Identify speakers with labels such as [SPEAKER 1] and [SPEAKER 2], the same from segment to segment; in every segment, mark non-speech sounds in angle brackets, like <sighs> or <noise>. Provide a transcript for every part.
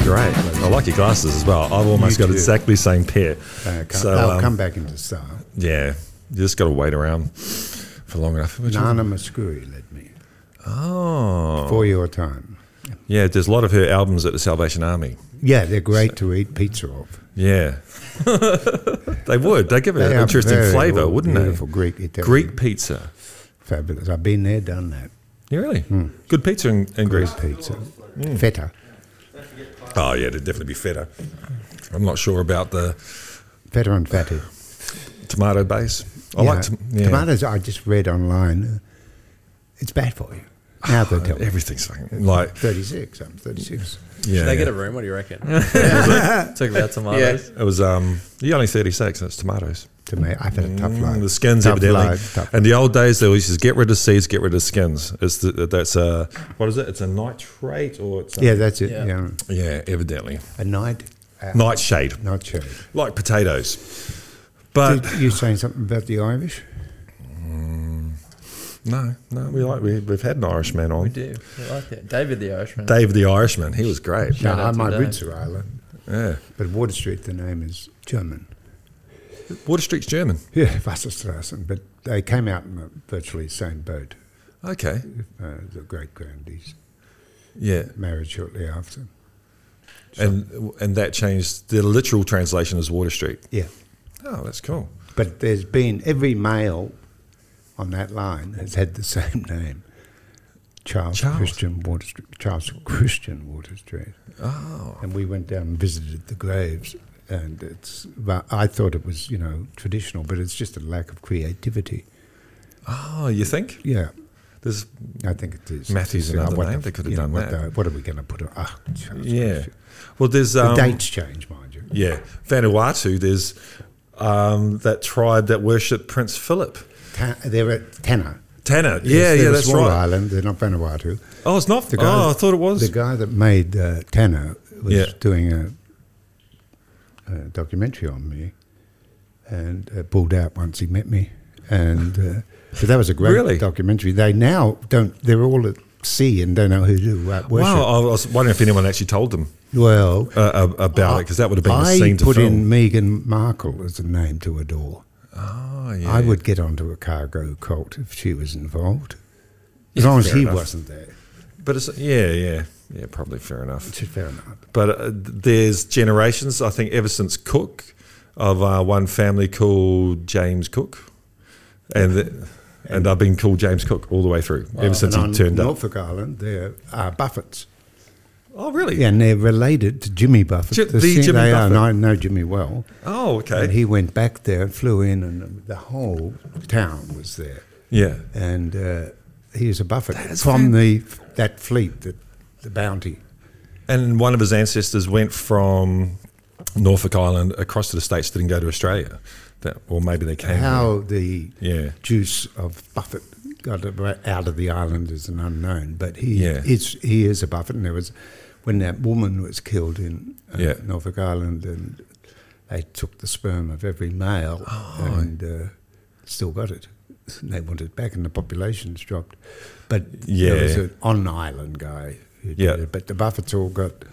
[SPEAKER 1] great. I like your glasses as well. I've almost
[SPEAKER 2] You
[SPEAKER 1] got
[SPEAKER 2] too.
[SPEAKER 1] exactly the same pair.
[SPEAKER 2] Uh, come,
[SPEAKER 1] So,
[SPEAKER 2] they'll
[SPEAKER 1] um,
[SPEAKER 2] come back into style.
[SPEAKER 1] Yeah, you just got to wait around for long enough. Would you-
[SPEAKER 2] Nana Muscuri led me
[SPEAKER 1] Oh,
[SPEAKER 2] for your time.
[SPEAKER 1] yeah. There's a lot of her albums at the Salvation Army.
[SPEAKER 2] Yeah, they're great to eat pizza off.
[SPEAKER 1] Yeah, <laughs> they would. They give it
[SPEAKER 2] They
[SPEAKER 1] an
[SPEAKER 2] are
[SPEAKER 1] interesting
[SPEAKER 2] very
[SPEAKER 1] flavour,
[SPEAKER 2] good,
[SPEAKER 1] wouldn't
[SPEAKER 2] beautiful Greek,
[SPEAKER 1] they?
[SPEAKER 2] Italian,
[SPEAKER 1] Greek pizza.
[SPEAKER 2] fabulous. I've been there, done that.
[SPEAKER 1] Yeah, really. Good pizza in, in Greece.
[SPEAKER 2] Greek pizza,
[SPEAKER 1] Mm.
[SPEAKER 2] feta,
[SPEAKER 1] Oh yeah, it'd definitely be feta. I'm not sure about the
[SPEAKER 2] feta and fatty.
[SPEAKER 1] tomato base. I
[SPEAKER 2] You
[SPEAKER 1] like
[SPEAKER 2] know,
[SPEAKER 1] tom- yeah.
[SPEAKER 2] tomatoes. I just read online, uh, it's bad for you.
[SPEAKER 1] <sighs>
[SPEAKER 2] Now they tell me.
[SPEAKER 1] Everything's fucking- like
[SPEAKER 2] Thirty-six. I'm thirty-six.
[SPEAKER 1] yeah.
[SPEAKER 3] Should they
[SPEAKER 1] yeah.
[SPEAKER 3] get a room? What do you reckon? Talk about tomatoes.
[SPEAKER 1] It was um, you're only 36, and it's tomatoes.
[SPEAKER 2] To me, I've had a tough life.
[SPEAKER 1] Mm, the skins
[SPEAKER 2] tough
[SPEAKER 1] evidently.
[SPEAKER 2] life, tough
[SPEAKER 1] and the old days they always just get rid of seeds, get rid of skins. It's the, that's a what is it? It's a nitrate or it's a,
[SPEAKER 2] yeah, that's it.
[SPEAKER 3] Yeah.
[SPEAKER 2] Yeah,
[SPEAKER 1] yeah, evidently
[SPEAKER 2] a night. out,
[SPEAKER 1] nightshade
[SPEAKER 2] Not sure.
[SPEAKER 1] like potatoes. But
[SPEAKER 2] Did you saying something about the Irish?
[SPEAKER 1] no, no, we like we, we've had an Irishman
[SPEAKER 3] We
[SPEAKER 1] on.
[SPEAKER 3] do. We like it. David the Irishman.
[SPEAKER 1] Dave the Irishman, he was great.
[SPEAKER 2] No,
[SPEAKER 3] out to
[SPEAKER 2] my
[SPEAKER 3] Dave.
[SPEAKER 2] roots are Ireland,
[SPEAKER 1] Yeah,
[SPEAKER 2] but Water Street, the name is German. <laughs>
[SPEAKER 1] Water Street's German.
[SPEAKER 2] Yeah, Wasserstrassen, but they came out in the virtually same boat.
[SPEAKER 1] Okay,
[SPEAKER 2] Uh, the great grandies
[SPEAKER 1] yeah,
[SPEAKER 2] married shortly after.
[SPEAKER 1] and and that changed. The literal translation is Water Street.
[SPEAKER 2] Yeah,
[SPEAKER 1] Oh, that's cool.
[SPEAKER 2] but there's been every male on that line has had the <laughs> same name. Charles,
[SPEAKER 1] Charles.
[SPEAKER 2] Christian Water Street. Charles Christian Water Street.
[SPEAKER 1] Oh,
[SPEAKER 2] And we went down and visited the graves. And it's, well, I thought it was, you know, traditional, but it's just a lack of creativity.
[SPEAKER 1] oh, you think
[SPEAKER 2] Yeah,
[SPEAKER 1] there's
[SPEAKER 2] I think it is.
[SPEAKER 1] Matthew's
[SPEAKER 2] It's, uh,
[SPEAKER 1] another
[SPEAKER 2] what
[SPEAKER 1] name.
[SPEAKER 2] the-
[SPEAKER 1] They could have
[SPEAKER 2] you know,
[SPEAKER 1] done
[SPEAKER 2] what
[SPEAKER 1] that.
[SPEAKER 2] the- what are we going to put on? Ah, Charles
[SPEAKER 1] yeah.
[SPEAKER 2] Christian.
[SPEAKER 1] Well, there's
[SPEAKER 2] The
[SPEAKER 1] um,
[SPEAKER 2] dates change, mind you.
[SPEAKER 1] Yeah, Vanuatu. There's um, that tribe that worship Prince Philip.
[SPEAKER 2] Ta- they're at Tanna.
[SPEAKER 1] Tanner. Yeah,
[SPEAKER 2] Yes,
[SPEAKER 1] yeah,
[SPEAKER 2] they're a
[SPEAKER 1] that's
[SPEAKER 2] small
[SPEAKER 1] right.
[SPEAKER 2] Island, they're not Vanuatu.
[SPEAKER 1] Oh, it's not.
[SPEAKER 2] The guy-
[SPEAKER 1] oh, I thought it
[SPEAKER 2] The
[SPEAKER 1] was.
[SPEAKER 2] guy that made uh, Tanner was
[SPEAKER 1] Yeah.
[SPEAKER 2] doing a, a documentary on me, and uh, pulled out once he met me. And uh, but that was a great
[SPEAKER 1] Really?
[SPEAKER 2] documentary. They now don't. They're all at sea and don't know who to uh, worship.
[SPEAKER 1] wow, I was wondering if anyone actually told them
[SPEAKER 2] Well,
[SPEAKER 1] uh, uh, about it because that would have been
[SPEAKER 2] I
[SPEAKER 1] a scene to
[SPEAKER 2] put
[SPEAKER 1] film.
[SPEAKER 2] in Meghan Markle as a name to adore.
[SPEAKER 1] oh, yeah.
[SPEAKER 2] I would get onto a cargo cult if she was involved, as long as
[SPEAKER 1] fair
[SPEAKER 2] he
[SPEAKER 1] enough.
[SPEAKER 2] wasn't there.
[SPEAKER 1] But it's yeah, yeah, yeah. Probably fair enough.
[SPEAKER 2] Which is fair enough.
[SPEAKER 1] But uh, there's generations. I think ever since Cook, of uh, one family called James Cook, and. The, and I've been called James Cook all the way through, ever since
[SPEAKER 2] and
[SPEAKER 1] he
[SPEAKER 2] on
[SPEAKER 1] turned up.
[SPEAKER 2] Norfolk Island, there are Buffets.
[SPEAKER 1] Oh, really?
[SPEAKER 2] Yeah, and they're related to Jimmy Buffett.
[SPEAKER 1] Ju- the
[SPEAKER 2] same-
[SPEAKER 1] Jimmy
[SPEAKER 2] they Are, and
[SPEAKER 1] Buffett.
[SPEAKER 2] I know Jimmy well.
[SPEAKER 1] Oh, okay.
[SPEAKER 2] And he went back there and flew in, and the whole town was there.
[SPEAKER 1] yeah.
[SPEAKER 2] And uh, he was a Buffett
[SPEAKER 1] is
[SPEAKER 2] from the that fleet, that the Bounty.
[SPEAKER 1] And one of his ancestors went from Norfolk Island across to the States, didn't go to Australia. That, or maybe they came.
[SPEAKER 2] How the
[SPEAKER 1] Yeah.
[SPEAKER 2] juice of Buffett got ab- out of the island is an unknown, but he
[SPEAKER 1] Yeah.
[SPEAKER 2] is he is a Buffett. And there was when that woman was killed in uh,
[SPEAKER 1] Yeah.
[SPEAKER 2] Norfolk Island, and they took the sperm of every male
[SPEAKER 1] Oh,
[SPEAKER 2] and uh, still got it. And they wanted it back, and the population's dropped. But
[SPEAKER 1] Yeah.
[SPEAKER 2] there was an on island guy. Who did
[SPEAKER 1] Yeah.
[SPEAKER 2] it, but the Buffets all got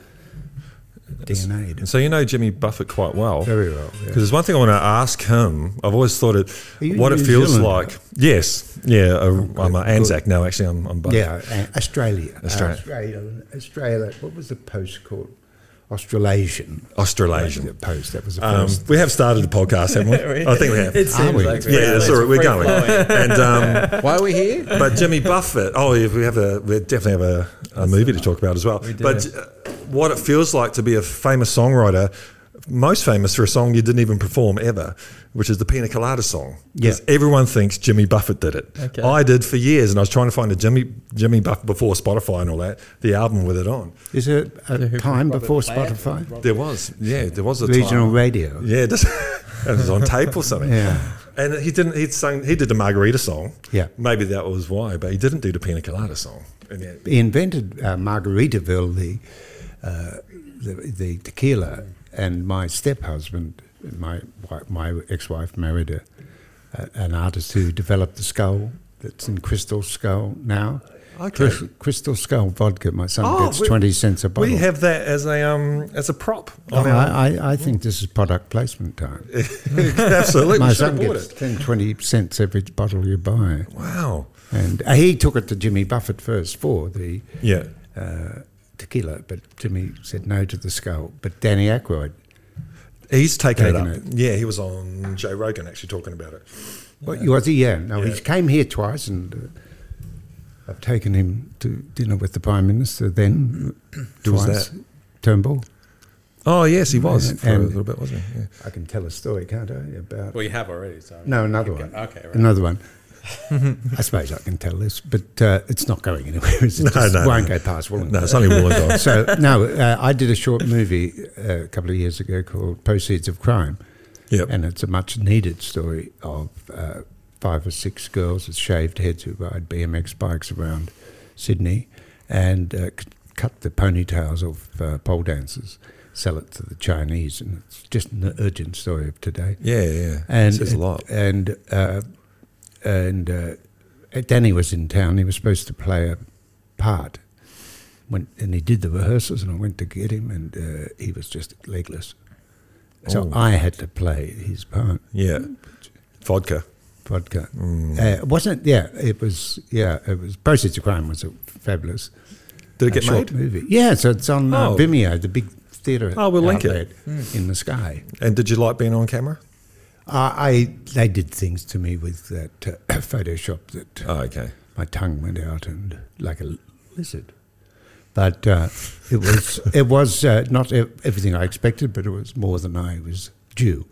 [SPEAKER 1] And
[SPEAKER 2] DNA'd
[SPEAKER 1] so you know Jimmy Buffett quite well. Because
[SPEAKER 2] very well. yeah.
[SPEAKER 1] there's one thing I want to ask him. I've always thought it,
[SPEAKER 2] Are you
[SPEAKER 1] what it
[SPEAKER 2] New
[SPEAKER 1] feels
[SPEAKER 2] Zealand?
[SPEAKER 1] like. Yes. Yeah. A, I'm an Anzac. No, actually, I'm, I'm Buffett.
[SPEAKER 2] Yeah, uh, Australia.
[SPEAKER 1] Australia.
[SPEAKER 2] Australia. Australia. What was the post called? Australasian.
[SPEAKER 1] Australasian.
[SPEAKER 2] The post. That was the
[SPEAKER 1] Um,
[SPEAKER 2] first.
[SPEAKER 1] we have started the podcast, haven't
[SPEAKER 2] <laughs>
[SPEAKER 1] we? I think we have.
[SPEAKER 3] <laughs> It seems
[SPEAKER 2] we?
[SPEAKER 3] like we-
[SPEAKER 1] yeah,
[SPEAKER 3] it's
[SPEAKER 1] that's all right. We're going.
[SPEAKER 3] free-flowing.
[SPEAKER 1] And
[SPEAKER 2] <laughs>
[SPEAKER 1] um,
[SPEAKER 3] Why are we <laughs> here?
[SPEAKER 1] but Jimmy Buffett. Oh, yeah, we have a we definitely have a, a movie to talk about as well. But uh, what it feels like to be a famous songwriter, most famous for a song you didn't even perform ever, which is the Pina Colada song. Because everyone thinks Jimmy Buffett did it.
[SPEAKER 3] Okay.
[SPEAKER 1] I did for years, and I was trying to find a Jimmy Jimmy Buffett before Spotify and all that. The album with it on.
[SPEAKER 2] Is there a
[SPEAKER 3] who-
[SPEAKER 2] time
[SPEAKER 3] Robert
[SPEAKER 2] before
[SPEAKER 3] Plant?
[SPEAKER 2] Spotify?
[SPEAKER 1] There was yeah, there was a time.
[SPEAKER 2] Regional radio.
[SPEAKER 1] Yeah, just, and <laughs> it was on tape or something.
[SPEAKER 2] Yeah.
[SPEAKER 1] And he didn't. He'd sung. He did the Margarita song.
[SPEAKER 2] Yeah.
[SPEAKER 1] Maybe that was why, but he didn't do the Pina Colada song. And yet-
[SPEAKER 2] He invented uh, Margaritaville, the, uh, the the tequila, and my step husband, my wi- my ex wife, married a, a, an artist who developed the skull that's in crystal skull now.
[SPEAKER 1] Okay.
[SPEAKER 2] Crys- Crystal Skull vodka. My son
[SPEAKER 1] Oh,
[SPEAKER 2] gets
[SPEAKER 1] we-
[SPEAKER 2] twenty cents a bottle. Oh,
[SPEAKER 1] We have that as a um as a prop on
[SPEAKER 2] I,
[SPEAKER 1] our
[SPEAKER 2] I, I think this is product placement <laughs> time.
[SPEAKER 1] absolutely.
[SPEAKER 2] My
[SPEAKER 1] we should
[SPEAKER 2] son
[SPEAKER 1] have bought
[SPEAKER 2] gets
[SPEAKER 1] it.
[SPEAKER 2] 10, 20 cents every bottle you buy.
[SPEAKER 1] Wow.
[SPEAKER 2] And uh, he took it to Jimmy Buffett first for the
[SPEAKER 1] Yeah.
[SPEAKER 2] uh, tequila, but Jimmy said no to the skull. But Danny Aykroyd,
[SPEAKER 1] He's taken,
[SPEAKER 2] Taken
[SPEAKER 1] it up.
[SPEAKER 2] it.
[SPEAKER 1] Yeah, he was on Joe Rogan actually talking about it.
[SPEAKER 2] what was he? Yeah, no,
[SPEAKER 1] Yeah.
[SPEAKER 2] he came here twice, and uh, I've taken him to dinner with the Prime Minister then.
[SPEAKER 1] Who was
[SPEAKER 2] twice. Turnbull.
[SPEAKER 1] Oh yes, he was
[SPEAKER 2] And-
[SPEAKER 1] for a
[SPEAKER 2] and-
[SPEAKER 1] little bit, wasn't he? Yeah.
[SPEAKER 2] I can tell a story, can't I? About
[SPEAKER 4] Well, you have already. So
[SPEAKER 2] no, another
[SPEAKER 4] Okay,
[SPEAKER 2] one.
[SPEAKER 4] okay, right.
[SPEAKER 2] another one. <laughs> I suppose I can tell this, but uh, it's not going anywhere. Is it?
[SPEAKER 1] No,
[SPEAKER 2] Just
[SPEAKER 1] no,
[SPEAKER 2] won't
[SPEAKER 1] no.
[SPEAKER 2] go past Wollongong.
[SPEAKER 1] No, it's only
[SPEAKER 2] <laughs>
[SPEAKER 1] Wollongong.
[SPEAKER 2] so no, uh, I did a short movie uh, a couple of years ago called "Proceeds of Crime,"
[SPEAKER 1] yep.
[SPEAKER 2] and it's a much-needed story of uh, five or six girls with shaved heads who ride BMX bikes around Sydney and uh, c- cut the ponytails of uh, pole dancers, sell it to the Chinese, and it's just an urgent story of today
[SPEAKER 1] yeah, yeah.
[SPEAKER 2] and
[SPEAKER 1] says a lot.
[SPEAKER 2] And uh, and uh, Danny was in town. He was supposed to play a part. Went and he did the rehearsals, and I went to get him, and uh, he was just legless. So
[SPEAKER 1] Oh.
[SPEAKER 2] I had to play his part.
[SPEAKER 1] Yeah. Vodka.
[SPEAKER 2] Vodka.
[SPEAKER 1] Mm.
[SPEAKER 2] Uh, it wasn't yeah. It was yeah. It was. Proceeds of Crime was a fabulous.
[SPEAKER 1] Did it
[SPEAKER 2] uh,
[SPEAKER 1] get
[SPEAKER 2] short
[SPEAKER 1] made?
[SPEAKER 2] movie. Yeah, so it's on uh,
[SPEAKER 1] Oh.
[SPEAKER 2] Vimeo, the big theatre.
[SPEAKER 1] Oh, we'll link it. Hmm.
[SPEAKER 2] outlet in the sky.
[SPEAKER 1] And did you like being on camera?
[SPEAKER 2] Uh, I they did things to me with that uh, <clears throat> Photoshop that
[SPEAKER 1] Oh, okay.
[SPEAKER 2] my tongue went out and like a lizard. But uh, it was <laughs> it was uh, not e- everything I expected, but it was more than I was due.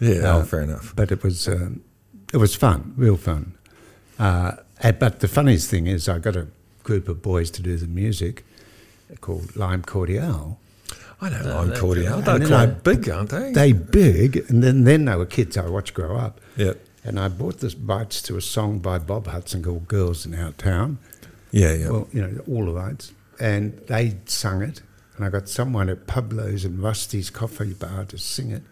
[SPEAKER 1] Yeah.
[SPEAKER 2] Uh,
[SPEAKER 1] oh, fair enough.
[SPEAKER 2] But it was um, it was fun, real fun. Uh, and- but the funniest thing is, I got a group of boys to do the music called Lime Cordial.
[SPEAKER 1] I don't
[SPEAKER 3] No,
[SPEAKER 1] know. I'm
[SPEAKER 3] they're
[SPEAKER 1] cordial.
[SPEAKER 3] good.
[SPEAKER 1] They're
[SPEAKER 2] And then
[SPEAKER 1] quite
[SPEAKER 2] I-
[SPEAKER 1] big, aren't they?
[SPEAKER 2] They big, and then then they were kids I watched grow up.
[SPEAKER 1] yeah.
[SPEAKER 2] And I bought the rights to a song by Bob Hudson called "Girls in Our Town."
[SPEAKER 1] Yeah. Yeah.
[SPEAKER 2] Well, you know, all the rights. And they sung it. And I got someone at Pablo's and Rusty's coffee bar to sing it.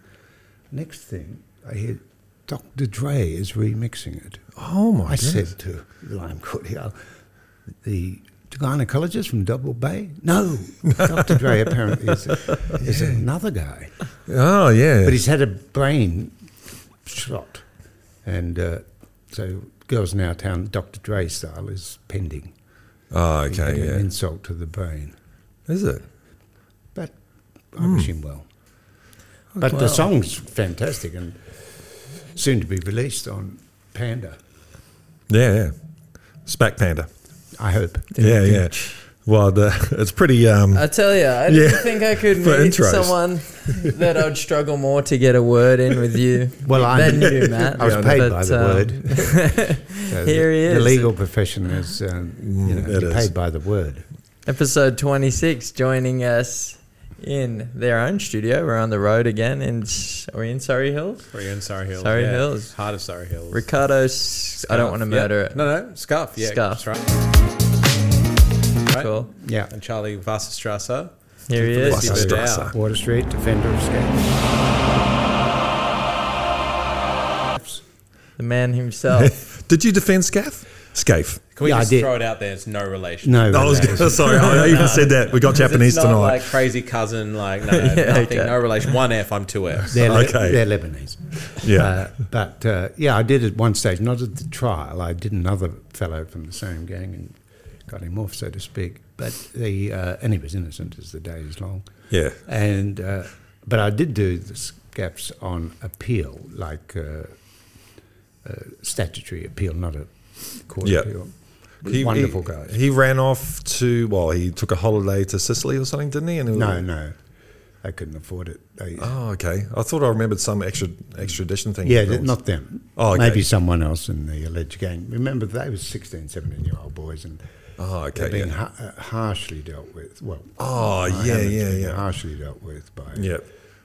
[SPEAKER 2] Next thing, I hear Dr. Dre is remixing it.
[SPEAKER 1] oh my
[SPEAKER 2] I said to Lime Cordial, the gynecologist from Double Bay?
[SPEAKER 1] <laughs>
[SPEAKER 2] No, Dr. Dre apparently is, is another guy.
[SPEAKER 1] Oh yeah.
[SPEAKER 2] But he's had a brain shot. And uh, so Girls in Our Town, Dr. Dre style, is pending.
[SPEAKER 1] oh
[SPEAKER 2] He's been
[SPEAKER 1] okay.
[SPEAKER 2] An
[SPEAKER 1] Yeah.
[SPEAKER 2] insult to the brain.
[SPEAKER 1] Is it?
[SPEAKER 2] But I wish him well. But
[SPEAKER 1] Wow.
[SPEAKER 2] the song's fantastic and soon to be released on Panda,
[SPEAKER 1] Yeah. Yeah. Spack panda.
[SPEAKER 2] I hope.
[SPEAKER 1] Yeah. Yeah. Well, the, <laughs> it's pretty. Um,
[SPEAKER 3] I tell you, I
[SPEAKER 1] Yeah.
[SPEAKER 3] didn't think I could
[SPEAKER 1] For
[SPEAKER 3] meet
[SPEAKER 1] intros.
[SPEAKER 3] someone that I'd struggle more to get a word in with you
[SPEAKER 2] Well, I'm- <laughs>
[SPEAKER 3] than you, Matt. um,
[SPEAKER 2] I was paid by the
[SPEAKER 3] <laughs>
[SPEAKER 2] word. So
[SPEAKER 3] here he
[SPEAKER 2] the, The
[SPEAKER 3] is.
[SPEAKER 2] legal profession is um, you
[SPEAKER 1] Mm,
[SPEAKER 2] know,
[SPEAKER 1] it
[SPEAKER 2] you're
[SPEAKER 1] is.
[SPEAKER 2] paid by the word.
[SPEAKER 3] Episode 26, joining us in their own studio. We're on the road again. In, S- are we in Surrey Hills?
[SPEAKER 4] we're in Surrey Hills.
[SPEAKER 3] Surrey
[SPEAKER 4] yeah.
[SPEAKER 3] Hills.
[SPEAKER 4] Heart of Surrey Hills.
[SPEAKER 3] Ricardo's. I don't want to
[SPEAKER 4] Yeah.
[SPEAKER 3] murder it.
[SPEAKER 4] No, no, Scarf. Yeah,
[SPEAKER 3] Scarf.
[SPEAKER 4] that's right. Right.
[SPEAKER 3] Cool.
[SPEAKER 2] Yeah.
[SPEAKER 4] And Charlie Wasserstrasser.
[SPEAKER 3] Here he is.
[SPEAKER 4] Felicity
[SPEAKER 1] Wasserstrasser.
[SPEAKER 4] Berdau.
[SPEAKER 2] Water Street, Defender of Scam.
[SPEAKER 3] The man himself.
[SPEAKER 1] did you defend Scaff? Scafe.
[SPEAKER 4] Can we
[SPEAKER 2] Yeah, I
[SPEAKER 4] just
[SPEAKER 2] did.
[SPEAKER 4] throw it out there? It's no relation.
[SPEAKER 2] No,
[SPEAKER 1] I was
[SPEAKER 2] no.
[SPEAKER 1] gonna- <laughs> sorry, I even said that. <laughs> We got
[SPEAKER 4] 'Cause
[SPEAKER 1] Japanese
[SPEAKER 4] it's not
[SPEAKER 1] tonight.
[SPEAKER 4] Like crazy cousin, like
[SPEAKER 3] <laughs>
[SPEAKER 4] no,
[SPEAKER 3] Yeah,
[SPEAKER 4] nothing,
[SPEAKER 3] okay.
[SPEAKER 4] no relation. One F, I'm two F.
[SPEAKER 2] they're, Le-
[SPEAKER 1] Okay.
[SPEAKER 2] they're Lebanese.
[SPEAKER 1] yeah.
[SPEAKER 2] Uh, but uh, yeah, I did at one stage, not at the trial. I did another fellow from the same gang and got him off, so to speak. But the uh, and he was innocent as the day is long.
[SPEAKER 1] yeah.
[SPEAKER 2] And uh, but I did do the scaps on appeal, like uh, uh, statutory appeal, not a court
[SPEAKER 1] Yeah.
[SPEAKER 2] appeal. Wonderful guys.
[SPEAKER 1] He ran off to well, he took a holiday to Sicily or something, didn't he? And it was-
[SPEAKER 2] no, no, they couldn't afford it. They,
[SPEAKER 1] Oh, okay. I thought I remembered some extra extradition thing.
[SPEAKER 2] Yeah,
[SPEAKER 1] Rules.
[SPEAKER 2] th- not them.
[SPEAKER 1] Oh, okay.
[SPEAKER 2] Maybe someone else in the alleged gang. Remember, they were 16, 17 year old boys and
[SPEAKER 1] Oh,
[SPEAKER 2] they're
[SPEAKER 1] okay.
[SPEAKER 2] being
[SPEAKER 1] Yeah.
[SPEAKER 2] ha- uh, harshly dealt with. Well,
[SPEAKER 1] Oh,
[SPEAKER 2] I
[SPEAKER 1] yeah,
[SPEAKER 2] haven't
[SPEAKER 1] yeah,
[SPEAKER 2] been
[SPEAKER 1] yeah.
[SPEAKER 2] Harshly dealt with by
[SPEAKER 1] Yeah.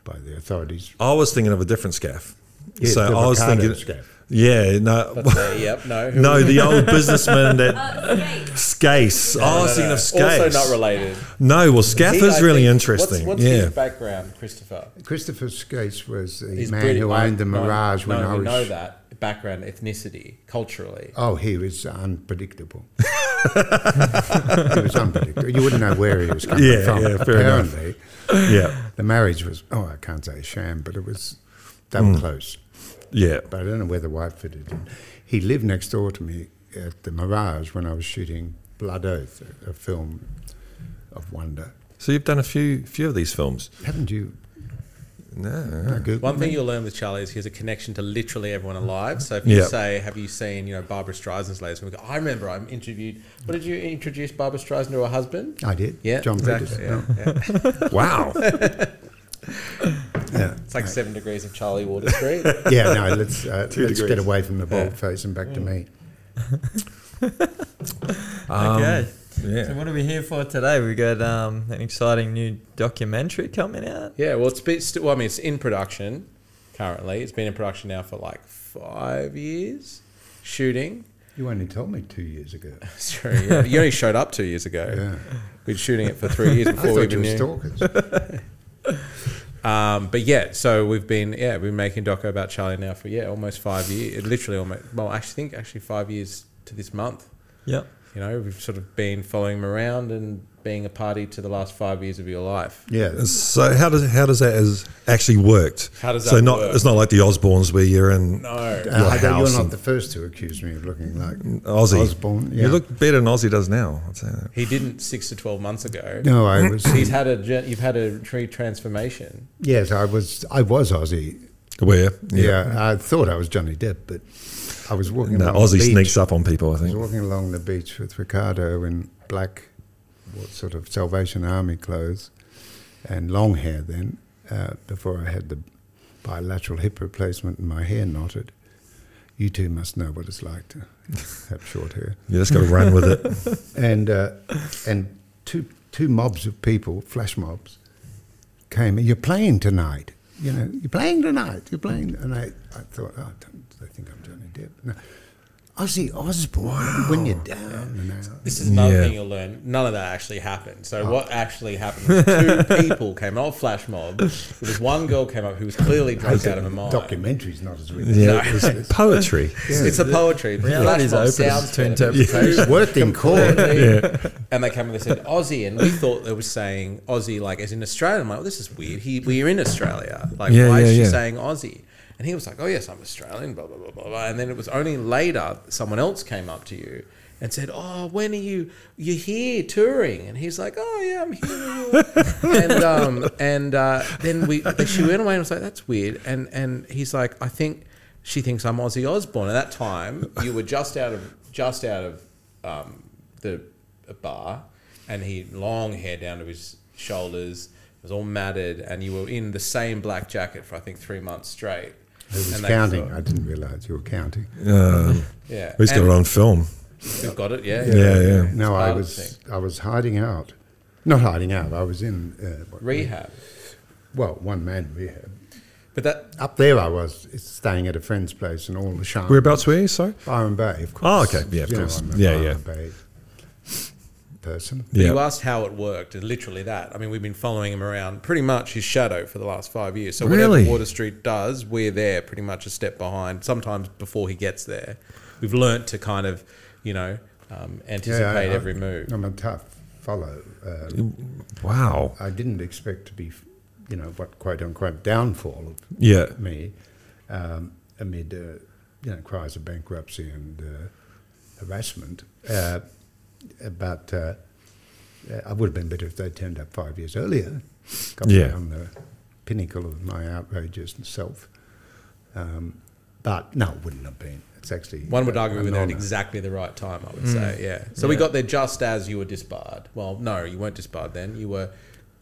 [SPEAKER 2] by the authorities.
[SPEAKER 1] I was thinking of a different scaff.
[SPEAKER 2] Yeah,
[SPEAKER 1] so
[SPEAKER 2] the
[SPEAKER 1] I was
[SPEAKER 2] Ricardo
[SPEAKER 1] thinking,
[SPEAKER 2] scaff.
[SPEAKER 1] yeah, no,
[SPEAKER 4] Uh, yep, no. who-
[SPEAKER 1] no, the old businessman that
[SPEAKER 5] Uh, skate.
[SPEAKER 1] Scase. oh, I was thinking of Scase.
[SPEAKER 4] Also not related.
[SPEAKER 1] No, well, Scaff
[SPEAKER 4] He, I
[SPEAKER 1] is really
[SPEAKER 4] think-
[SPEAKER 1] interesting.
[SPEAKER 4] What's, what's
[SPEAKER 1] yeah,
[SPEAKER 4] his background, Christopher?
[SPEAKER 2] Christopher Skates was the
[SPEAKER 4] He's
[SPEAKER 2] man
[SPEAKER 4] British.
[SPEAKER 2] who
[SPEAKER 4] I-
[SPEAKER 2] owned the
[SPEAKER 4] no,
[SPEAKER 2] Mirage when
[SPEAKER 4] no,
[SPEAKER 2] I
[SPEAKER 4] we
[SPEAKER 2] was.
[SPEAKER 4] know that background, ethnicity, culturally.
[SPEAKER 2] Oh, he was unpredictable. <laughs> it was unpredictable. You wouldn't know where he was coming
[SPEAKER 1] Yeah,
[SPEAKER 2] from.
[SPEAKER 1] yeah, fair enough.
[SPEAKER 2] apparently,
[SPEAKER 1] yeah,
[SPEAKER 2] the marriage was oh, I can't say sham, but it was they
[SPEAKER 1] Hmm.
[SPEAKER 2] were close.
[SPEAKER 1] yeah.
[SPEAKER 2] But I don't know whether White fitted in. He lived next door to me at the Mirage when I was shooting Blood Oath, a- a film of wonder.
[SPEAKER 1] So you've done a few few of these films.
[SPEAKER 2] Haven't you?
[SPEAKER 1] No.
[SPEAKER 2] Googled
[SPEAKER 4] One thing
[SPEAKER 2] me?
[SPEAKER 4] you'll learn with Charlie is he has a connection to literally everyone alive. So if you
[SPEAKER 1] Yeah.
[SPEAKER 4] say, "Have you seen you know Barbara Streisand's latest?" movie?" I remember I interviewed. What did you introduce Barbara Streisand to her husband?
[SPEAKER 2] I did.
[SPEAKER 4] Yeah,
[SPEAKER 2] John
[SPEAKER 4] exactly.
[SPEAKER 2] Peters.
[SPEAKER 4] yeah, yeah. <laughs>
[SPEAKER 1] Wow.
[SPEAKER 2] Yeah. yeah.
[SPEAKER 4] It's like seven degrees of Charlie
[SPEAKER 2] <laughs>
[SPEAKER 4] Water Street.
[SPEAKER 2] Yeah, no, let's, uh, let's
[SPEAKER 1] Two
[SPEAKER 2] get
[SPEAKER 1] degrees. Mm.
[SPEAKER 2] away from the bald face and back to me.
[SPEAKER 3] okay. So
[SPEAKER 1] Um, yeah.
[SPEAKER 3] what are we here for today? We got um, an exciting new documentary coming out.
[SPEAKER 4] yeah, well, it's been st- well, I mean, it's in production currently. It's been in production now for like five years. Shooting. <laughs>
[SPEAKER 2] You only told me two years ago.
[SPEAKER 4] Sorry, yeah. you only showed up two years ago.
[SPEAKER 2] Yeah.
[SPEAKER 4] We'd shooting it for three
[SPEAKER 2] <laughs>
[SPEAKER 4] years
[SPEAKER 2] I
[SPEAKER 4] before we
[SPEAKER 2] thought you
[SPEAKER 4] even
[SPEAKER 2] were
[SPEAKER 4] knew. <laughs>
[SPEAKER 2] stalkers.
[SPEAKER 4] Um, but yeah, so we've been yeah we've been making doco about Charlie now for yeah almost five years. Literally almost well, I actually think actually five years to this month.
[SPEAKER 3] Yep.
[SPEAKER 4] You know, we've sort of been following him around and being a party to the last five years of your life.
[SPEAKER 2] Yeah.
[SPEAKER 1] So how does how does that as actually worked?
[SPEAKER 4] How does
[SPEAKER 1] so
[SPEAKER 4] that
[SPEAKER 1] not
[SPEAKER 4] work?
[SPEAKER 1] it's not like the Osbournes where you're in
[SPEAKER 4] No.
[SPEAKER 1] your
[SPEAKER 2] Uh, I don't-
[SPEAKER 1] house
[SPEAKER 2] you're not
[SPEAKER 1] and
[SPEAKER 2] the first to accuse me of looking like
[SPEAKER 1] Aussie.
[SPEAKER 2] Osborne. Yeah.
[SPEAKER 1] You look better than Aussie does now. I'd say that.
[SPEAKER 4] He didn't six to twelve months ago.
[SPEAKER 2] No,
[SPEAKER 1] <clears throat>
[SPEAKER 2] I was.
[SPEAKER 4] He's had a gen- you've had a tree transformation.
[SPEAKER 2] yes, I was. I was Aussie.
[SPEAKER 1] Where?
[SPEAKER 2] Yeah. I thought I was Johnny Depp, but I was walking.
[SPEAKER 1] No,
[SPEAKER 2] along the
[SPEAKER 1] Aussie
[SPEAKER 2] beach.
[SPEAKER 1] sneaks up on people. I
[SPEAKER 2] I was
[SPEAKER 1] think.
[SPEAKER 2] walking along the beach with Ricardo in black, what sort of Salvation Army clothes, and long hair then, uh, before I had the bilateral hip replacement and my hair knotted. You two must know what it's like to have short hair.
[SPEAKER 1] You just got to run with
[SPEAKER 2] <laughs>
[SPEAKER 1] it.
[SPEAKER 2] And, uh, and two, two mobs of people, flash mobs, came, you're playing tonight. You know, you're playing tonight. You're playing. And I, I thought, oh, don't they think I'm Johnny Depp? No. Ozzy Osbourne, when you're down and out.
[SPEAKER 4] This is another
[SPEAKER 1] Yeah.
[SPEAKER 4] thing you'll learn. None of that actually happened. So what actually happened was two people came, an old flash mob. There was one girl came up who was clearly drunk out of her mind.
[SPEAKER 2] Documentary's not as ridiculous.
[SPEAKER 1] Yeah, poetry.
[SPEAKER 4] It's a poetry.
[SPEAKER 3] Reality is
[SPEAKER 4] Flash mob
[SPEAKER 3] open
[SPEAKER 4] sounds
[SPEAKER 3] to
[SPEAKER 4] better.
[SPEAKER 2] <laughs>
[SPEAKER 4] <laughs>
[SPEAKER 2] It's worked in court.
[SPEAKER 4] And they came and they said Aussie, and we thought they were saying Aussie like as in Australia. I'm like, well, this is weird. He, we're in Australia. Like,
[SPEAKER 1] Yeah,
[SPEAKER 4] why is
[SPEAKER 1] yeah,
[SPEAKER 4] she
[SPEAKER 1] yeah.
[SPEAKER 4] saying Aussie? And he was like, oh yes, I'm Australian. Blah blah blah blah blah. And then it was only later someone else came up to you and said, oh, when are you? You're here touring? And he's like, oh yeah,
[SPEAKER 1] <laughs>
[SPEAKER 4] I'm here. and um, and uh, then we she went away and was like, that's weird. And and he's like, I think she thinks I'm Aussie Osborne. At that time, you were just out of just out of um, the a bar, and he had long hair down to his shoulders. It was all matted, and you were in the same black jacket for I think three months straight.
[SPEAKER 2] I was
[SPEAKER 4] And they
[SPEAKER 2] counting.
[SPEAKER 4] thought-
[SPEAKER 2] I didn't realise you were counting.
[SPEAKER 1] Um,
[SPEAKER 4] yeah,
[SPEAKER 1] he's got
[SPEAKER 4] And
[SPEAKER 1] it on film.
[SPEAKER 4] We've got it. Yeah,
[SPEAKER 1] Yeah, yeah.
[SPEAKER 2] No,
[SPEAKER 4] part
[SPEAKER 2] I
[SPEAKER 4] of the
[SPEAKER 2] was.
[SPEAKER 4] thing.
[SPEAKER 2] I was hiding out. Not hiding out. I was in uh, what-
[SPEAKER 4] Rehab,
[SPEAKER 2] Well, one man rehab.
[SPEAKER 4] but that
[SPEAKER 2] Up there, I was staying at a friend's place, and all the sharp.
[SPEAKER 1] Whereabouts were you? Sorry.
[SPEAKER 2] Byron Bay, of
[SPEAKER 1] Oh,
[SPEAKER 2] course.
[SPEAKER 1] okay. Yeah, of
[SPEAKER 2] You know,
[SPEAKER 1] course.
[SPEAKER 2] I'm a
[SPEAKER 1] Yeah,
[SPEAKER 2] Byron
[SPEAKER 1] yeah.
[SPEAKER 2] Bay person.
[SPEAKER 4] you asked how it worked, and literally that. I mean, we've been following him around pretty much his shadow for the last five years. So
[SPEAKER 1] Really?
[SPEAKER 4] whatever Water Street does, we're there pretty much a step behind. Sometimes before he gets there, we've learnt to kind of, you know, um, anticipate
[SPEAKER 2] I-
[SPEAKER 4] every move.
[SPEAKER 2] I'm a tough fellow. Uh,
[SPEAKER 1] Wow.
[SPEAKER 2] I didn't expect to be, you know, what quote unquote downfall of
[SPEAKER 1] Yeah.
[SPEAKER 2] me um, amid uh, you know cries of bankruptcy and uh, harassment. Uh, but uh, I would have been better if they'd turned up five years earlier. Got me
[SPEAKER 1] Yeah.
[SPEAKER 2] on the pinnacle of my outrageous self. Um, but no, it wouldn't have been. It's actually
[SPEAKER 4] One would argue
[SPEAKER 2] an
[SPEAKER 4] we were there at
[SPEAKER 2] honour.
[SPEAKER 4] exactly the right time, I would
[SPEAKER 2] Mm.
[SPEAKER 4] say. Yeah. So we
[SPEAKER 3] Yeah.
[SPEAKER 4] got there just as you were disbarred. Well, no, you weren't disbarred then. You were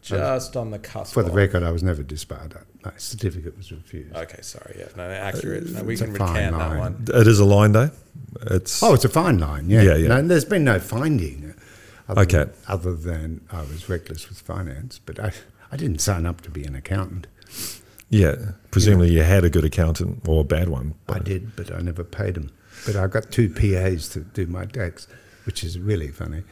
[SPEAKER 4] just on the cusp.
[SPEAKER 2] For the
[SPEAKER 4] of-
[SPEAKER 2] record, I was never disbarred. My certificate was refused.
[SPEAKER 4] Okay, sorry. Yeah, no, no, accurate. No,
[SPEAKER 2] Uh,
[SPEAKER 4] we
[SPEAKER 2] It's a
[SPEAKER 4] can
[SPEAKER 2] fine
[SPEAKER 4] recant that
[SPEAKER 2] line.
[SPEAKER 4] one.
[SPEAKER 1] It is a line though. It's
[SPEAKER 2] Oh, it's a fine line. Yeah,
[SPEAKER 1] Yeah, yeah.
[SPEAKER 2] No, there's been no finding. Other
[SPEAKER 1] Okay.
[SPEAKER 2] Than, other than I was reckless with finance, but I, I didn't sign up to be an accountant.
[SPEAKER 1] yeah. Presumably you had a good accountant or a bad one.
[SPEAKER 2] I did, but I never paid them. But I got two PAs to do my tax, which is really funny.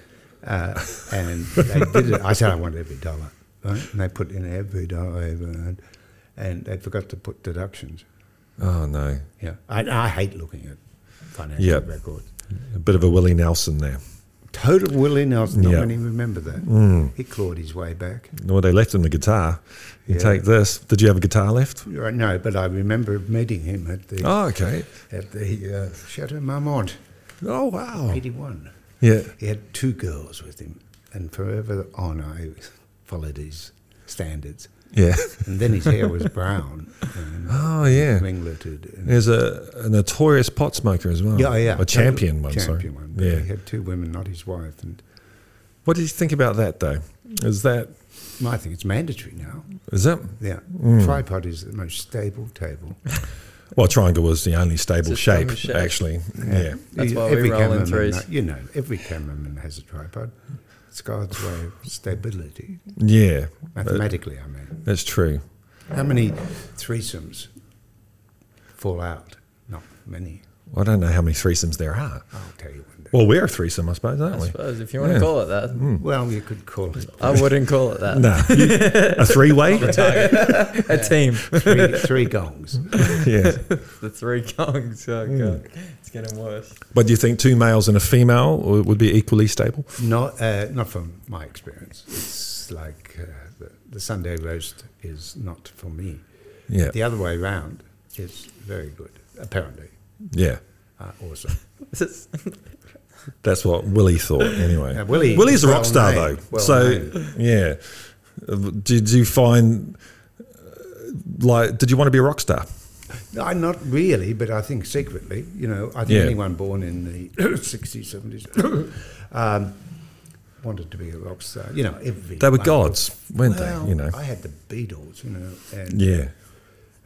[SPEAKER 2] Uh, and they did it. I said I want every dollar, right? And they put in every dollar I ever earned, and they forgot to put deductions.
[SPEAKER 1] Oh no.
[SPEAKER 2] Yeah, I, I hate looking at financial
[SPEAKER 1] Yeah.
[SPEAKER 2] records.
[SPEAKER 1] A bit of a Willie Nelson there.
[SPEAKER 2] total Willie Nelson. Not
[SPEAKER 1] Yeah.
[SPEAKER 2] many remember that. He clawed his way back.
[SPEAKER 1] Well, Hmm. they left him the guitar. You
[SPEAKER 2] Yeah.
[SPEAKER 1] take this. Did you have a guitar left?
[SPEAKER 2] Right, no, but I remember meeting him at the
[SPEAKER 1] Oh, okay.
[SPEAKER 2] at the uh, Chateau Marmont,
[SPEAKER 1] Oh, wow.
[SPEAKER 2] eighty one.
[SPEAKER 1] Yeah.
[SPEAKER 2] He had two girls with him, and forever on I followed his standards.
[SPEAKER 1] Yeah.
[SPEAKER 2] And then his
[SPEAKER 1] <laughs>
[SPEAKER 2] hair was brown and
[SPEAKER 1] Oh, yeah.
[SPEAKER 2] ringleted. And Oh,
[SPEAKER 1] There's a, a notorious pot smoker as well.
[SPEAKER 2] yeah, yeah,
[SPEAKER 1] A champion one, sorry.
[SPEAKER 2] champion one. But
[SPEAKER 1] Yeah.
[SPEAKER 2] he had two women, not his wife. And
[SPEAKER 1] What do you think about that, though? Is that,
[SPEAKER 2] I think it's mandatory now.
[SPEAKER 1] is that,
[SPEAKER 2] Yeah,
[SPEAKER 1] Mm.
[SPEAKER 2] tripod is the most stable table.
[SPEAKER 1] well, triangle was the only stable
[SPEAKER 3] It's a common
[SPEAKER 1] shape,
[SPEAKER 3] shape.
[SPEAKER 1] actually. Yeah.
[SPEAKER 3] That's why we roll in
[SPEAKER 2] cameraman,
[SPEAKER 3] threes.
[SPEAKER 2] kno- You know, every cameraman has a tripod. It's God's way of stability,
[SPEAKER 1] Yeah.
[SPEAKER 2] mathematically. I mean,
[SPEAKER 1] That's true.
[SPEAKER 2] how many threesomes fall out? Not many.
[SPEAKER 1] I don't know how many threesomes there are.
[SPEAKER 2] I'll tell you one day.
[SPEAKER 1] Well, we're a threesome, I suppose, aren't
[SPEAKER 3] I
[SPEAKER 1] we? Hmm.
[SPEAKER 3] suppose if you want
[SPEAKER 1] Yeah. Mm.
[SPEAKER 3] to call it that,
[SPEAKER 2] Well, you could call it
[SPEAKER 3] I wouldn't call it
[SPEAKER 1] <laughs>
[SPEAKER 3] that.
[SPEAKER 1] No. You- a three way?
[SPEAKER 3] A team,
[SPEAKER 2] three, three gongs.
[SPEAKER 1] <laughs> yeah.
[SPEAKER 3] the three Kongs. Oh god,
[SPEAKER 1] Mm.
[SPEAKER 3] it's getting worse.
[SPEAKER 1] But do you think two males and a female w- would be equally stable?
[SPEAKER 2] Not, uh, not from my experience. It's like uh, the, the Sunday roast is not for me.
[SPEAKER 1] Yeah.
[SPEAKER 2] The other way round is very good, apparently.
[SPEAKER 1] Yeah.
[SPEAKER 2] Uh, awesome.
[SPEAKER 3] This is-
[SPEAKER 1] That's what Willie thought, anyway.
[SPEAKER 2] Uh, Willie-
[SPEAKER 1] Willie's a
[SPEAKER 2] well
[SPEAKER 1] rock star,
[SPEAKER 2] named,
[SPEAKER 1] though.
[SPEAKER 2] well
[SPEAKER 1] so,
[SPEAKER 2] named.
[SPEAKER 1] yeah. Uh, Did you find, uh, like, did you want to be a rock star?
[SPEAKER 2] I, not really, but I think secretly, you know, I think
[SPEAKER 1] Yeah.
[SPEAKER 2] anyone born in the <coughs> 60s, 70s um, wanted to be a rock star. You know, every
[SPEAKER 1] They were gods, weren't
[SPEAKER 2] Well,
[SPEAKER 1] they? You know.
[SPEAKER 2] I had the Beatles, you know, and
[SPEAKER 1] yeah.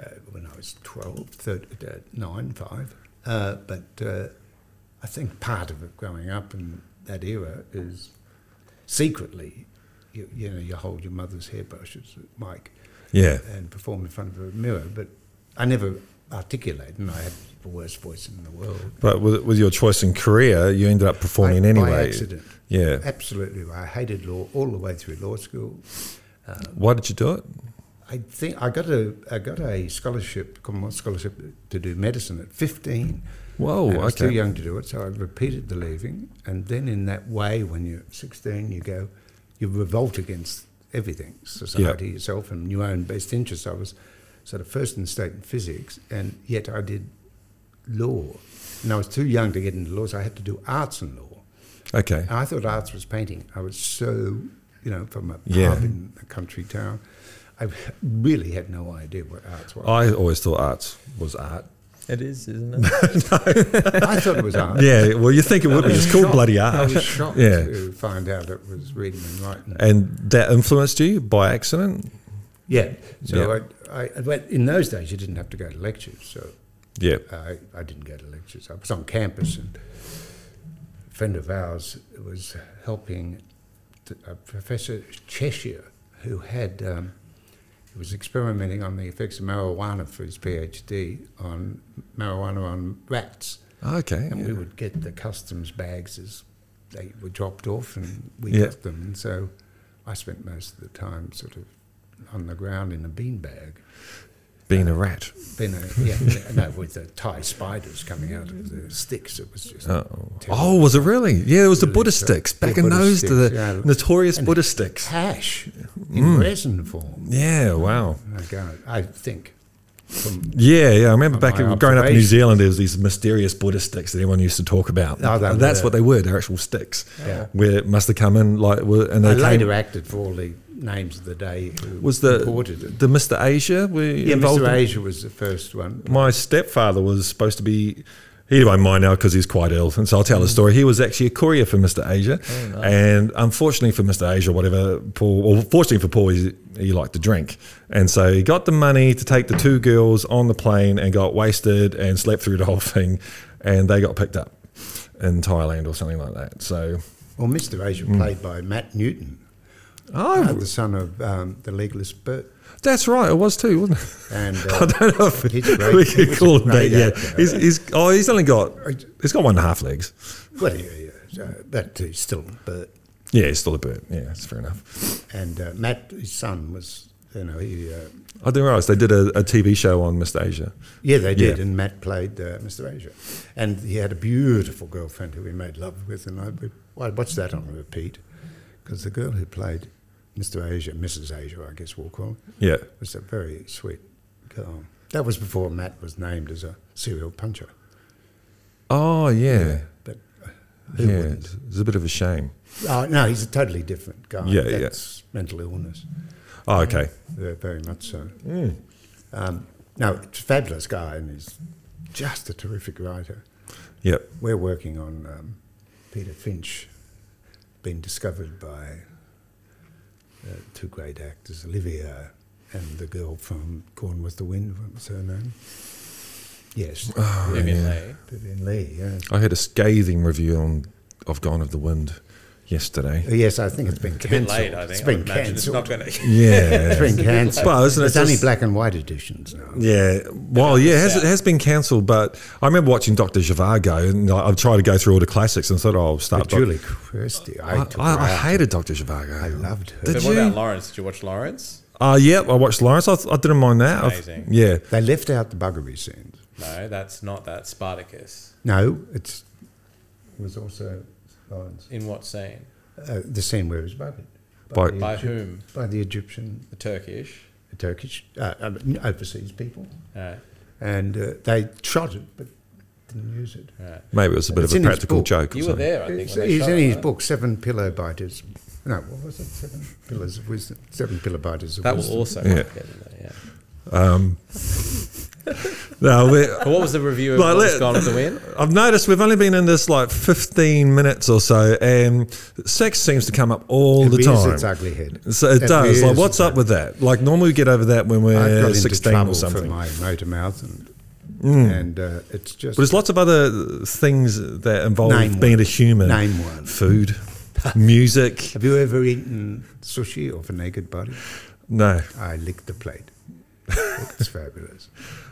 [SPEAKER 2] uh, when I was 12, 13, uh, 9, 5. Uh, but uh, I think part of it growing up in that era is secretly, you, you know, you hold your mother's hairbrushes, Mike
[SPEAKER 1] Yeah.
[SPEAKER 2] and perform in front of a mirror, but I never articulated, and I had the worst voice in the world.
[SPEAKER 1] But with, with your choice in career, you ended up performing
[SPEAKER 2] I-
[SPEAKER 1] anyway.
[SPEAKER 2] By accident.
[SPEAKER 1] Yeah.
[SPEAKER 2] Absolutely. I hated law all the way through law school.
[SPEAKER 1] Why did you do it?
[SPEAKER 2] I think I got a I got a scholarship, Commonwealth scholarship, to do medicine at 15.
[SPEAKER 1] Whoa,
[SPEAKER 2] And I was
[SPEAKER 1] okay.
[SPEAKER 2] too young to do it, so I repeated the leaving. And then in that way, when you're 16, you go, you revolt against everything, society, yourself, and your own best interests. I was sort of first in state in physics, and yet I did law. And I was too young to get into law, so I had to do arts and law.
[SPEAKER 1] Okay.
[SPEAKER 2] And I thought arts was painting. I was so, you know, from a
[SPEAKER 1] Yeah.
[SPEAKER 2] pub in a country town. I really had no idea what arts was.
[SPEAKER 1] I always thought arts was art.
[SPEAKER 3] <laughs> It is, isn't
[SPEAKER 1] <laughs>
[SPEAKER 3] it?
[SPEAKER 2] I thought it was art.
[SPEAKER 1] Yeah, well, you think it would be. It's <laughs> called bloody
[SPEAKER 2] I
[SPEAKER 1] art.
[SPEAKER 2] was shocked
[SPEAKER 1] Yeah.
[SPEAKER 2] to find out it was reading and writing.
[SPEAKER 1] And that influenced you by accident?
[SPEAKER 2] yeah. So I, I, but in those days you didn't have to go to lectures. So
[SPEAKER 1] Yeah.
[SPEAKER 2] I, I didn't go to lectures. I was on campus and a friend of ours was helping t- uh, Professor Cheshire, who had, um, he was experimenting on the effects of marijuana for his PhD on marijuana on rats.
[SPEAKER 1] Oh, Okay.
[SPEAKER 2] And we would get the customs bags as they were dropped off, and we
[SPEAKER 1] Yeah.
[SPEAKER 2] got them. And so I spent most of the time sort of on the ground in a beanbag.
[SPEAKER 1] Being a rat.
[SPEAKER 2] Then, uh,
[SPEAKER 1] <laughs>
[SPEAKER 2] yeah, no, with the Thai spiders coming out of the sticks, it was just.
[SPEAKER 1] Oh.
[SPEAKER 2] terrible.
[SPEAKER 1] oh, was it really? Yeah, it was the
[SPEAKER 2] Really,
[SPEAKER 1] Buddha
[SPEAKER 2] so-
[SPEAKER 1] sticks back
[SPEAKER 2] yeah,
[SPEAKER 1] in
[SPEAKER 2] Buddha
[SPEAKER 1] those,
[SPEAKER 2] sticks,
[SPEAKER 1] the
[SPEAKER 2] yeah.
[SPEAKER 1] notorious
[SPEAKER 2] And-
[SPEAKER 1] Buddha sticks.
[SPEAKER 2] Cash in resin form.
[SPEAKER 1] Mm. Yeah, wow.
[SPEAKER 2] My God, I think. From,
[SPEAKER 1] Yeah, yeah. I remember back
[SPEAKER 2] My
[SPEAKER 1] growing up in New
[SPEAKER 2] observation.
[SPEAKER 1] Zealand, there was these mysterious Buddha sticks that everyone used to talk about.
[SPEAKER 2] Oh, they
[SPEAKER 1] And
[SPEAKER 2] were
[SPEAKER 1] that's
[SPEAKER 2] the-
[SPEAKER 1] what they were. They're actual sticks.
[SPEAKER 2] Yeah.
[SPEAKER 1] Where it must have come in like, were- and
[SPEAKER 2] I
[SPEAKER 1] they came,
[SPEAKER 2] later acted for all the names of the day who
[SPEAKER 1] was the
[SPEAKER 2] imported it.
[SPEAKER 1] the Mr. Asia. Were you
[SPEAKER 2] Yeah,
[SPEAKER 1] involved
[SPEAKER 2] Mr.
[SPEAKER 1] in-
[SPEAKER 2] Asia was the first one.
[SPEAKER 1] my stepfather was supposed to be he won't mind now because he's quite ill and so i'll tell
[SPEAKER 2] Mm.
[SPEAKER 1] the story he was actually a courier for mr asia
[SPEAKER 2] Oh,
[SPEAKER 1] and unfortunately for mr asia whatever paul or fortunately for paul he, he liked to drink and so he got the money to take the two girls on the plane and got wasted and slept through the whole <laughs> thing and they got picked up in thailand or something like that so
[SPEAKER 2] Well, Mr. Asia, played by Matt Newton, uh,
[SPEAKER 1] Mm. oh
[SPEAKER 2] the son of um, the legalist Bert.
[SPEAKER 1] that's right it was too wasn't it <laughs>
[SPEAKER 2] And
[SPEAKER 1] I
[SPEAKER 2] uh,
[SPEAKER 1] don't know if
[SPEAKER 2] He's great.
[SPEAKER 1] we
[SPEAKER 2] He
[SPEAKER 1] could
[SPEAKER 2] was
[SPEAKER 1] call
[SPEAKER 2] a
[SPEAKER 1] him that
[SPEAKER 2] great
[SPEAKER 1] yet.
[SPEAKER 2] actor.
[SPEAKER 1] He's, he's, oh, he's only got he's got one and a half legs.
[SPEAKER 2] well, yeah, yeah, so, but he's still Bert.
[SPEAKER 1] Yeah, it's still a bird. Yeah, it's fair enough.
[SPEAKER 2] And uh, Matt, his son, was You know, he, uh,
[SPEAKER 1] I didn't realize they did a, a TV show on Mist Asia.
[SPEAKER 2] yeah, they did.
[SPEAKER 1] Yeah.
[SPEAKER 2] And Matt played uh, Mr. Asia, and he had a beautiful girlfriend who he made love with, and I would I'd watch that on repeat because the girl who played Mr. Asia, Mrs. Asia, I guess we'll call her,
[SPEAKER 1] Yeah.
[SPEAKER 2] was a very sweet girl. That was before Matt was named as a serial puncher.
[SPEAKER 1] Oh yeah.
[SPEAKER 2] But
[SPEAKER 1] Yeah.
[SPEAKER 2] who wouldn't?
[SPEAKER 1] It's a bit of a shame.
[SPEAKER 2] Oh, no, he's a totally different guy.
[SPEAKER 1] Yeah, yeah.
[SPEAKER 2] That's mental illness.
[SPEAKER 1] Oh, okay.
[SPEAKER 2] Yeah, very much so. Um, no, it's a fabulous guy, and he's just a terrific writer.
[SPEAKER 1] Yep.
[SPEAKER 2] We're working on um, Peter Finch, being discovered by uh, two great actors, Olivia and the girl from Gone with the Wind, what was her name? Yes,
[SPEAKER 1] Uh.
[SPEAKER 4] Vivian Leigh.
[SPEAKER 2] Vivian Lee, yeah.
[SPEAKER 1] I had a scathing review on of Gone of the Wind yesterday.
[SPEAKER 2] <laughs> Uh, Yes, I think it's been
[SPEAKER 4] A bit
[SPEAKER 2] cancelled.
[SPEAKER 4] late, I think.
[SPEAKER 2] It's
[SPEAKER 4] I
[SPEAKER 2] been
[SPEAKER 4] would imagine it's
[SPEAKER 2] cancelled.
[SPEAKER 4] not going to.
[SPEAKER 1] Yeah.
[SPEAKER 2] It's been cancelled.
[SPEAKER 1] Well, isn't it
[SPEAKER 2] It's only
[SPEAKER 1] just-
[SPEAKER 2] black and white editions now.
[SPEAKER 1] Yeah, well, yeah, it has, it has been cancelled, but I remember watching Doctor Zhivago, and I, I've tried to go through all the classics and thought, oh, I'll start.
[SPEAKER 2] But Julie Christie, I,
[SPEAKER 1] I,
[SPEAKER 2] took her
[SPEAKER 1] I, I
[SPEAKER 2] out.
[SPEAKER 1] hated Doctor Zhivago.
[SPEAKER 2] I loved her.
[SPEAKER 1] Did
[SPEAKER 4] But what about
[SPEAKER 1] you?
[SPEAKER 4] Lawrence? Did you watch Lawrence?
[SPEAKER 1] Uh, yeah, I watched Lawrence. I, I didn't mind that. I've-
[SPEAKER 4] Amazing.
[SPEAKER 1] Yeah,
[SPEAKER 2] They left out the buggery scenes.
[SPEAKER 4] No, that's not that. Spartacus.
[SPEAKER 2] No, it's, it was also Lawrence.
[SPEAKER 4] In what scene?
[SPEAKER 2] Uh, the scene where he was buggered.
[SPEAKER 1] By-
[SPEAKER 2] the
[SPEAKER 4] By
[SPEAKER 2] Egypt-
[SPEAKER 4] whom?
[SPEAKER 2] By the Egyptian,
[SPEAKER 4] The Turkish.
[SPEAKER 2] the Turkish, uh, I mean, overseas people.
[SPEAKER 4] Right,
[SPEAKER 2] And uh, they shot it, but didn't use it.
[SPEAKER 4] right.
[SPEAKER 1] maybe it was a bit
[SPEAKER 2] It's
[SPEAKER 1] of a
[SPEAKER 2] in his
[SPEAKER 1] practical
[SPEAKER 2] book.
[SPEAKER 1] joke. or
[SPEAKER 4] You were
[SPEAKER 1] something.
[SPEAKER 4] there, I think.
[SPEAKER 2] It's,
[SPEAKER 4] when they
[SPEAKER 2] it's
[SPEAKER 4] shot
[SPEAKER 2] in
[SPEAKER 4] it,
[SPEAKER 2] his
[SPEAKER 4] right?
[SPEAKER 2] book, Seven Pillow Biters. No, what was it? Seven Pillars of Wisdom. Seven Pillow Biters of
[SPEAKER 4] That was
[SPEAKER 2] Wisdom.
[SPEAKER 4] also.
[SPEAKER 1] Yeah.
[SPEAKER 4] complicated, though, yeah.
[SPEAKER 1] No, we're-
[SPEAKER 4] But what was the review of
[SPEAKER 1] Like,
[SPEAKER 4] What's
[SPEAKER 1] let-
[SPEAKER 4] Gone with the Wind?
[SPEAKER 1] I've noticed we've only been in this like 15 minutes or so, and sex seems to come up all
[SPEAKER 2] It
[SPEAKER 1] the
[SPEAKER 2] rears
[SPEAKER 1] time.
[SPEAKER 2] its ugly head.
[SPEAKER 1] So it,
[SPEAKER 2] It
[SPEAKER 1] does. Like,
[SPEAKER 2] rears
[SPEAKER 1] what's
[SPEAKER 2] its
[SPEAKER 1] up with that? Like, normally we get over that when
[SPEAKER 2] I got
[SPEAKER 1] we're
[SPEAKER 2] into
[SPEAKER 1] 16
[SPEAKER 2] trouble
[SPEAKER 1] or something.
[SPEAKER 2] for my motor mouth, and,
[SPEAKER 4] Hmm.
[SPEAKER 2] and uh, it's just
[SPEAKER 1] But there's lots of other things that involve
[SPEAKER 2] Name
[SPEAKER 1] being
[SPEAKER 2] one.
[SPEAKER 1] a human.
[SPEAKER 2] Name one. <laughs>
[SPEAKER 1] Food, music.
[SPEAKER 2] Have you ever eaten sushi off a naked body?
[SPEAKER 1] No,
[SPEAKER 2] I licked the plate. <laughs> It's fabulous.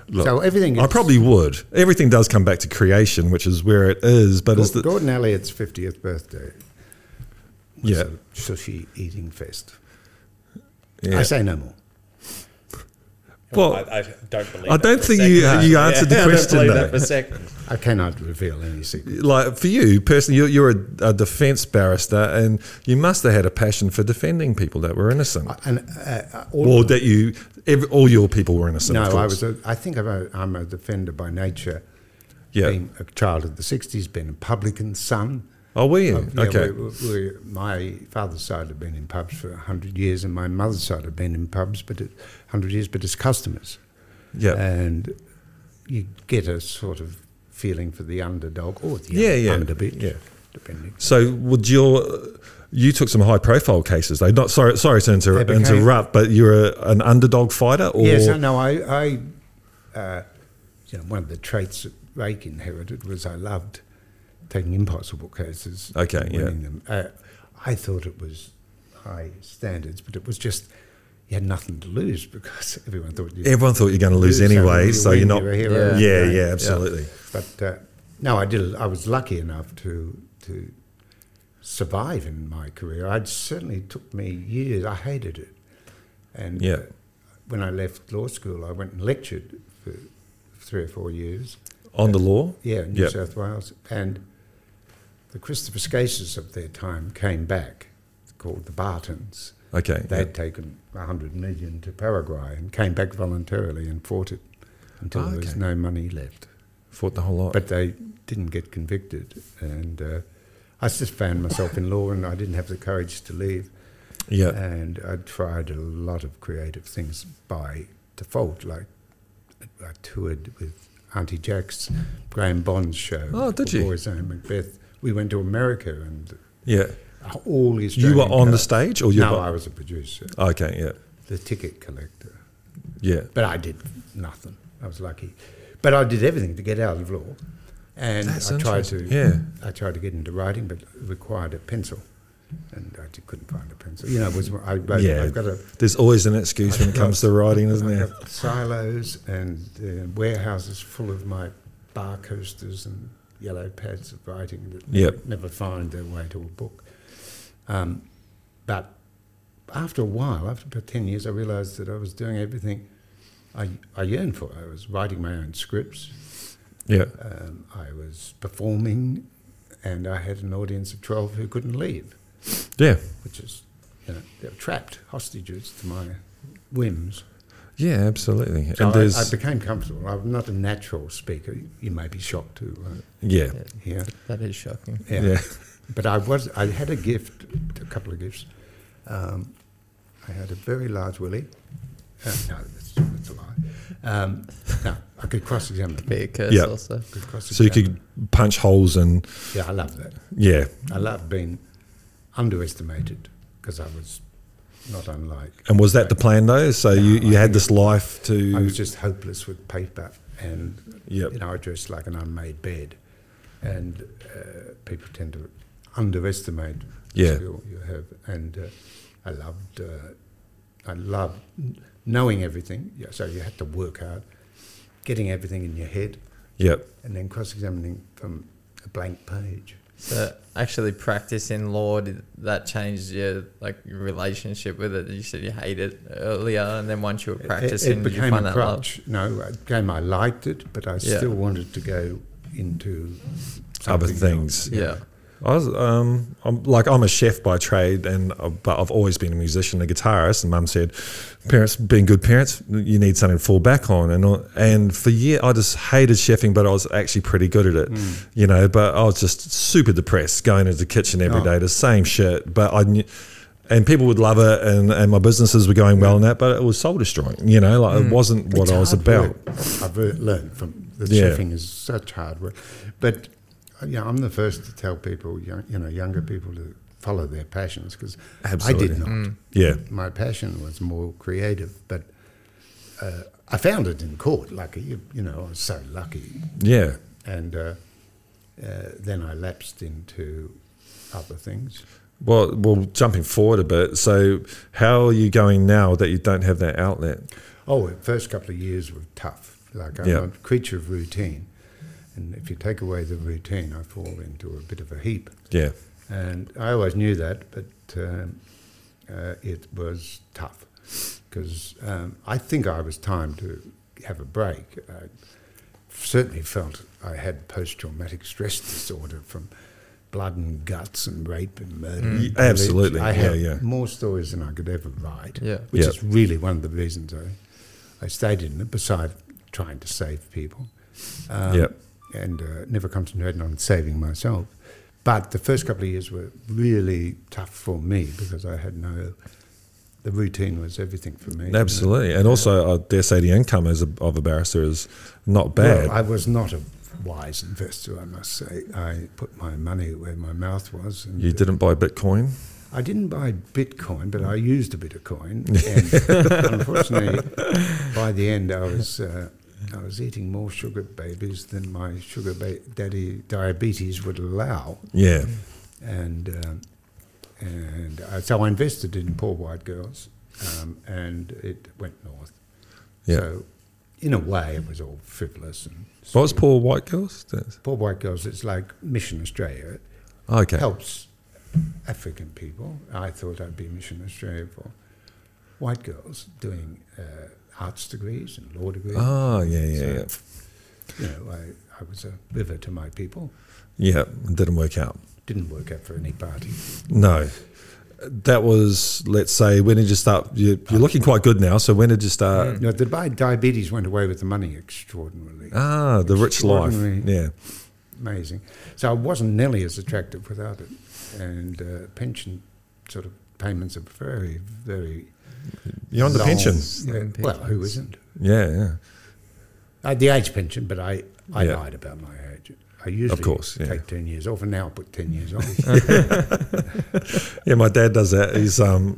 [SPEAKER 1] Look,
[SPEAKER 2] so everything.
[SPEAKER 1] I
[SPEAKER 2] is-
[SPEAKER 1] probably would. Everything does come back to creation, which is where it is. But
[SPEAKER 2] Gor-
[SPEAKER 1] is the
[SPEAKER 2] Gordon Elliott's fiftieth birthday. was
[SPEAKER 1] yeah,
[SPEAKER 2] a sushi eating fest. I
[SPEAKER 1] yeah.
[SPEAKER 2] say no more.
[SPEAKER 1] Well,
[SPEAKER 4] I, I don't believe.
[SPEAKER 1] I
[SPEAKER 4] that
[SPEAKER 1] don't
[SPEAKER 4] for a
[SPEAKER 1] think you-
[SPEAKER 4] second.
[SPEAKER 1] you answered the question,
[SPEAKER 4] <laughs> I don't believe
[SPEAKER 1] though.
[SPEAKER 4] that for
[SPEAKER 1] <laughs>
[SPEAKER 4] a second.
[SPEAKER 2] I cannot reveal any secret.
[SPEAKER 1] like for you personally, you're, you're a, a defense barrister, and you must have had a passion for defending people that were innocent,
[SPEAKER 2] I- And uh, uh, all-
[SPEAKER 1] or that you, every, all your people were innocent.
[SPEAKER 2] no,
[SPEAKER 1] of
[SPEAKER 2] I
[SPEAKER 1] course.
[SPEAKER 2] was. A, I think I'm a, I'm a defender by nature.
[SPEAKER 1] Yeah.
[SPEAKER 2] Being a child of the '60s, been a publican son.
[SPEAKER 1] Oh, were you?
[SPEAKER 2] Uh, yeah,
[SPEAKER 1] okay.
[SPEAKER 2] we- we- we- my father's side had been in pubs for 100 years, and my mother's side had been in pubs but it- 100 years, but as customers.
[SPEAKER 1] yeah.
[SPEAKER 2] And you get a sort of feeling for the underdog or the
[SPEAKER 1] Yeah, yeah,
[SPEAKER 2] underbit,
[SPEAKER 1] yeah.
[SPEAKER 2] depending.
[SPEAKER 1] So would your you took some high profile cases though? Not sorry, sorry to inter-
[SPEAKER 2] They became-
[SPEAKER 1] interrupt, but you're a, an underdog fighter, or
[SPEAKER 2] yes, I know. I, I uh, you know, one of the traits that Rake inherited was I loved taking impossible cases.
[SPEAKER 1] Okay,
[SPEAKER 2] and
[SPEAKER 1] yeah.
[SPEAKER 2] winning them. Uh, I thought it was high standards, but it was just you had nothing to lose because <laughs> everyone thought you
[SPEAKER 1] everyone thought you're going to lose anyway, so you're not.
[SPEAKER 2] you
[SPEAKER 1] Yeah, yeah, absolutely.
[SPEAKER 2] But uh, no, I did. I was lucky enough to to survive in my career. It certainly took me years. I hated it, and
[SPEAKER 1] Yeah.
[SPEAKER 2] uh, when I left law school, I went and lectured for three or four years.
[SPEAKER 1] On the law,
[SPEAKER 2] Yeah, in New
[SPEAKER 1] Yeah.
[SPEAKER 2] South Wales, and the Christopher Scases of their time came back, called the Bartons.
[SPEAKER 1] okay,
[SPEAKER 2] They had taken 100 million to Paraguay and came back voluntarily and fought it until there
[SPEAKER 1] Ah,
[SPEAKER 2] was
[SPEAKER 1] Okay.
[SPEAKER 2] no money left.
[SPEAKER 1] fought the whole lot.
[SPEAKER 2] But they didn't get convicted. And uh, I just found myself in law and I didn't have the courage to leave.
[SPEAKER 1] yeah,
[SPEAKER 2] And I tried a lot of creative things by default. Like I toured with Auntie Jack's Graham Bond's show.
[SPEAKER 1] Oh, did
[SPEAKER 2] for
[SPEAKER 1] you?
[SPEAKER 2] Boys and Macbeth. We went to America and
[SPEAKER 1] yeah.
[SPEAKER 2] all these.
[SPEAKER 1] You were on the stage, or you?
[SPEAKER 2] No,
[SPEAKER 1] were,
[SPEAKER 2] I was a producer,
[SPEAKER 1] Okay, yeah,
[SPEAKER 2] the ticket collector.
[SPEAKER 1] yeah.
[SPEAKER 2] But I did nothing. I was lucky. But I did everything to get out of law. And
[SPEAKER 1] That's
[SPEAKER 2] I tried to
[SPEAKER 1] interesting. Yeah.
[SPEAKER 2] I tried to get into writing but it required a pencil. And I just couldn't find a pencil. You know, it was I wrote,
[SPEAKER 1] yeah,
[SPEAKER 2] I've got a
[SPEAKER 1] there's always an excuse when it comes to writing, isn't
[SPEAKER 2] I've
[SPEAKER 1] there?
[SPEAKER 2] got silos and uh, warehouses full of my bar coasters and yellow pads of writing that
[SPEAKER 1] Yep.
[SPEAKER 2] never find their way to a book. Um, but after a while, after about 10 years, I realized that I was doing everything I, I yearned for. I was writing my own scripts,
[SPEAKER 1] Yeah.
[SPEAKER 2] um, I was performing, and I had an audience of 12 who couldn't leave,
[SPEAKER 1] Yeah.
[SPEAKER 2] which is, you know, they were trapped, hostages to my whims.
[SPEAKER 1] Yeah, absolutely.
[SPEAKER 2] So
[SPEAKER 1] and
[SPEAKER 2] I,
[SPEAKER 1] there's
[SPEAKER 2] I became comfortable. I'm not a natural speaker. You may be shocked to uh,
[SPEAKER 1] <laughs> yeah.
[SPEAKER 2] hear.
[SPEAKER 3] That is shocking.
[SPEAKER 1] Yeah.
[SPEAKER 2] But I was I had a gift, a couple of gifts. Um, I had a very large willy. Uh, no, that's, that's a lie. Um, no, I could cross examine.
[SPEAKER 3] Be a curse
[SPEAKER 1] Yeah.
[SPEAKER 3] also.
[SPEAKER 1] So you could punch holes and
[SPEAKER 2] Yeah, I love that.
[SPEAKER 1] yeah.
[SPEAKER 2] I love being underestimated because I was not unlike.
[SPEAKER 1] And was that the plan though? So you,
[SPEAKER 2] No,
[SPEAKER 1] you
[SPEAKER 2] I
[SPEAKER 1] had
[SPEAKER 2] think-
[SPEAKER 1] this life to
[SPEAKER 2] I was just hopeless with paper, and
[SPEAKER 1] Yep.
[SPEAKER 2] you know I dressed like an unmade bed, and uh, people tend to underestimate the
[SPEAKER 1] Yeah.
[SPEAKER 2] skill you have. And uh, I loved, uh, I loved knowing everything. Yeah, so you had to work hard, getting everything in your head,
[SPEAKER 1] Yep.
[SPEAKER 2] and then cross-examining from a blank page.
[SPEAKER 3] So actually practicing law did that changed your like your relationship with it. You said you hate it earlier and then once you were
[SPEAKER 2] It-
[SPEAKER 3] practicing
[SPEAKER 2] it,
[SPEAKER 3] you
[SPEAKER 2] became
[SPEAKER 3] find
[SPEAKER 2] a
[SPEAKER 3] that love.
[SPEAKER 2] crutch. No, it became I liked it, but I
[SPEAKER 3] Yeah.
[SPEAKER 2] still wanted to go into
[SPEAKER 1] Other
[SPEAKER 2] something
[SPEAKER 1] things.
[SPEAKER 2] else.
[SPEAKER 3] Yeah.
[SPEAKER 1] I was, um, I'm like I'm a chef by trade, and uh, but I've always been a musician, a guitarist. And Mum said, "Parents, being good parents, you need something to fall back on." And all- and for year, I just hated chefing, but I was actually pretty good at it,
[SPEAKER 2] Mm.
[SPEAKER 1] you know. But I was just super depressed, going into the kitchen every
[SPEAKER 2] Oh.
[SPEAKER 1] day, the same shit. But I knew, and people would love it, and, and my businesses were going well and that, but it was soul destroying, you know. Like it wasn't what
[SPEAKER 2] Mm. It's
[SPEAKER 1] I was
[SPEAKER 2] hard
[SPEAKER 1] about.
[SPEAKER 2] work. I've re- learned from the
[SPEAKER 1] Yeah.
[SPEAKER 2] chefing is such hard work, but uh, yeah, I'm the first to tell people, young, you know, younger people to follow their passions because I
[SPEAKER 1] Absolutely.
[SPEAKER 2] did not.
[SPEAKER 1] Yeah,
[SPEAKER 2] My passion was more creative, but uh, I found it in court. Lucky, you, you know, I was so lucky,
[SPEAKER 1] yeah.
[SPEAKER 2] and uh, uh, then I lapsed into other things.
[SPEAKER 1] Well, well, jumping forward a bit. So, how are you going now that you don't have that outlet?
[SPEAKER 2] Oh, the first couple of years were tough. Like I'm
[SPEAKER 1] Yeah.
[SPEAKER 2] a creature of routine, and if you take away the routine, I fall into a bit of a heap.
[SPEAKER 1] Yeah,
[SPEAKER 2] And I always knew that, but um, uh, it was tough because um, I think I was time to have a break. I certainly felt I had post traumatic stress <laughs> disorder from blood and guts and rape and murder.
[SPEAKER 3] Mm.
[SPEAKER 2] and
[SPEAKER 1] Ye-
[SPEAKER 2] pillage.
[SPEAKER 1] absolutely.
[SPEAKER 2] I
[SPEAKER 1] Yeah,
[SPEAKER 2] had
[SPEAKER 1] yeah.
[SPEAKER 2] more stories than I could ever write,
[SPEAKER 3] Yeah.
[SPEAKER 2] which
[SPEAKER 1] Yeah.
[SPEAKER 2] is really one of the reasons I, I stayed in it, beside trying to save people. Um,
[SPEAKER 1] Yep.
[SPEAKER 2] and uh, never concentrated on saving myself. But the first couple of years were really tough for me because I had no. The routine was everything for me. uh,
[SPEAKER 1] absolutely. And also, I dare say the income as a, of a barrister is not bad.
[SPEAKER 2] Well, I was not a wise investor, I must say. I put my money where my mouth was. And uh,
[SPEAKER 1] you didn't buy Bitcoin.
[SPEAKER 2] I didn't buy Bitcoin, but I
[SPEAKER 1] Mm.
[SPEAKER 2] used a bit of
[SPEAKER 1] <laughs>
[SPEAKER 2] coin. And unfortunately, by the end, I was uh, I was eating more sugar babies than my sugar ba- daddy diabetes would allow.
[SPEAKER 1] Yeah,
[SPEAKER 2] and um, and uh, so I invested in poor white girls, um, and it went north.
[SPEAKER 1] yeah.
[SPEAKER 2] So, in a way, it was all frivolous and.
[SPEAKER 1] what was poor white girls?
[SPEAKER 2] Poor white girls? It's like Mission Australia. It
[SPEAKER 1] Okay.
[SPEAKER 2] helps African people. I thought I'd be Mission Australia for white girls doing uh, arts degrees and law degrees.
[SPEAKER 1] Oh yeah, yeah, yeah.
[SPEAKER 2] You know, I, I was a river to my people.
[SPEAKER 1] Yeah, it didn't work out.
[SPEAKER 2] Didn't work out for any party.
[SPEAKER 1] No, that was let's say when did you start? You, you're looking quite good now. So when did you start?
[SPEAKER 2] No, the bi- diabetes went away with the money extraordinarily.
[SPEAKER 1] Ah, the rich life.
[SPEAKER 2] Extraordinary.
[SPEAKER 1] Yeah,
[SPEAKER 2] amazing. So I wasn't nearly as attractive without it, and uh, pension sort of payments are very, very.
[SPEAKER 1] you're on the
[SPEAKER 2] long.
[SPEAKER 1] pension.
[SPEAKER 2] Yeah,
[SPEAKER 3] Slim
[SPEAKER 2] well, who
[SPEAKER 3] pensions.
[SPEAKER 2] isn't?
[SPEAKER 1] Yeah, yeah.
[SPEAKER 2] I had Uh, the age pension, but I, I
[SPEAKER 1] Yeah.
[SPEAKER 2] lied about my age. I usually
[SPEAKER 1] course, yeah.
[SPEAKER 2] take ten years off, and now I put ten years on. <laughs>
[SPEAKER 1] Yeah, my dad does that. He's um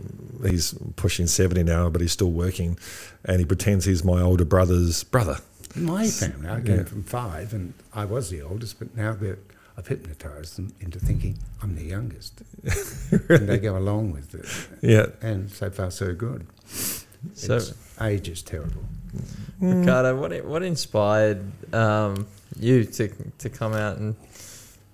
[SPEAKER 1] he's pushing seventy now, but he's still working, and he pretends he's my older brother's brother.
[SPEAKER 2] my family, I came
[SPEAKER 1] Yeah.
[SPEAKER 2] from five, and I was the oldest, but now they're. I've hypnotised them into thinking I'm the
[SPEAKER 1] <laughs>
[SPEAKER 2] youngest, and they go along with it.
[SPEAKER 1] Yeah,
[SPEAKER 2] And so far, so good.
[SPEAKER 3] So
[SPEAKER 2] It's- age is terrible.
[SPEAKER 4] Mm.
[SPEAKER 3] Ricardo, what what inspired um, you to to come out and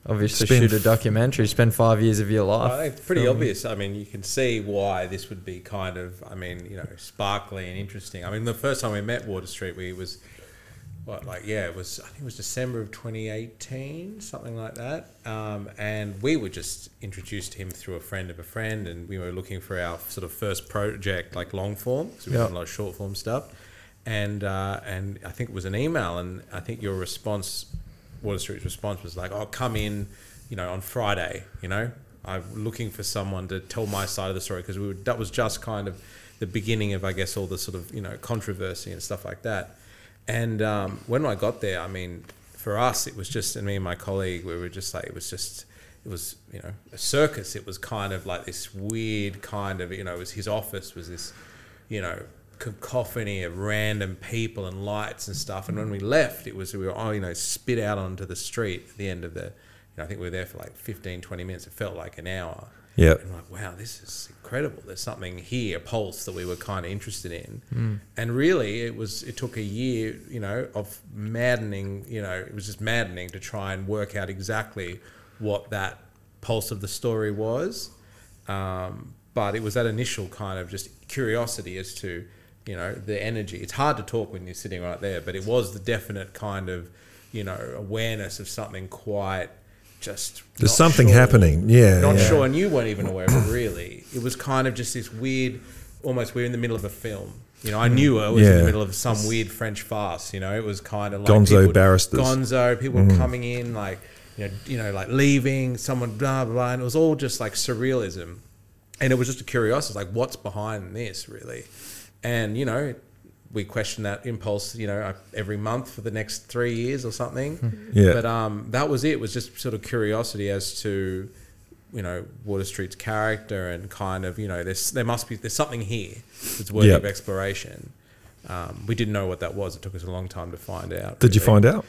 [SPEAKER 3] obviously
[SPEAKER 1] Spend
[SPEAKER 3] shoot a documentary, spend five years of your life.
[SPEAKER 4] I think pretty
[SPEAKER 3] filming.
[SPEAKER 4] obvious. I mean, you can see why this would be kind of, I mean, you know, sparkly and interesting. I mean, the first time we met Water Street, we was, what, like, yeah, it was, I think it was December of 2018, something like that. Um, and we were just introduced to him through a friend of a friend, and we were looking for our sort of first project, like long form, because we
[SPEAKER 1] Yeah.
[SPEAKER 4] done a lot of short form stuff. And, uh, and I think it was an email, and I think your response, Water Street's response was like, oh, come in, you know, on Friday, you know, I'm looking for someone to tell my side of the story because we were, that was just kind of the beginning of I guess all the sort of you know controversy and stuff like that. And um, when I got there, I mean, for us it was just and me and my colleague we were just like it was just it was you know a circus. It was kind of like this weird kind of you know it was his office was this you know cacophony of random people and lights and stuff. And when we left, it was we were all you know spit out onto the street at the end of the. You know, I think we were there for like 15, 20 minutes. It felt like an hour.
[SPEAKER 1] Yeah.
[SPEAKER 4] And I'm like, wow, this is incredible. There's something here, a pulse that we were kind of interested in.
[SPEAKER 1] Hmm.
[SPEAKER 4] And really, it was it took a year, you know, of maddening. You know, it was just maddening to try and work out exactly what that pulse of the story was. Um, but it was that initial kind of just curiosity as to, you know, the energy. It's hard to talk when you're sitting right there, but it was the definite kind of, you know, awareness of something quite just.
[SPEAKER 1] There's
[SPEAKER 4] not
[SPEAKER 1] something
[SPEAKER 4] sure.
[SPEAKER 1] happening. Yeah.
[SPEAKER 4] Not
[SPEAKER 1] yeah.
[SPEAKER 4] sure, and you weren't even aware of it really. It was kind of just this weird, almost we're in the middle of a film. You know, I knew I was in
[SPEAKER 1] Yeah.
[SPEAKER 4] the middle of some weird French farce. You know, it was kind of like
[SPEAKER 1] Gonzo
[SPEAKER 4] people-
[SPEAKER 1] barristers.
[SPEAKER 4] Gonzo people
[SPEAKER 1] Mm.
[SPEAKER 4] were coming in like you know, you know, like leaving someone, blah blah blah, and it was all just like surrealism, and it was just a curiosity, like what's behind this really, and you know. We questioned that impulse, you know, every month for the next three years or something.
[SPEAKER 1] Hmm. Yeah.
[SPEAKER 4] But um, that was it. It was just sort of curiosity as to, you know, Water Street's character and kind of, you know, there's there must be there's something here that's worthy
[SPEAKER 1] Yeah.
[SPEAKER 4] of exploration. Um, we didn't know what that was. It took us a long time to find out.
[SPEAKER 1] Did you
[SPEAKER 4] really.
[SPEAKER 1] find out?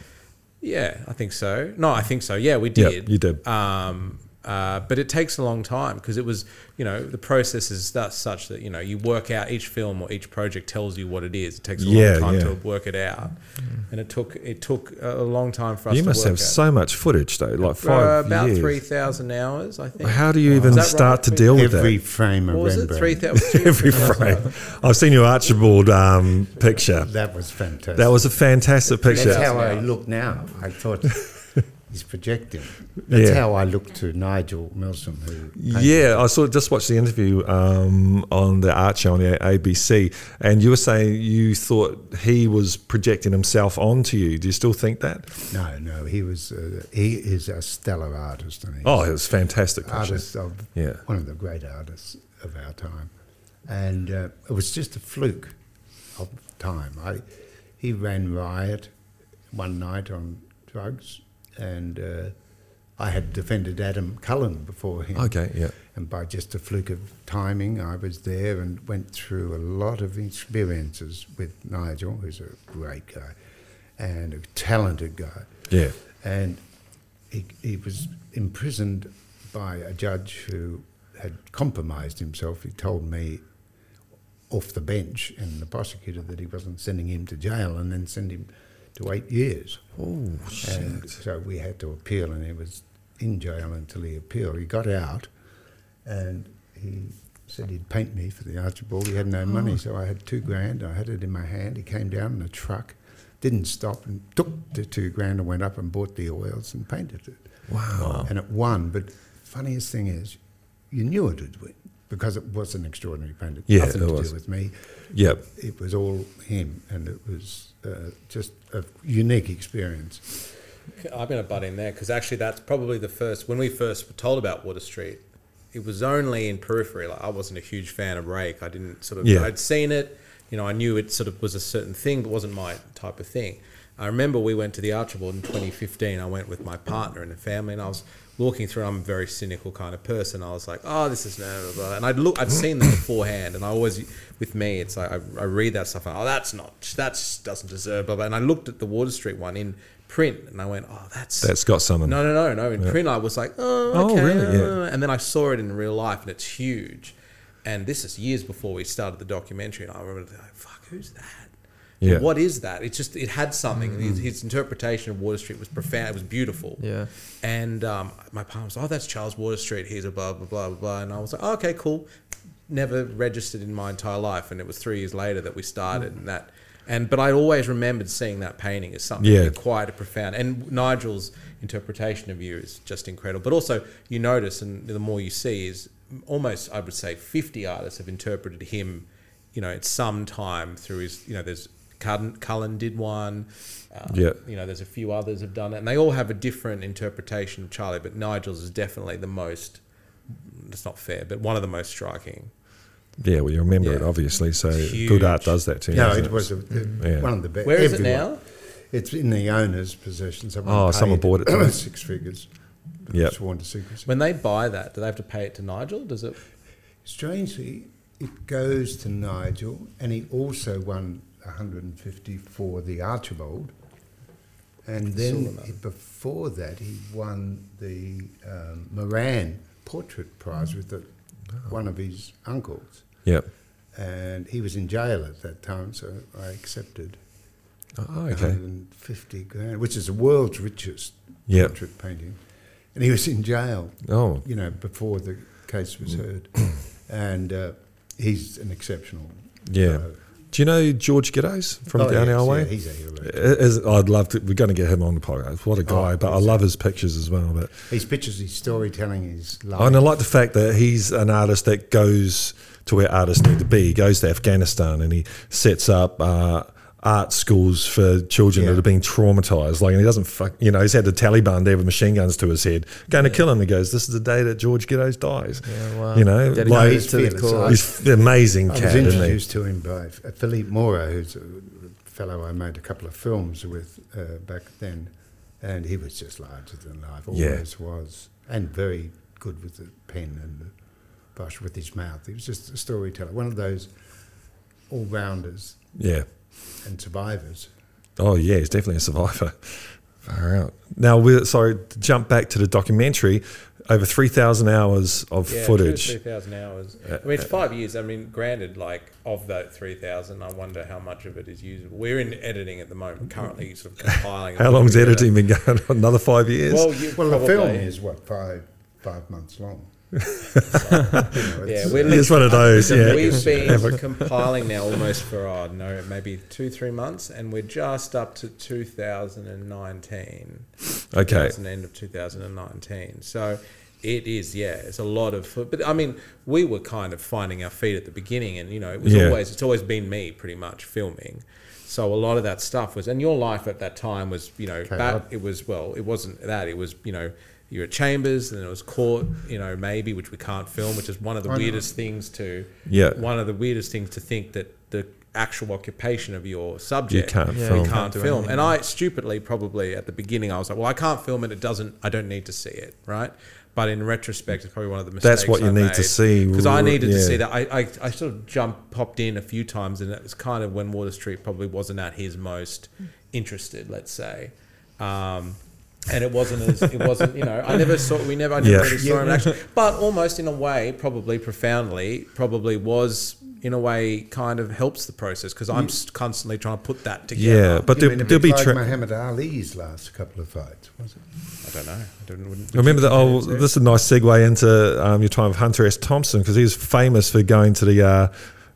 [SPEAKER 4] Yeah, I think so. No, I think so. Yeah, we
[SPEAKER 1] Yeah,
[SPEAKER 4] did.
[SPEAKER 1] you did.
[SPEAKER 4] Um, uh, but it takes a long time because it was, you know, the process is thus such that you know you work out each film or each project tells you what it is. It takes a
[SPEAKER 1] Yeah,
[SPEAKER 4] long time
[SPEAKER 1] yeah.
[SPEAKER 4] to work it out, and it took it took a a long time for us.
[SPEAKER 1] You
[SPEAKER 4] to
[SPEAKER 1] must
[SPEAKER 4] work
[SPEAKER 1] have
[SPEAKER 4] out.
[SPEAKER 1] so much footage though, like
[SPEAKER 4] Uh,
[SPEAKER 1] five
[SPEAKER 4] about
[SPEAKER 1] years.
[SPEAKER 4] three thousand hours, I think.
[SPEAKER 1] How do you even
[SPEAKER 4] Is that right?
[SPEAKER 1] start to deal with
[SPEAKER 2] Every
[SPEAKER 1] that?
[SPEAKER 2] frame of
[SPEAKER 4] What was it?
[SPEAKER 2] Rembrandt.
[SPEAKER 4] Three
[SPEAKER 1] <laughs>
[SPEAKER 4] thousand.
[SPEAKER 1] Every frame. I've seen your Archibald um, picture.
[SPEAKER 2] That was fantastic.
[SPEAKER 1] That was a fantastic
[SPEAKER 2] That's
[SPEAKER 1] picture.
[SPEAKER 2] how I look now.
[SPEAKER 1] <laughs>
[SPEAKER 2] I thought he's projecting. That's
[SPEAKER 1] Yeah.
[SPEAKER 2] how I look to Nigel Milsom, who
[SPEAKER 1] Yeah, I saw just watched the interview um, on the art show on the ABC, and you were saying you thought he was projecting himself onto you. Do you still think that?
[SPEAKER 2] No, no, he was. Uh, he is a stellar artist. I mean,
[SPEAKER 1] Oh, it was fantastic. picture.
[SPEAKER 2] artist of
[SPEAKER 1] Yeah.
[SPEAKER 2] one of the great artists of our time, and uh, it was just a fluke of time. I, he ran riot one night on drugs, and uh, I had defended Adam Cullen before him.
[SPEAKER 1] Okay, yeah.
[SPEAKER 2] And by just a fluke of timing, I was there and went through a lot of experiences with Nigel, who's a great guy and a talented guy
[SPEAKER 1] Yeah.
[SPEAKER 2] and he, he was imprisoned by a judge who had compromised himself. He told me off the bench and the prosecutor that he wasn't sending him to jail and then send him to eight years.
[SPEAKER 1] Oh,
[SPEAKER 2] And so we had to appeal, and he was in jail until he appealed. He got out, and he said he'd paint me for the Archibald. He had
[SPEAKER 1] Oh.
[SPEAKER 2] no money, so I had two grand. I had it in my hand. He came down in a truck, didn't stop, and took the two grand and went up and bought the oils and painted it.
[SPEAKER 1] Wow.
[SPEAKER 2] And it won. But funniest thing is, you knew it would win because it was an extraordinary painting.
[SPEAKER 1] Yeah,
[SPEAKER 2] Nothing
[SPEAKER 1] it
[SPEAKER 2] to
[SPEAKER 1] was.
[SPEAKER 2] do with me
[SPEAKER 1] Yeah.
[SPEAKER 2] it was all him, and it was uh, just a unique experience.
[SPEAKER 4] I'm going to butt in there because actually that's probably the first when we first were told about Water Street. It was only in periphery. Like I wasn't a huge fan of Rake. I didn't sort of.
[SPEAKER 1] Yeah.
[SPEAKER 4] I'd seen it. You know, I knew it sort of was a certain thing, but wasn't my type of thing. I remember we went to the Archibald in 2015. I went with my partner and the family, and I was walking through. I'm a very cynical kind of person. I was like, "Oh, this is no," blah, blah. and I'd look. I'd seen them beforehand, and I always, with me, it's like I, I read that stuff. And, oh, that's not. That's doesn't deserve. Blah, blah. And I looked at the Water Street one in print, and I went, "Oh, that's
[SPEAKER 1] That's got something.
[SPEAKER 4] no, no, no, no. In print, I was like, oh,
[SPEAKER 1] Oh,
[SPEAKER 4] okay.
[SPEAKER 1] really? Yeah.
[SPEAKER 4] uh, And then I saw it in real life, and it's huge. And this is years before we started the documentary, and I remember, like, fuck, who's that?
[SPEAKER 1] Yeah. Mm.
[SPEAKER 4] What is that? It's just it had something. His, his interpretation of Water Street was profound. It was beautiful.
[SPEAKER 3] Yeah.
[SPEAKER 4] And um, my partner was, oh, that's Charles Water Street. He's a blah blah blah blah blah. And I was like, oh, okay, cool. Never registered in my entire life, and it was three years later that we
[SPEAKER 1] Mm.
[SPEAKER 4] started and that. And but I always remembered seeing that painting as something
[SPEAKER 1] Yeah.
[SPEAKER 4] quite a profound. And Nigel's interpretation of you is just incredible. But also, you notice, and the more you see, is almost I would say fifty artists have interpreted him. You know, at some time through his, you know, there's Cullen, Cullen did one. Uh,
[SPEAKER 1] Yeah.
[SPEAKER 4] You know, there's a few others have done it, and they all have a different interpretation of Charlie. But Nigel's is definitely the most. It's not fair, but one of the most striking.
[SPEAKER 1] Yeah, well, you remember it
[SPEAKER 4] Yeah.
[SPEAKER 1] obviously. So
[SPEAKER 4] Huge.
[SPEAKER 1] good art does that to you.
[SPEAKER 2] No,
[SPEAKER 1] doesn't
[SPEAKER 2] it was a,
[SPEAKER 1] Yeah.
[SPEAKER 2] one of the best.
[SPEAKER 4] Where is it now?
[SPEAKER 2] It's in the owner's possession. Someone
[SPEAKER 1] Oh,
[SPEAKER 2] paid
[SPEAKER 1] someone bought it
[SPEAKER 2] <coughs>
[SPEAKER 1] to us.
[SPEAKER 2] six figures.
[SPEAKER 1] Yep.
[SPEAKER 2] Sworn to secrecy.
[SPEAKER 4] When they buy that, do they have to pay it to Nigel? Does it?
[SPEAKER 2] Strangely, it goes to Nigel, and he also won 150 for the Archibald. And then
[SPEAKER 4] Silverman.
[SPEAKER 2] he- before that, he won the um, Moran Portrait Prize with the, one of his uncles.
[SPEAKER 1] Yeah.
[SPEAKER 2] And he was in jail at that time, so I accepted
[SPEAKER 1] Oh, okay.
[SPEAKER 2] Uh-huh. 150 grand, which is the world's richest
[SPEAKER 1] Yeah.
[SPEAKER 2] portrait painting. And he was in jail
[SPEAKER 1] Oh,
[SPEAKER 2] you know, before the case
[SPEAKER 1] Mm.
[SPEAKER 2] was heard. and uh, he's an exceptional.
[SPEAKER 1] yeah.
[SPEAKER 2] fellow.
[SPEAKER 1] Do you know George Giddos from
[SPEAKER 2] Oh,
[SPEAKER 1] down
[SPEAKER 2] yes,
[SPEAKER 1] our way?
[SPEAKER 2] yeah, Oh, he's a hero.
[SPEAKER 1] Is- I'd love to. We're going to get him on the podcast. What a guy! but I love his pictures as well. But
[SPEAKER 2] His pictures, his storytelling, his life.
[SPEAKER 1] and I like the fact that he's an artist that goes to where artists need to be. He goes to Afghanistan and he sets up uh, art schools for children
[SPEAKER 2] Yeah.
[SPEAKER 1] that have been traumatized. Like, and he doesn't fuck. You know, he's had the Taliban there with machine guns to his head, going to kill him. He goes, "This is the day that George Giddos dies."
[SPEAKER 3] Yeah, wow.
[SPEAKER 1] You know,
[SPEAKER 3] Dedicated
[SPEAKER 1] like
[SPEAKER 2] he's
[SPEAKER 1] he's,
[SPEAKER 3] to the
[SPEAKER 2] fearless,
[SPEAKER 3] cause.
[SPEAKER 2] I-
[SPEAKER 1] an amazing
[SPEAKER 2] I was
[SPEAKER 1] cat, isn't he?
[SPEAKER 2] Oh, introduced to him by F- Philippe Mora, who's a fellow I made a couple of films with uh, back then. And he was just larger than life,
[SPEAKER 1] Yeah.
[SPEAKER 2] always was. And very good with the pen and the brush with his mouth. He was just a storyteller, one of those all rounders
[SPEAKER 1] Yeah.
[SPEAKER 2] and survivors.
[SPEAKER 1] Oh yeah, he's definitely a survivor. Far out. Now we're sorry to jump back to the documentary. Over three thousand hours of
[SPEAKER 4] Three
[SPEAKER 1] footage. Uh,
[SPEAKER 4] thousand hours. I mean, it's five years. I mean, granted, like of that three thousand, I wonder how much of it is usable. We're in editing at the moment, currently sort of compiling.
[SPEAKER 1] How long's editing been going? on? Another five years.
[SPEAKER 4] Well, you
[SPEAKER 2] Well,
[SPEAKER 4] probably,
[SPEAKER 2] the film is what five five months long. so, you know,
[SPEAKER 4] Yeah,
[SPEAKER 2] it's-
[SPEAKER 4] we're
[SPEAKER 1] it's one of those. Yeah.
[SPEAKER 4] We've been <laughs> compiling now almost for oh no, maybe two three months, and we're just up to 2019.
[SPEAKER 1] Okay.
[SPEAKER 4] 2000, end of 2019. So it is, yeah, it's a lot of foot. But I mean, we were kind of finding our feet at the beginning, and you know, it was
[SPEAKER 1] Yeah.
[SPEAKER 4] always it's always been me pretty much filming. So a lot of that stuff was, and your life at that time was, you know,
[SPEAKER 2] Chaotic.
[SPEAKER 4] that it was well, it wasn't that it was, you know. You're at Chambers, and then it was court, you know, maybe, which we can't film, which is one of the
[SPEAKER 2] I know.
[SPEAKER 4] weirdest things to
[SPEAKER 1] Yeah.
[SPEAKER 4] one of the weirdest things to think that the actual occupation of your subject
[SPEAKER 1] can't
[SPEAKER 4] we
[SPEAKER 1] film. You
[SPEAKER 4] can't
[SPEAKER 3] can't do
[SPEAKER 4] film.
[SPEAKER 3] anything.
[SPEAKER 4] And I stupidly probably at the beginning I was like, well, I can't film it. It doesn't. I don't need to see it, right? But in retrospect, it's probably one of the mistakes.
[SPEAKER 1] That's what you need to see,
[SPEAKER 4] because I
[SPEAKER 1] r-
[SPEAKER 4] needed to
[SPEAKER 1] yeah.
[SPEAKER 4] see that. I, I I sort of jumped popped in a few times, and it was kind of when Water Street probably wasn't at his most interested, let's say. Um, and it wasn't as it wasn't you know I never saw we never I never
[SPEAKER 1] Yeah.
[SPEAKER 4] really saw him in
[SPEAKER 1] <laughs>
[SPEAKER 4] action, but almost in a way probably profoundly probably was in a way kind of helps the process because I'm s- constantly trying to put that together.
[SPEAKER 1] Mm. Yeah, but
[SPEAKER 2] you
[SPEAKER 1] there,
[SPEAKER 2] mean a
[SPEAKER 1] there'll
[SPEAKER 2] bit
[SPEAKER 1] be.
[SPEAKER 2] like
[SPEAKER 1] Tra-
[SPEAKER 2] Muhammad Ali's last couple of fights, was it?
[SPEAKER 4] I don't know. I don't. Wouldn't,
[SPEAKER 1] Remember that? Oh, this is a nice segue into um, your time with Hunter S. Thompson because he was famous for going to the uh,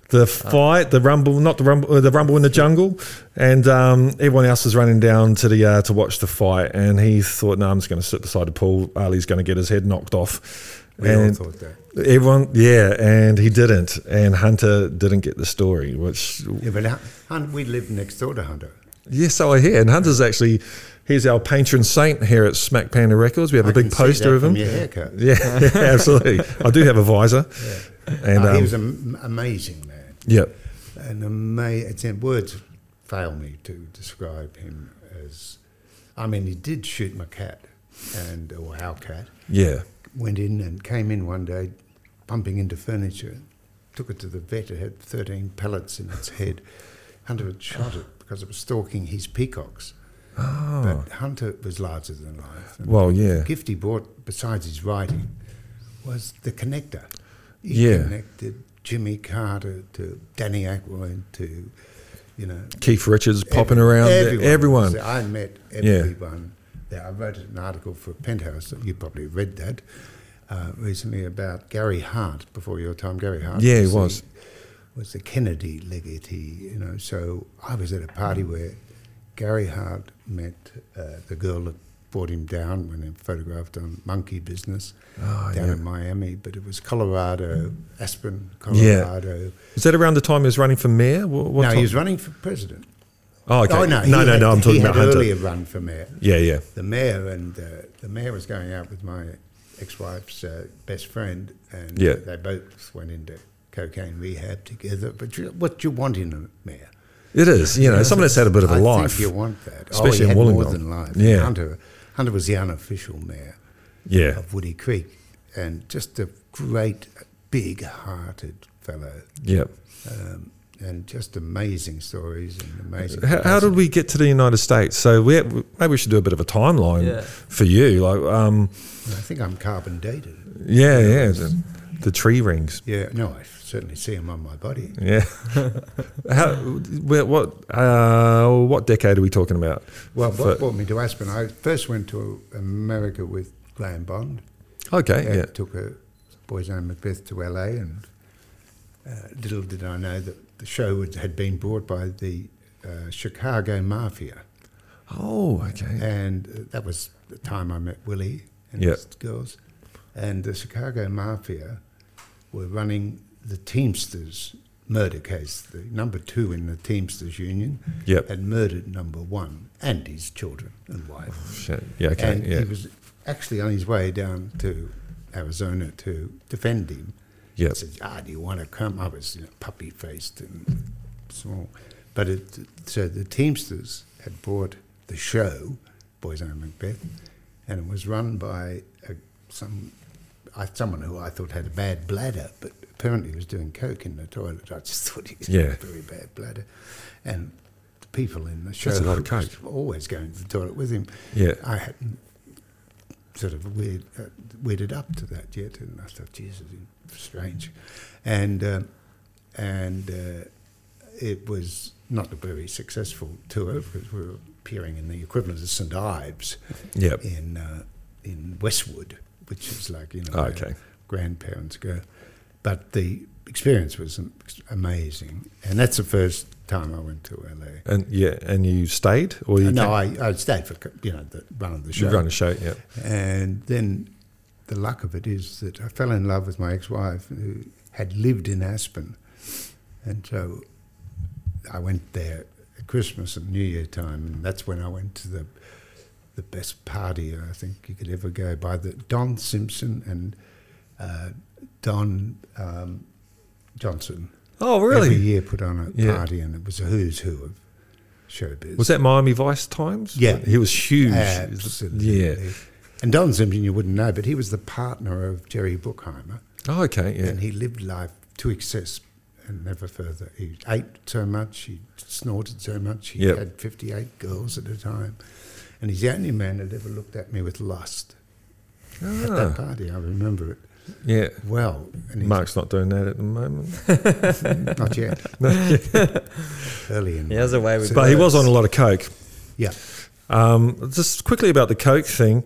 [SPEAKER 1] the fight, the rumble, not the rumble, uh, the rumble in the jungle, and um, everyone else was running down to the uh, to watch the fight, and he thought, "No, I'm just going to sit beside the pool. Ali's going to get his head knocked off."
[SPEAKER 2] We all
[SPEAKER 1] and
[SPEAKER 2] thought that.
[SPEAKER 1] everyone, yeah, and he didn't, and Hunter didn't get the story, which
[SPEAKER 2] Yeah, but Hun- Hun- we lived next door to Hunter.
[SPEAKER 1] Yes, so I hear. And Hunter's actually, he's our patron saint here at Smack Panda Records. We have a
[SPEAKER 2] I
[SPEAKER 1] big
[SPEAKER 2] can see
[SPEAKER 1] poster
[SPEAKER 2] that
[SPEAKER 1] of him.
[SPEAKER 2] from your haircut.
[SPEAKER 1] Yeah, <laughs> yeah, absolutely. I do have a visor. And
[SPEAKER 2] Uh, he
[SPEAKER 1] um,
[SPEAKER 2] was an amazing man.
[SPEAKER 1] yeah,
[SPEAKER 2] An ama- it's in words fail me to describe him as. I mean, he did shoot my cat, and or our cat.
[SPEAKER 1] yeah,
[SPEAKER 2] went in and came in one day bumping into furniture, took it to the vet. It had 13 pellets in its head. Hunter had shot it because it was stalking his peacocks. But Hunter was larger than life. And
[SPEAKER 1] Oh. Well, yeah.
[SPEAKER 2] The gift he brought, besides his writing, was the connector. He
[SPEAKER 1] Yeah.
[SPEAKER 2] connected Jimmy Carter to Danny Aykroyd to you know.
[SPEAKER 1] Keith Richards popping around. Everyone. everyone.
[SPEAKER 2] I met
[SPEAKER 1] Yeah.
[SPEAKER 2] everyone. Yeah. I wrote an article for Penthouse, that you probably read that uh, recently about Gary Hart before your time. Gary Hart.
[SPEAKER 1] Yeah, he
[SPEAKER 2] the-
[SPEAKER 1] was.
[SPEAKER 2] was the Kennedy legatee, you know. So I was at a party where Gary Hart met uh, the girl that brought him down when he photographed on Monkey Business
[SPEAKER 1] Ah,
[SPEAKER 2] down in Miami, but it was Colorado, Aspen, Colorado.
[SPEAKER 1] Is that around the time he was running for mayor? What, what
[SPEAKER 2] no,
[SPEAKER 1] time?
[SPEAKER 2] he was running for president.
[SPEAKER 1] Oh, okay.
[SPEAKER 2] Oh no,
[SPEAKER 1] no,
[SPEAKER 2] he
[SPEAKER 1] no, no,
[SPEAKER 2] had-
[SPEAKER 1] I'm
[SPEAKER 2] he
[SPEAKER 1] talking
[SPEAKER 2] had
[SPEAKER 1] about Hunter.
[SPEAKER 2] earlier run for mayor.
[SPEAKER 1] Yeah, yeah.
[SPEAKER 2] The mayor and uh, the mayor was going out with my ex-wife's uh, best friend, and
[SPEAKER 1] Yeah.
[SPEAKER 2] they both went into cocaine rehab together. But you, what you want in a mayor?
[SPEAKER 1] It is. You know, someone that's had a bit of a
[SPEAKER 2] I
[SPEAKER 1] life.
[SPEAKER 2] Think you want that,
[SPEAKER 1] Especially
[SPEAKER 2] oh,
[SPEAKER 1] in
[SPEAKER 2] he had more
[SPEAKER 1] Wollongong.
[SPEAKER 2] than life.
[SPEAKER 1] Yeah.
[SPEAKER 2] Hunter, Hunter was the unofficial mayor
[SPEAKER 1] yeah.
[SPEAKER 2] of Woody Creek, and just a great, big-hearted fellow,
[SPEAKER 1] Yeah.
[SPEAKER 2] um, and just amazing stories and amazing.
[SPEAKER 1] How, how did we get to the United States? So we maybe we should do a bit of a timeline
[SPEAKER 3] Yeah.
[SPEAKER 1] for you. Like, um,
[SPEAKER 2] I think I'm carbon dated.
[SPEAKER 1] yeah, yeah, the, the tree rings.
[SPEAKER 2] Yeah, no, I certainly see him on my body. <laughs>
[SPEAKER 1] Yeah. how, where, what uh, what decade are we talking about?
[SPEAKER 2] Well,
[SPEAKER 1] For-
[SPEAKER 2] what brought me to Aspen? I first went to America with Graham Bond.
[SPEAKER 1] Okay.
[SPEAKER 2] and
[SPEAKER 1] Uh, Yeah.
[SPEAKER 2] Took a boys' own Macbeth to LA, and uh, little did I know that the show would, had been brought by the uh, Chicago Mafia,
[SPEAKER 1] Oh, okay.
[SPEAKER 2] and uh, that was the time I met Willie and
[SPEAKER 1] Yeah.
[SPEAKER 2] his girls. And the Chicago Mafia were running the Teamsters murder case. The number two in the Teamsters Union
[SPEAKER 1] Yep.
[SPEAKER 2] had murdered number one and his children and wife
[SPEAKER 1] Shit. Yeah. Okay.
[SPEAKER 2] and
[SPEAKER 1] yeah.
[SPEAKER 2] he was actually on his way down to Arizona to defend him.
[SPEAKER 1] Yeah.
[SPEAKER 2] I said, "Ah, do you want to come?" I was you know, puppy faced and small, but it, so the Teamsters had bought the show, Boys Own Macbeth, and it was run by a, some I, someone who I thought had a bad bladder, but apparently was doing coke in the toilet. I just <laughs> thought he had
[SPEAKER 1] Yeah.
[SPEAKER 2] a very bad bladder, and. the People in the show
[SPEAKER 1] a lot of
[SPEAKER 2] was
[SPEAKER 1] coke.
[SPEAKER 2] always going to the toilet with him.
[SPEAKER 1] Yeah.
[SPEAKER 2] I hadn't sort of weird, uh, weirded up to that yet, and I thought, Jesus, strange, and um and uh, it was not a very successful tour because we were appearing in the equivalent of St Ives
[SPEAKER 1] Yep.
[SPEAKER 2] in uh, in Westwood, which is like you know
[SPEAKER 1] Oh,
[SPEAKER 2] where
[SPEAKER 1] okay.
[SPEAKER 2] grandparents go, but the experience was am- amazing, and that's the first time I went to LA.
[SPEAKER 1] And yeah, and you stayed or you
[SPEAKER 2] no,
[SPEAKER 1] came-
[SPEAKER 2] I, I stayed for you know the run of the
[SPEAKER 1] you
[SPEAKER 2] show.
[SPEAKER 1] run a show. Yeah.
[SPEAKER 2] And then the luck of it is that I fell in love with my ex wife who had lived in Aspen. And so I went there at Christmas and New Year time, and that's when I went to the the best party I think you could ever go by the Don Simpson and uh, Don um, Johnson
[SPEAKER 1] Oh,
[SPEAKER 2] every
[SPEAKER 1] really?
[SPEAKER 2] year put on a
[SPEAKER 1] Yeah.
[SPEAKER 2] party, and it was a who's who of showbiz.
[SPEAKER 1] Was that Miami Vice times?
[SPEAKER 2] Yeah.
[SPEAKER 1] He was huge.
[SPEAKER 2] Absolutely.
[SPEAKER 1] Yeah.
[SPEAKER 2] And Don Simpson, you wouldn't know, but he was the partner of Jerry Bruckheimer,
[SPEAKER 1] Oh, okay. Yeah.
[SPEAKER 2] and he lived life to excess and never further. He ate so much, he snorted so much, he
[SPEAKER 1] Yep.
[SPEAKER 2] had 58 girls at a time. And he's the only man that ever looked at me with lust. At that
[SPEAKER 1] Ah,
[SPEAKER 2] party, I remember it
[SPEAKER 1] yeah.
[SPEAKER 2] well. And he's
[SPEAKER 1] Mark's not doing that at the
[SPEAKER 2] <laughs>
[SPEAKER 1] moment.
[SPEAKER 2] not yet. <laughs> Early in
[SPEAKER 3] He has a way with
[SPEAKER 1] But he was on
[SPEAKER 3] words.
[SPEAKER 1] a lot of coke.
[SPEAKER 2] Yeah.
[SPEAKER 1] Um, just quickly about the coke thing.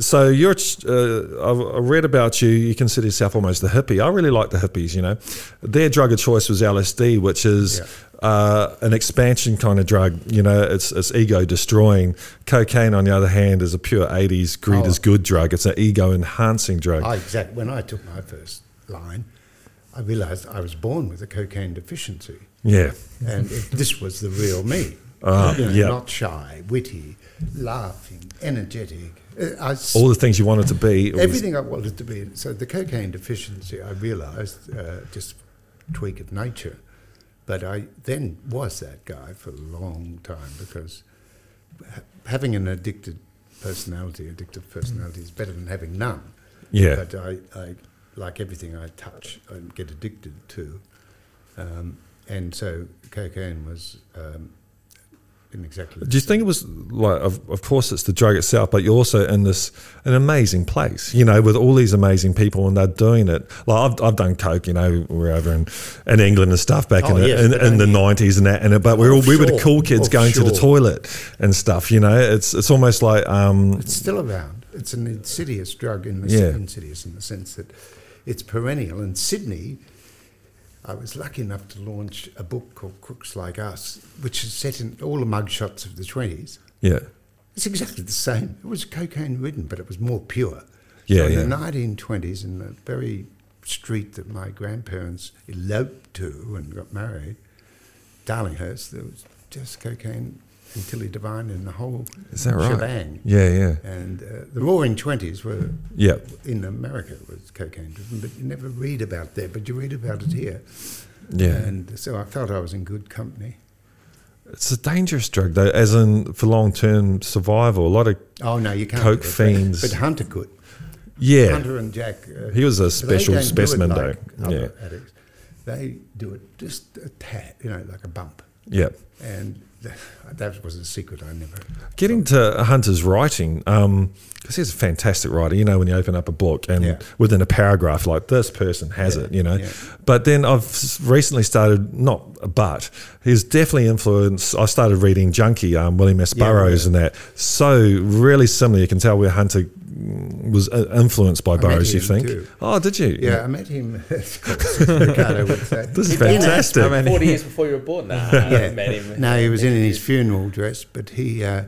[SPEAKER 1] So you're, uh, I I read about you. You consider yourself almost a hippie. I really like the hippies. You know, their drug of choice was LSD, which is uh, an expansion kind of drug. You know, it's, it's ego destroying. Cocaine, on the other hand, is a pure '80s greed
[SPEAKER 2] Oh.
[SPEAKER 1] is good drug. It's an ego enhancing drug.
[SPEAKER 2] I exact when I took my first line, I realised I was born with a cocaine deficiency,
[SPEAKER 1] yeah,
[SPEAKER 2] and it, this was the real me.
[SPEAKER 1] Ah, yeah.
[SPEAKER 2] Not shy, witty, laughing, energetic. Uh, I s-
[SPEAKER 1] all the things you wanted to be. it was-
[SPEAKER 2] everything I wanted to be. So the cocaine deficiency, I realised, uh, just tweak of nature. But I then was that guy for a long time because ha- having an addicted personality, addictive personality, is better than having none.
[SPEAKER 1] Yeah.
[SPEAKER 2] But I, I like everything I touch, I get addicted to. Um, and so cocaine was um, in exactly.
[SPEAKER 1] Do you think it was like, of, of course, it's the drug itself, but you're also in this an amazing place, you know, with all these amazing people and they're doing it. Like I've, I've done coke, you know, we we're over in, in England and stuff back
[SPEAKER 4] Oh,
[SPEAKER 1] in, the-
[SPEAKER 4] yes,
[SPEAKER 1] in,
[SPEAKER 4] but Oh,
[SPEAKER 1] in the
[SPEAKER 4] only-
[SPEAKER 1] nineties and that, and it- but we we're all, we were the
[SPEAKER 2] Offshore.
[SPEAKER 1] cool kids going to the
[SPEAKER 2] Offshore.
[SPEAKER 1] toilet and stuff, you know. It's it's almost like um,
[SPEAKER 2] It's still around. It's an insidious drug in the
[SPEAKER 1] Yeah.
[SPEAKER 2] insidious in the sense that it's perennial. In Sydney, I was lucky enough to launch a book called Crooks Like Us, which is set in all the mugshots of the twenties.
[SPEAKER 1] yeah,
[SPEAKER 2] It's exactly the same. It was cocaine ridden, but it was more pure.
[SPEAKER 1] Yeah,
[SPEAKER 2] so in
[SPEAKER 1] yeah.
[SPEAKER 2] the nineteen twenties, in the very street that my grandparents eloped to and got married, Darlinghurst, there was just cocaine and Tilly Devine and the whole
[SPEAKER 1] Is that right?
[SPEAKER 2] shebang.
[SPEAKER 1] yeah, yeah,
[SPEAKER 2] And uh, the Roaring Twenties were
[SPEAKER 1] yeah.
[SPEAKER 2] in America was cocaine driven, but you never read about that. But you read about it here.
[SPEAKER 1] Yeah.
[SPEAKER 2] And so I felt I was in good company.
[SPEAKER 1] It's a dangerous drug though, as in for long term survival. A lot of
[SPEAKER 2] Oh no, you can't.
[SPEAKER 1] Coke
[SPEAKER 2] do it, but-
[SPEAKER 1] fiends.
[SPEAKER 2] But Hunter could.
[SPEAKER 1] yeah,
[SPEAKER 2] Hunter and Jack. Uh,
[SPEAKER 1] He was a
[SPEAKER 2] but they
[SPEAKER 1] special
[SPEAKER 2] don't do it
[SPEAKER 1] specimen,
[SPEAKER 2] like
[SPEAKER 1] though.
[SPEAKER 2] other addicts. They do it just a tad, you know, like a bump.
[SPEAKER 1] yeah.
[SPEAKER 2] And th- that was a secret I never.
[SPEAKER 1] Getting to Hunter's writing, because he's a fantastic writer. You know, when you open up a book and
[SPEAKER 2] Yeah.
[SPEAKER 1] within a paragraph, like this person has
[SPEAKER 2] Yeah,
[SPEAKER 1] it, you know.
[SPEAKER 2] yeah.
[SPEAKER 1] But then I've s- recently started, not but, he's definitely influenced. I started reading Junkie, um, William S.
[SPEAKER 2] Yeah,
[SPEAKER 1] Burroughs,
[SPEAKER 2] yeah.
[SPEAKER 1] and that. So, really similar. You can tell where Hunter mm, was uh, influenced by
[SPEAKER 2] met
[SPEAKER 1] Burroughs, you
[SPEAKER 2] him
[SPEAKER 1] think.
[SPEAKER 2] too.
[SPEAKER 1] Oh, did you?
[SPEAKER 2] Yeah, I met him. <laughs> of course, Ricardo would
[SPEAKER 1] <laughs>
[SPEAKER 2] say.
[SPEAKER 1] This is
[SPEAKER 2] In a-
[SPEAKER 1] fantastic.
[SPEAKER 3] I mean-
[SPEAKER 4] Forty years before you were born. Nah, I met him.
[SPEAKER 2] No, he was in
[SPEAKER 4] Met
[SPEAKER 2] his
[SPEAKER 4] him.
[SPEAKER 2] funeral dress, but he uh,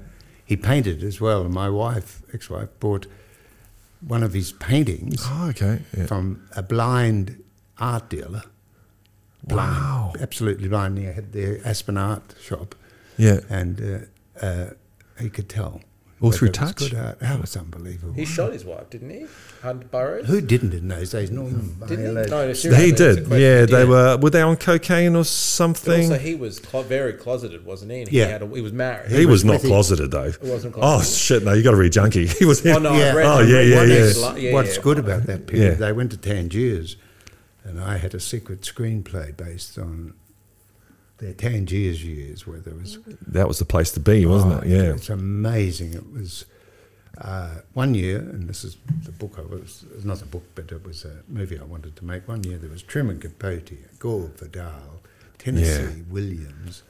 [SPEAKER 2] he painted as well. And my wife, ex-wife, bought one of his paintings
[SPEAKER 1] oh, okay. <gasps> Yeah.
[SPEAKER 2] from a blind art dealer. Blind,
[SPEAKER 1] Wow.
[SPEAKER 2] absolutely blind. He had the Aspen Art Shop,
[SPEAKER 1] yeah.
[SPEAKER 2] and uh, uh, he could tell.
[SPEAKER 1] All
[SPEAKER 2] whether
[SPEAKER 1] through
[SPEAKER 2] it was
[SPEAKER 1] touch?
[SPEAKER 2] Good art. That was unbelievable.
[SPEAKER 4] He shot his wife, didn't he? Hunt Burrows.
[SPEAKER 2] Who didn't in those days? Norman
[SPEAKER 4] Didn't
[SPEAKER 2] Bailey.
[SPEAKER 4] he? No, seriously,
[SPEAKER 1] He
[SPEAKER 4] it's a
[SPEAKER 1] did.
[SPEAKER 4] question.
[SPEAKER 1] Yeah, they
[SPEAKER 4] Did.
[SPEAKER 1] were. Were they on cocaine or
[SPEAKER 4] But
[SPEAKER 1] something?
[SPEAKER 4] also, he was clo- very closeted, wasn't he? And he
[SPEAKER 2] Yeah.
[SPEAKER 4] had a, he was married.
[SPEAKER 1] He, was,
[SPEAKER 2] was
[SPEAKER 1] not
[SPEAKER 2] with him.
[SPEAKER 1] closeted though.
[SPEAKER 4] wasn't
[SPEAKER 1] Oh
[SPEAKER 4] closeted.
[SPEAKER 1] shit! No, you got to read Junkie. <laughs> He was.
[SPEAKER 4] Oh, no, I
[SPEAKER 2] Yeah.
[SPEAKER 4] read,
[SPEAKER 1] Oh,
[SPEAKER 4] I read
[SPEAKER 1] yeah,
[SPEAKER 4] one
[SPEAKER 1] yeah,
[SPEAKER 4] ex-
[SPEAKER 1] yeah.
[SPEAKER 4] li- yeah,
[SPEAKER 2] What's
[SPEAKER 4] yeah.
[SPEAKER 2] good about that period?
[SPEAKER 1] Yeah.
[SPEAKER 2] They went to Tangiers, and I had a secret screenplay based on their Tangiers years, where there
[SPEAKER 4] Mm-hmm.
[SPEAKER 2] was
[SPEAKER 1] That was the place to be, wasn't
[SPEAKER 2] Oh,
[SPEAKER 1] it? Yeah.
[SPEAKER 2] it's amazing. It was uh, one year, and this is the book I was it's not a book, but it was a movie I wanted to make. One year there was Truman Capote, Gore Vidal, Tennessee Williams,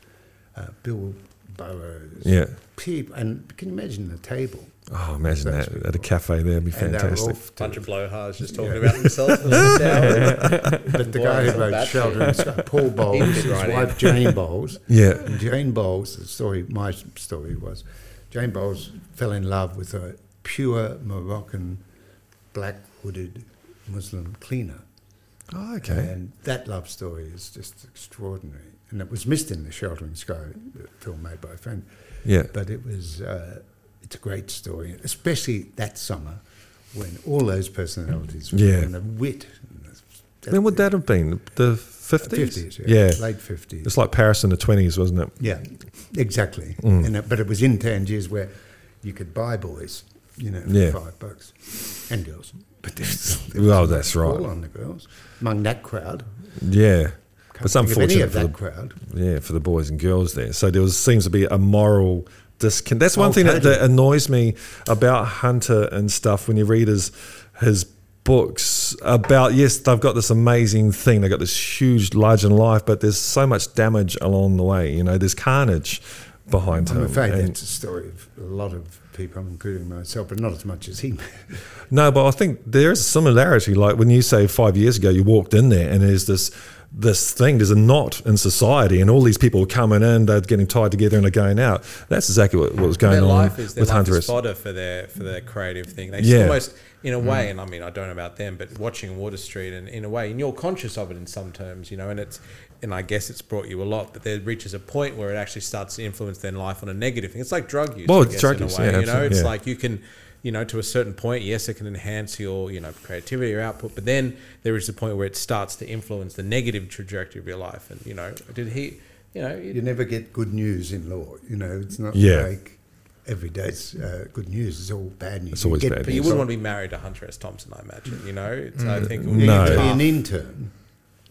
[SPEAKER 2] uh, Bill Burroughs.
[SPEAKER 1] Yeah.
[SPEAKER 2] People, and can you imagine the table?
[SPEAKER 1] Oh, imagine that at a cafe there would be
[SPEAKER 2] And they were
[SPEAKER 1] fantastic.
[SPEAKER 2] off to
[SPEAKER 4] bunch <laughs> of blowhards just talking about themselves. and
[SPEAKER 1] <laughs>
[SPEAKER 4] themselves.
[SPEAKER 2] But the
[SPEAKER 4] Boy,
[SPEAKER 2] guy
[SPEAKER 4] that's
[SPEAKER 2] who
[SPEAKER 4] a bad
[SPEAKER 2] wrote Shelter and Sky, Paul Bowles,
[SPEAKER 4] fit
[SPEAKER 2] his
[SPEAKER 4] right in.
[SPEAKER 2] wife Jane Bowles.
[SPEAKER 1] Yeah.
[SPEAKER 2] And Jane Bowles, the story, my story was, Jane Bowles fell in love with a pure Moroccan, black hooded Muslim cleaner.
[SPEAKER 1] Oh, okay.
[SPEAKER 2] And that love story is just extraordinary. And it was missed in the Sheltering Sky the film made by a friend.
[SPEAKER 1] Yeah.
[SPEAKER 2] But it was, uh, it's a great story, especially that summer when all those personalities were
[SPEAKER 1] Yeah.
[SPEAKER 2] and the wit. and the-
[SPEAKER 1] Then would that have been the fifties?
[SPEAKER 2] yeah.
[SPEAKER 1] yeah.
[SPEAKER 2] Late 50s.
[SPEAKER 1] It's like Paris in the twenties, wasn't it?
[SPEAKER 2] yeah, exactly.
[SPEAKER 1] Mm.
[SPEAKER 2] And it, but it was in Tangiers where you could buy boys, you know, for
[SPEAKER 1] Yeah.
[SPEAKER 2] five bucks and girls. But there's,
[SPEAKER 1] Well, that's right.
[SPEAKER 2] All on the girls. Among that crowd.
[SPEAKER 1] Yeah.
[SPEAKER 2] Can't
[SPEAKER 1] It's
[SPEAKER 2] think of any
[SPEAKER 1] unfortunate
[SPEAKER 2] of
[SPEAKER 1] for
[SPEAKER 2] that
[SPEAKER 1] the,
[SPEAKER 2] crowd.
[SPEAKER 1] yeah for the boys and girls there. So there was, seems to be a moral disconnect. That's one
[SPEAKER 2] Oh,
[SPEAKER 1] thing that,
[SPEAKER 2] totally.
[SPEAKER 1] that annoys me about Hunter and stuff when you read his his books about yes they've got this amazing thing they've got this huge large in life but there's so much damage along the way you know there's carnage behind
[SPEAKER 2] I'm
[SPEAKER 1] him
[SPEAKER 2] afraid
[SPEAKER 1] um, And-
[SPEAKER 2] that's a story of a lot of people, including myself, but not as much as he.
[SPEAKER 1] No, but I think there is a similarity. Like when you say five years ago, you walked in there and there's this this thing, there's a knot in society, and all these people were coming in, they're getting tied together and are going out. That's exactly what, what was going
[SPEAKER 4] their
[SPEAKER 1] on
[SPEAKER 4] life is their
[SPEAKER 1] with
[SPEAKER 4] life
[SPEAKER 1] Hunter.
[SPEAKER 4] is
[SPEAKER 1] S-
[SPEAKER 4] fodder for their for their creative thing. They
[SPEAKER 1] Yeah. Mm.
[SPEAKER 4] just almost in a way, and I mean I don't know about them, but watching Water Street and in a way, and you're conscious of it in some terms, you know, and it's and I guess it's brought you a lot, but there reaches a point where it actually starts to influence their life on a negative thing. It's like drug use,
[SPEAKER 1] Well,
[SPEAKER 4] I
[SPEAKER 1] it's
[SPEAKER 4] guess,
[SPEAKER 1] drug
[SPEAKER 4] in a
[SPEAKER 1] use,
[SPEAKER 4] way.
[SPEAKER 1] yeah,
[SPEAKER 4] you know,
[SPEAKER 1] absolutely,
[SPEAKER 4] it's
[SPEAKER 1] yeah.
[SPEAKER 4] like you can you know, to a certain point, yes, it can enhance your, you know, creativity or output, but then there is a point where it starts to influence the negative trajectory of your life. And, you know, did he, you know,
[SPEAKER 2] <laughs> You never get good news in law. You know, it's not
[SPEAKER 1] Yeah.
[SPEAKER 2] like every day's uh, good news. It's all bad news.
[SPEAKER 1] It's always
[SPEAKER 2] get
[SPEAKER 1] bad
[SPEAKER 2] people-
[SPEAKER 4] But you wouldn't want to be married to Hunter S. Thompson, I imagine. You know, it's,
[SPEAKER 2] Mm,
[SPEAKER 4] I think it would
[SPEAKER 1] No.
[SPEAKER 4] be
[SPEAKER 2] Be an
[SPEAKER 4] tough.
[SPEAKER 2] intern.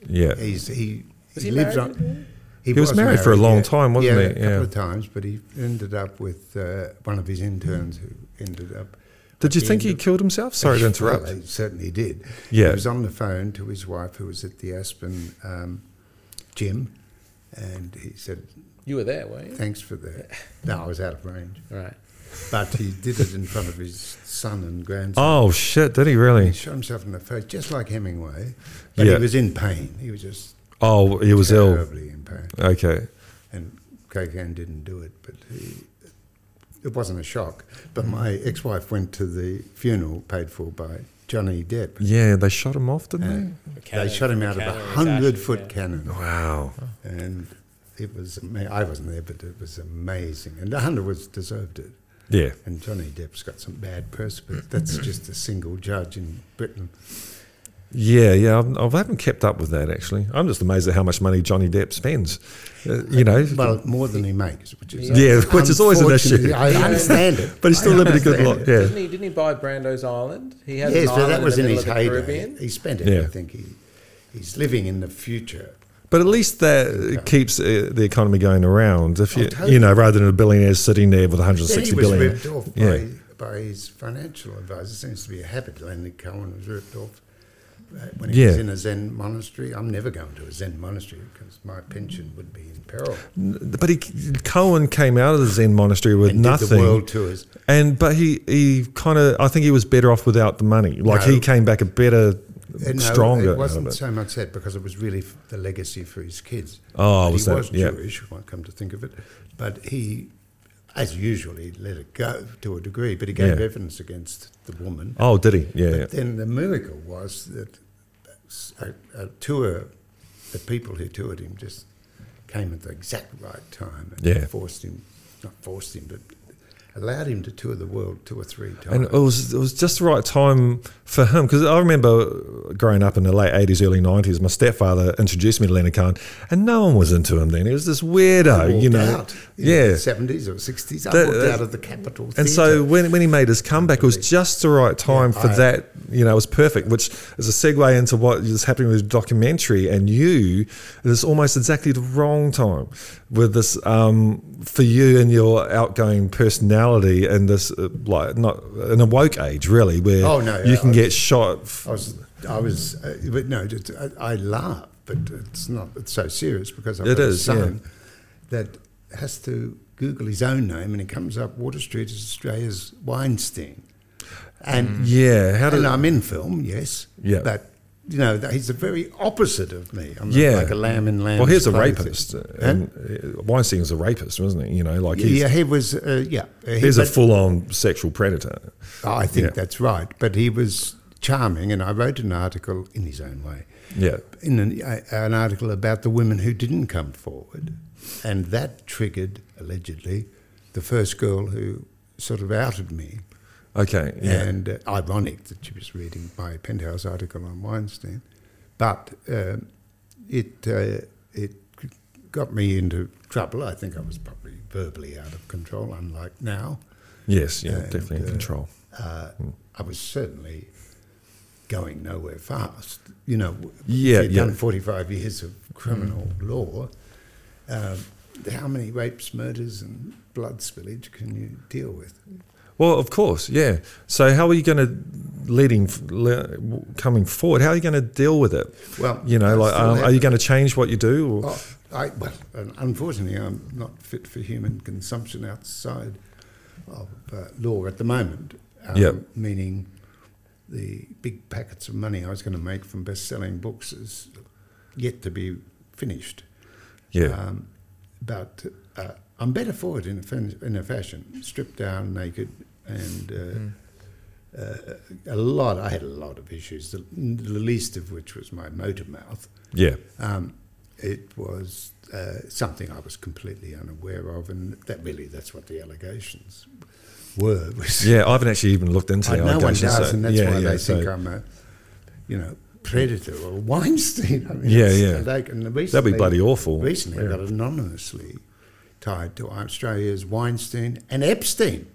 [SPEAKER 1] yeah.
[SPEAKER 2] He's he.
[SPEAKER 4] Is
[SPEAKER 2] he
[SPEAKER 4] he
[SPEAKER 2] lives
[SPEAKER 4] married?
[SPEAKER 2] on.
[SPEAKER 1] He was married for a long time, wasn't
[SPEAKER 2] yeah,
[SPEAKER 1] he?
[SPEAKER 2] A couple
[SPEAKER 1] Yeah.
[SPEAKER 2] of times, but he ended up with uh, one of his interns who ended up.
[SPEAKER 1] Did you
[SPEAKER 2] at the
[SPEAKER 1] think
[SPEAKER 2] end
[SPEAKER 1] he
[SPEAKER 2] of-
[SPEAKER 1] killed himself? Sorry to interrupt.
[SPEAKER 2] Well, he certainly did.
[SPEAKER 1] Yeah.
[SPEAKER 2] He was on the phone to his wife who was at the Aspen um, gym, and he said,
[SPEAKER 4] You were there, weren't you?
[SPEAKER 2] Thanks for the. No, I was out of range.
[SPEAKER 4] Right.
[SPEAKER 2] But he did it in front of his son and
[SPEAKER 1] <laughs>
[SPEAKER 2] grandson.
[SPEAKER 1] Oh shit! Did he
[SPEAKER 2] He
[SPEAKER 1] really?
[SPEAKER 2] shot himself in the face, just like Hemingway. But
[SPEAKER 1] Yeah.
[SPEAKER 2] he was in pain. He was just
[SPEAKER 1] Oh, he was ill.
[SPEAKER 2] terribly in pain.
[SPEAKER 1] Okay.
[SPEAKER 2] And Cocaine didn't do it, but he, it wasn't a shock. But my ex wife went to the funeral paid for by Johnny Depp.
[SPEAKER 1] Yeah, they shot him off, didn't
[SPEAKER 2] Yeah.
[SPEAKER 1] they?
[SPEAKER 4] Cannon-
[SPEAKER 2] they shot him out of
[SPEAKER 4] Mm. cannon
[SPEAKER 2] a
[SPEAKER 4] was
[SPEAKER 2] hundred
[SPEAKER 4] ashes,
[SPEAKER 2] foot
[SPEAKER 4] yeah.
[SPEAKER 2] cannon.
[SPEAKER 1] Wow.
[SPEAKER 2] And it was, ama- I wasn't there, but it was amazing. And the hundred was deserved it.
[SPEAKER 1] Yeah.
[SPEAKER 2] And Johnny Depp's got some bad press, but that's just a single judge in Britain.
[SPEAKER 1] Yeah, yeah. I've, I haven't kept up with that actually. I'm just amazed at how much money Johnny Depp spends. Uh, you know,
[SPEAKER 2] Well, more than he makes, which is
[SPEAKER 1] Yeah, <laughs> which is always an issue.
[SPEAKER 2] unfortunately- I understand it,
[SPEAKER 1] but he's still
[SPEAKER 2] I
[SPEAKER 1] living a good life.
[SPEAKER 2] understand
[SPEAKER 1] <laughs>
[SPEAKER 2] it.
[SPEAKER 1] Yeah.
[SPEAKER 4] Didn't he? Didn't he buy Brando's Island? He had
[SPEAKER 2] Yes, but
[SPEAKER 4] an island
[SPEAKER 2] that was in,
[SPEAKER 4] the middle
[SPEAKER 2] his
[SPEAKER 4] of the
[SPEAKER 2] heyday. <laughs>
[SPEAKER 4] Caribbean.
[SPEAKER 2] He spent it.
[SPEAKER 1] Yeah.
[SPEAKER 2] I think he, he's living in the future.
[SPEAKER 1] But at least that it keeps uh, the economy going around. If you,
[SPEAKER 2] Oh, totally.
[SPEAKER 1] you know, rather than a billionaire sitting there with 160
[SPEAKER 2] he was
[SPEAKER 1] billion.
[SPEAKER 2] ripped off
[SPEAKER 1] Yeah.
[SPEAKER 2] by, by his financial advisor. Seems to be a habit. Leonard Cohen was ripped off uh, when he was
[SPEAKER 1] Yeah.
[SPEAKER 2] in a Zen monastery. I'm never going to a Zen monastery because my pension would be in peril.
[SPEAKER 1] But he, Cohen came out of the Zen monastery with
[SPEAKER 2] and
[SPEAKER 1] nothing.
[SPEAKER 2] Did the world tours.
[SPEAKER 1] And but he he kind of I think he was better off without the money. Like
[SPEAKER 2] No.
[SPEAKER 1] he came back a better,
[SPEAKER 2] Uh, no,
[SPEAKER 1] stronger. out
[SPEAKER 2] It
[SPEAKER 1] of
[SPEAKER 2] wasn't
[SPEAKER 1] it.
[SPEAKER 2] so much that because it was really f- the legacy for his kids.
[SPEAKER 1] Oh,
[SPEAKER 2] But
[SPEAKER 1] was
[SPEAKER 2] he
[SPEAKER 1] that-
[SPEAKER 2] was
[SPEAKER 1] yeah.
[SPEAKER 2] Jewish. When I come to think of it, but he, as usual, he let it go to a degree. But he gave
[SPEAKER 1] Yeah.
[SPEAKER 2] evidence against the woman.
[SPEAKER 1] Oh, did he? Yeah,
[SPEAKER 2] but
[SPEAKER 1] yeah.
[SPEAKER 2] then the miracle was that s- a, a tour, the people who toured him just came at the exact right time and
[SPEAKER 1] Yeah.
[SPEAKER 2] forced him, not forced him, but allowed him to tour the world two or three times.
[SPEAKER 1] And it was it was just the right time for him because I remember growing up in the late eighties, early nineties. My stepfather introduced me to Leonard Cohen, and no one was into him then. He was this weirdo,
[SPEAKER 2] walked
[SPEAKER 1] you know.
[SPEAKER 2] out in
[SPEAKER 1] yeah.
[SPEAKER 2] the seventies or sixties. I
[SPEAKER 1] That-
[SPEAKER 2] walked
[SPEAKER 1] that-
[SPEAKER 2] out of the Capitol.
[SPEAKER 1] And so when, when he made his comeback, it was just the right time
[SPEAKER 2] Yeah,
[SPEAKER 1] for
[SPEAKER 2] I-
[SPEAKER 1] that. You know, it was perfect, which is a segue into what is happening with the documentary and you. It is almost exactly the wrong time with this um, for you and your outgoing personality and this uh, like not an awoke age really, where
[SPEAKER 2] Oh, no,
[SPEAKER 1] you
[SPEAKER 2] yeah,
[SPEAKER 1] can
[SPEAKER 2] I- Oh.
[SPEAKER 1] get shot. f-
[SPEAKER 2] I was, I was, uh, but no, just, I, I laugh, but it's not. It's so serious because I've
[SPEAKER 1] It
[SPEAKER 2] got a
[SPEAKER 1] is, yeah.
[SPEAKER 2] son that has to Google his own name, and it comes up Water Street is Australia's Weinstein, and
[SPEAKER 1] yeah, Mm. how did
[SPEAKER 2] and um, I'm in film, yes,
[SPEAKER 1] Yeah.
[SPEAKER 2] but. You know, that he's the very opposite of me. I'm
[SPEAKER 1] Yeah.
[SPEAKER 2] like a lamb in lamb.
[SPEAKER 1] well, here's a rapist. uh, And
[SPEAKER 2] And,
[SPEAKER 1] uh, Weinstein was a rapist, wasn't he? You know, like he's,
[SPEAKER 2] yeah, he was. Uh, yeah, he-
[SPEAKER 1] he's a
[SPEAKER 2] but-
[SPEAKER 1] full-on sexual predator.
[SPEAKER 2] Oh, I think
[SPEAKER 1] Yeah.
[SPEAKER 2] that's right. But he was charming, and I wrote an article in his own way,
[SPEAKER 1] Yeah,
[SPEAKER 2] in an, uh, an article about the women who didn't come forward, and that triggered allegedly the first girl who sort of outed me.
[SPEAKER 1] okay, yeah.
[SPEAKER 2] And uh, ironic that she was reading my penthouse article on Weinstein, but um it uh, it got me into trouble. I think I was probably verbally out of control, unlike now.
[SPEAKER 1] Yes, yeah,
[SPEAKER 2] And,
[SPEAKER 1] definitely in
[SPEAKER 2] uh,
[SPEAKER 1] control.
[SPEAKER 2] uh, I was certainly going nowhere fast. You know, w-
[SPEAKER 1] Yeah,
[SPEAKER 2] if you'd
[SPEAKER 1] yeah. Mm.
[SPEAKER 2] done 45 years of criminal law. Um, how many rapes, murders, and blood spillage can you deal with?
[SPEAKER 1] Well, of course, yeah. So how are you going to leading le- coming forward? How are you going to deal with it?
[SPEAKER 2] Well,
[SPEAKER 1] You
[SPEAKER 2] I
[SPEAKER 1] know, like
[SPEAKER 2] still
[SPEAKER 1] um,
[SPEAKER 2] have-
[SPEAKER 1] are you going to change what you do? Or,
[SPEAKER 2] Oh, I, well, un- unfortunately, I'm not fit for human consumption outside of uh, law at the moment. Um,
[SPEAKER 1] Yep.
[SPEAKER 2] Meaning the big packets of money I was going to make from best selling books is yet to be finished.
[SPEAKER 1] yeah,
[SPEAKER 2] Um, but uh, I'm better for it in a, fin- in a fashion, stripped down, naked, and uh,
[SPEAKER 1] Hmm.
[SPEAKER 2] uh, a lot. I had a lot of issues, the, the least of which was my motor mouth.
[SPEAKER 1] yeah,
[SPEAKER 2] Um, it was uh, something I was completely unaware of, and that really that's what the allegations were. <laughs> Was
[SPEAKER 1] yeah. I haven't actually even looked into
[SPEAKER 2] I,
[SPEAKER 1] the
[SPEAKER 2] no one
[SPEAKER 1] allegations,
[SPEAKER 2] does,
[SPEAKER 1] so-
[SPEAKER 2] and that's
[SPEAKER 1] yeah,
[SPEAKER 2] why
[SPEAKER 1] yeah,
[SPEAKER 2] they
[SPEAKER 1] so
[SPEAKER 2] think I'm a, you know, predator or <laughs> Weinstein. I mean,
[SPEAKER 1] Yeah,
[SPEAKER 2] it's
[SPEAKER 1] yeah.
[SPEAKER 2] Like, and
[SPEAKER 1] that'd
[SPEAKER 2] recently-
[SPEAKER 1] be bloody awful.
[SPEAKER 2] Recently,
[SPEAKER 1] Yeah.
[SPEAKER 2] got anonymously tied to Australia's Weinstein and Epstein,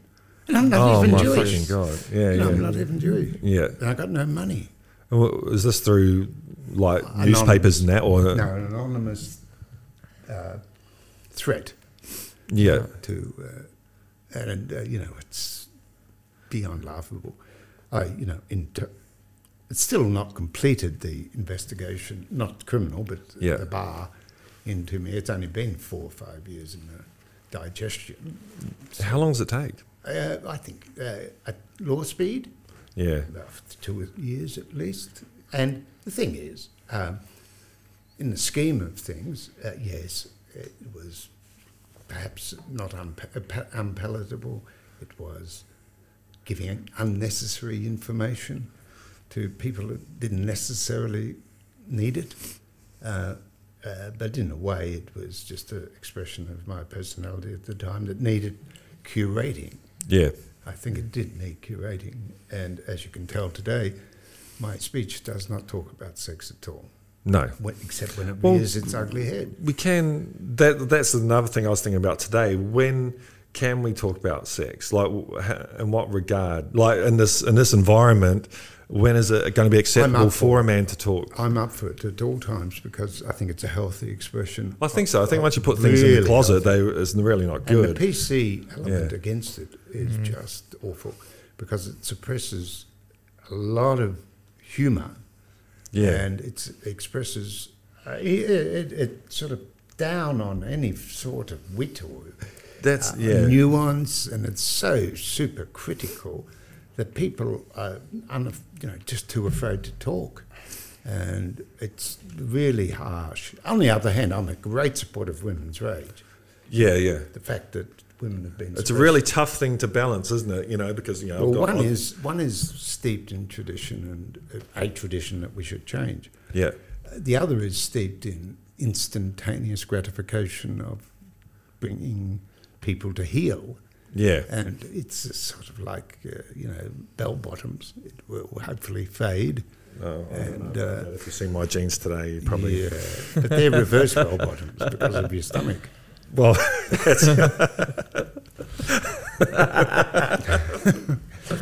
[SPEAKER 2] and I'm not
[SPEAKER 1] oh
[SPEAKER 2] even
[SPEAKER 1] my
[SPEAKER 2] Jewish.
[SPEAKER 1] fucking god! Yeah,
[SPEAKER 2] No, I'm
[SPEAKER 1] yeah,
[SPEAKER 2] not even Jewish.
[SPEAKER 1] yeah.
[SPEAKER 2] And I got no money.
[SPEAKER 1] And what- Is this through like
[SPEAKER 2] Anonymous.
[SPEAKER 1] newspapers and that, or
[SPEAKER 2] No, an anonymous uh, threat
[SPEAKER 1] Yeah.
[SPEAKER 2] to, uh, and uh, you know, it's beyond laughable. I, you know, inter- it's still not completed the investigation, not criminal, but
[SPEAKER 1] Yeah.
[SPEAKER 2] the bar into me. It's only been four or five years in the digestion.
[SPEAKER 1] How long does it take?
[SPEAKER 2] Uh, I think uh, at law speed,
[SPEAKER 1] Yeah.
[SPEAKER 2] about two years at least. And the thing is, um, in the scheme of things, uh, yes, it was perhaps not unpa- pa- unpalatable. It was giving unnecessary information to people who didn't necessarily need it. Uh, uh, but in a way, it was just an expression of my personality at the time that needed curating.
[SPEAKER 1] Yeah.
[SPEAKER 2] I think it did need curating. And as you can tell today, my speech does not talk about sex at all,
[SPEAKER 1] No.
[SPEAKER 2] when, except when it
[SPEAKER 1] Well-
[SPEAKER 2] rears its ugly head.
[SPEAKER 1] We can. That that's another thing I was thinking about today. When can we talk about sex? Like, wh- ha- in what regard? Like in this in this environment, when is it going to be acceptable
[SPEAKER 2] up for
[SPEAKER 1] for a man to talk?
[SPEAKER 2] I'm up for it at all times because I think it's a healthy expression.
[SPEAKER 1] I think so. I think once you put things in the
[SPEAKER 2] Really
[SPEAKER 1] closet, they it's really not
[SPEAKER 2] And
[SPEAKER 1] good.
[SPEAKER 2] the PC element
[SPEAKER 1] Yeah. Mm-hmm.
[SPEAKER 2] against it is just awful because it suppresses a lot of humour
[SPEAKER 1] yeah,
[SPEAKER 2] and it expresses uh, it, it, it sort of down on any sort of wit or
[SPEAKER 1] that's
[SPEAKER 2] uh,
[SPEAKER 1] yeah.
[SPEAKER 2] nuance, and it's so super critical that people are unaf you know just too afraid to talk, and it's really harsh. On the other hand, I'm a great supporter of women's rage.
[SPEAKER 1] yeah, yeah.
[SPEAKER 2] The fact that women have been
[SPEAKER 1] It's a really tough thing to balance, isn't it? You know, because you know,
[SPEAKER 2] <laughs> well,
[SPEAKER 1] I've got,
[SPEAKER 2] one
[SPEAKER 1] I've-
[SPEAKER 2] is one is steeped in tradition and uh, a tradition that we should change. Uh,
[SPEAKER 1] yeah,
[SPEAKER 2] The other is steeped in instantaneous gratification of bringing people to heal.
[SPEAKER 1] yeah,
[SPEAKER 2] And it's a sort of like, uh, you know, bell bottoms. It will hopefully fade.
[SPEAKER 1] Oh, I don't
[SPEAKER 2] And,
[SPEAKER 1] know. I don't
[SPEAKER 2] uh,
[SPEAKER 1] know. if you've seen my jeans today, you probably
[SPEAKER 2] Yeah. but they're reverse bell bottoms because of your stomach.
[SPEAKER 1] well,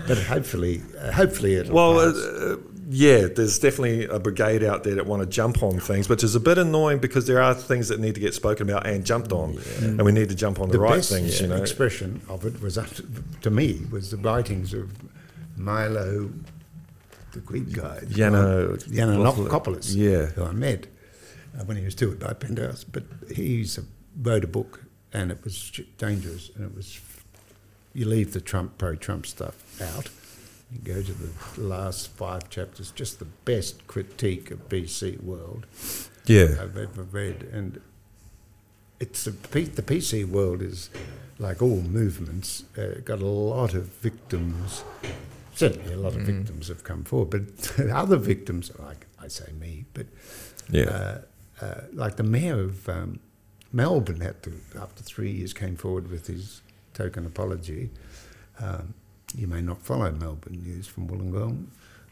[SPEAKER 2] But hopefully, uh, hopefully it'll
[SPEAKER 1] well,
[SPEAKER 2] pass.
[SPEAKER 1] uh, yeah. There's definitely a brigade out there that want to jump on things, which is a bit annoying because there are things that need to get spoken about and jumped on, and we need to jump on the,
[SPEAKER 2] the
[SPEAKER 1] right
[SPEAKER 2] best
[SPEAKER 1] things, you know.
[SPEAKER 2] expression of it was, that, to me, was the writings of Milo, the Greek guy.
[SPEAKER 1] Yano-
[SPEAKER 2] Yannanopoulos.
[SPEAKER 1] Yeah.
[SPEAKER 2] who I met uh, when he was toured by Penderhouse. But he's a, wrote a book, and it was j- dangerous, and it was you leave the Trump pro-Trump stuff out. You go to the last five chapters, just the best critique of BC world
[SPEAKER 1] yeah,
[SPEAKER 2] I've ever read, and it's a, P- the PC world is like all movements uh, got a lot of victims. Certainly, a lot of
[SPEAKER 1] Mm.
[SPEAKER 2] victims have come forward, but <laughs> other victims, like I say, me, but
[SPEAKER 1] yeah,
[SPEAKER 2] uh, uh, like the mayor of um, Melbourne had to, after three years, came forward with his token apology. Um, you may not follow Melbourne news from Wollongong,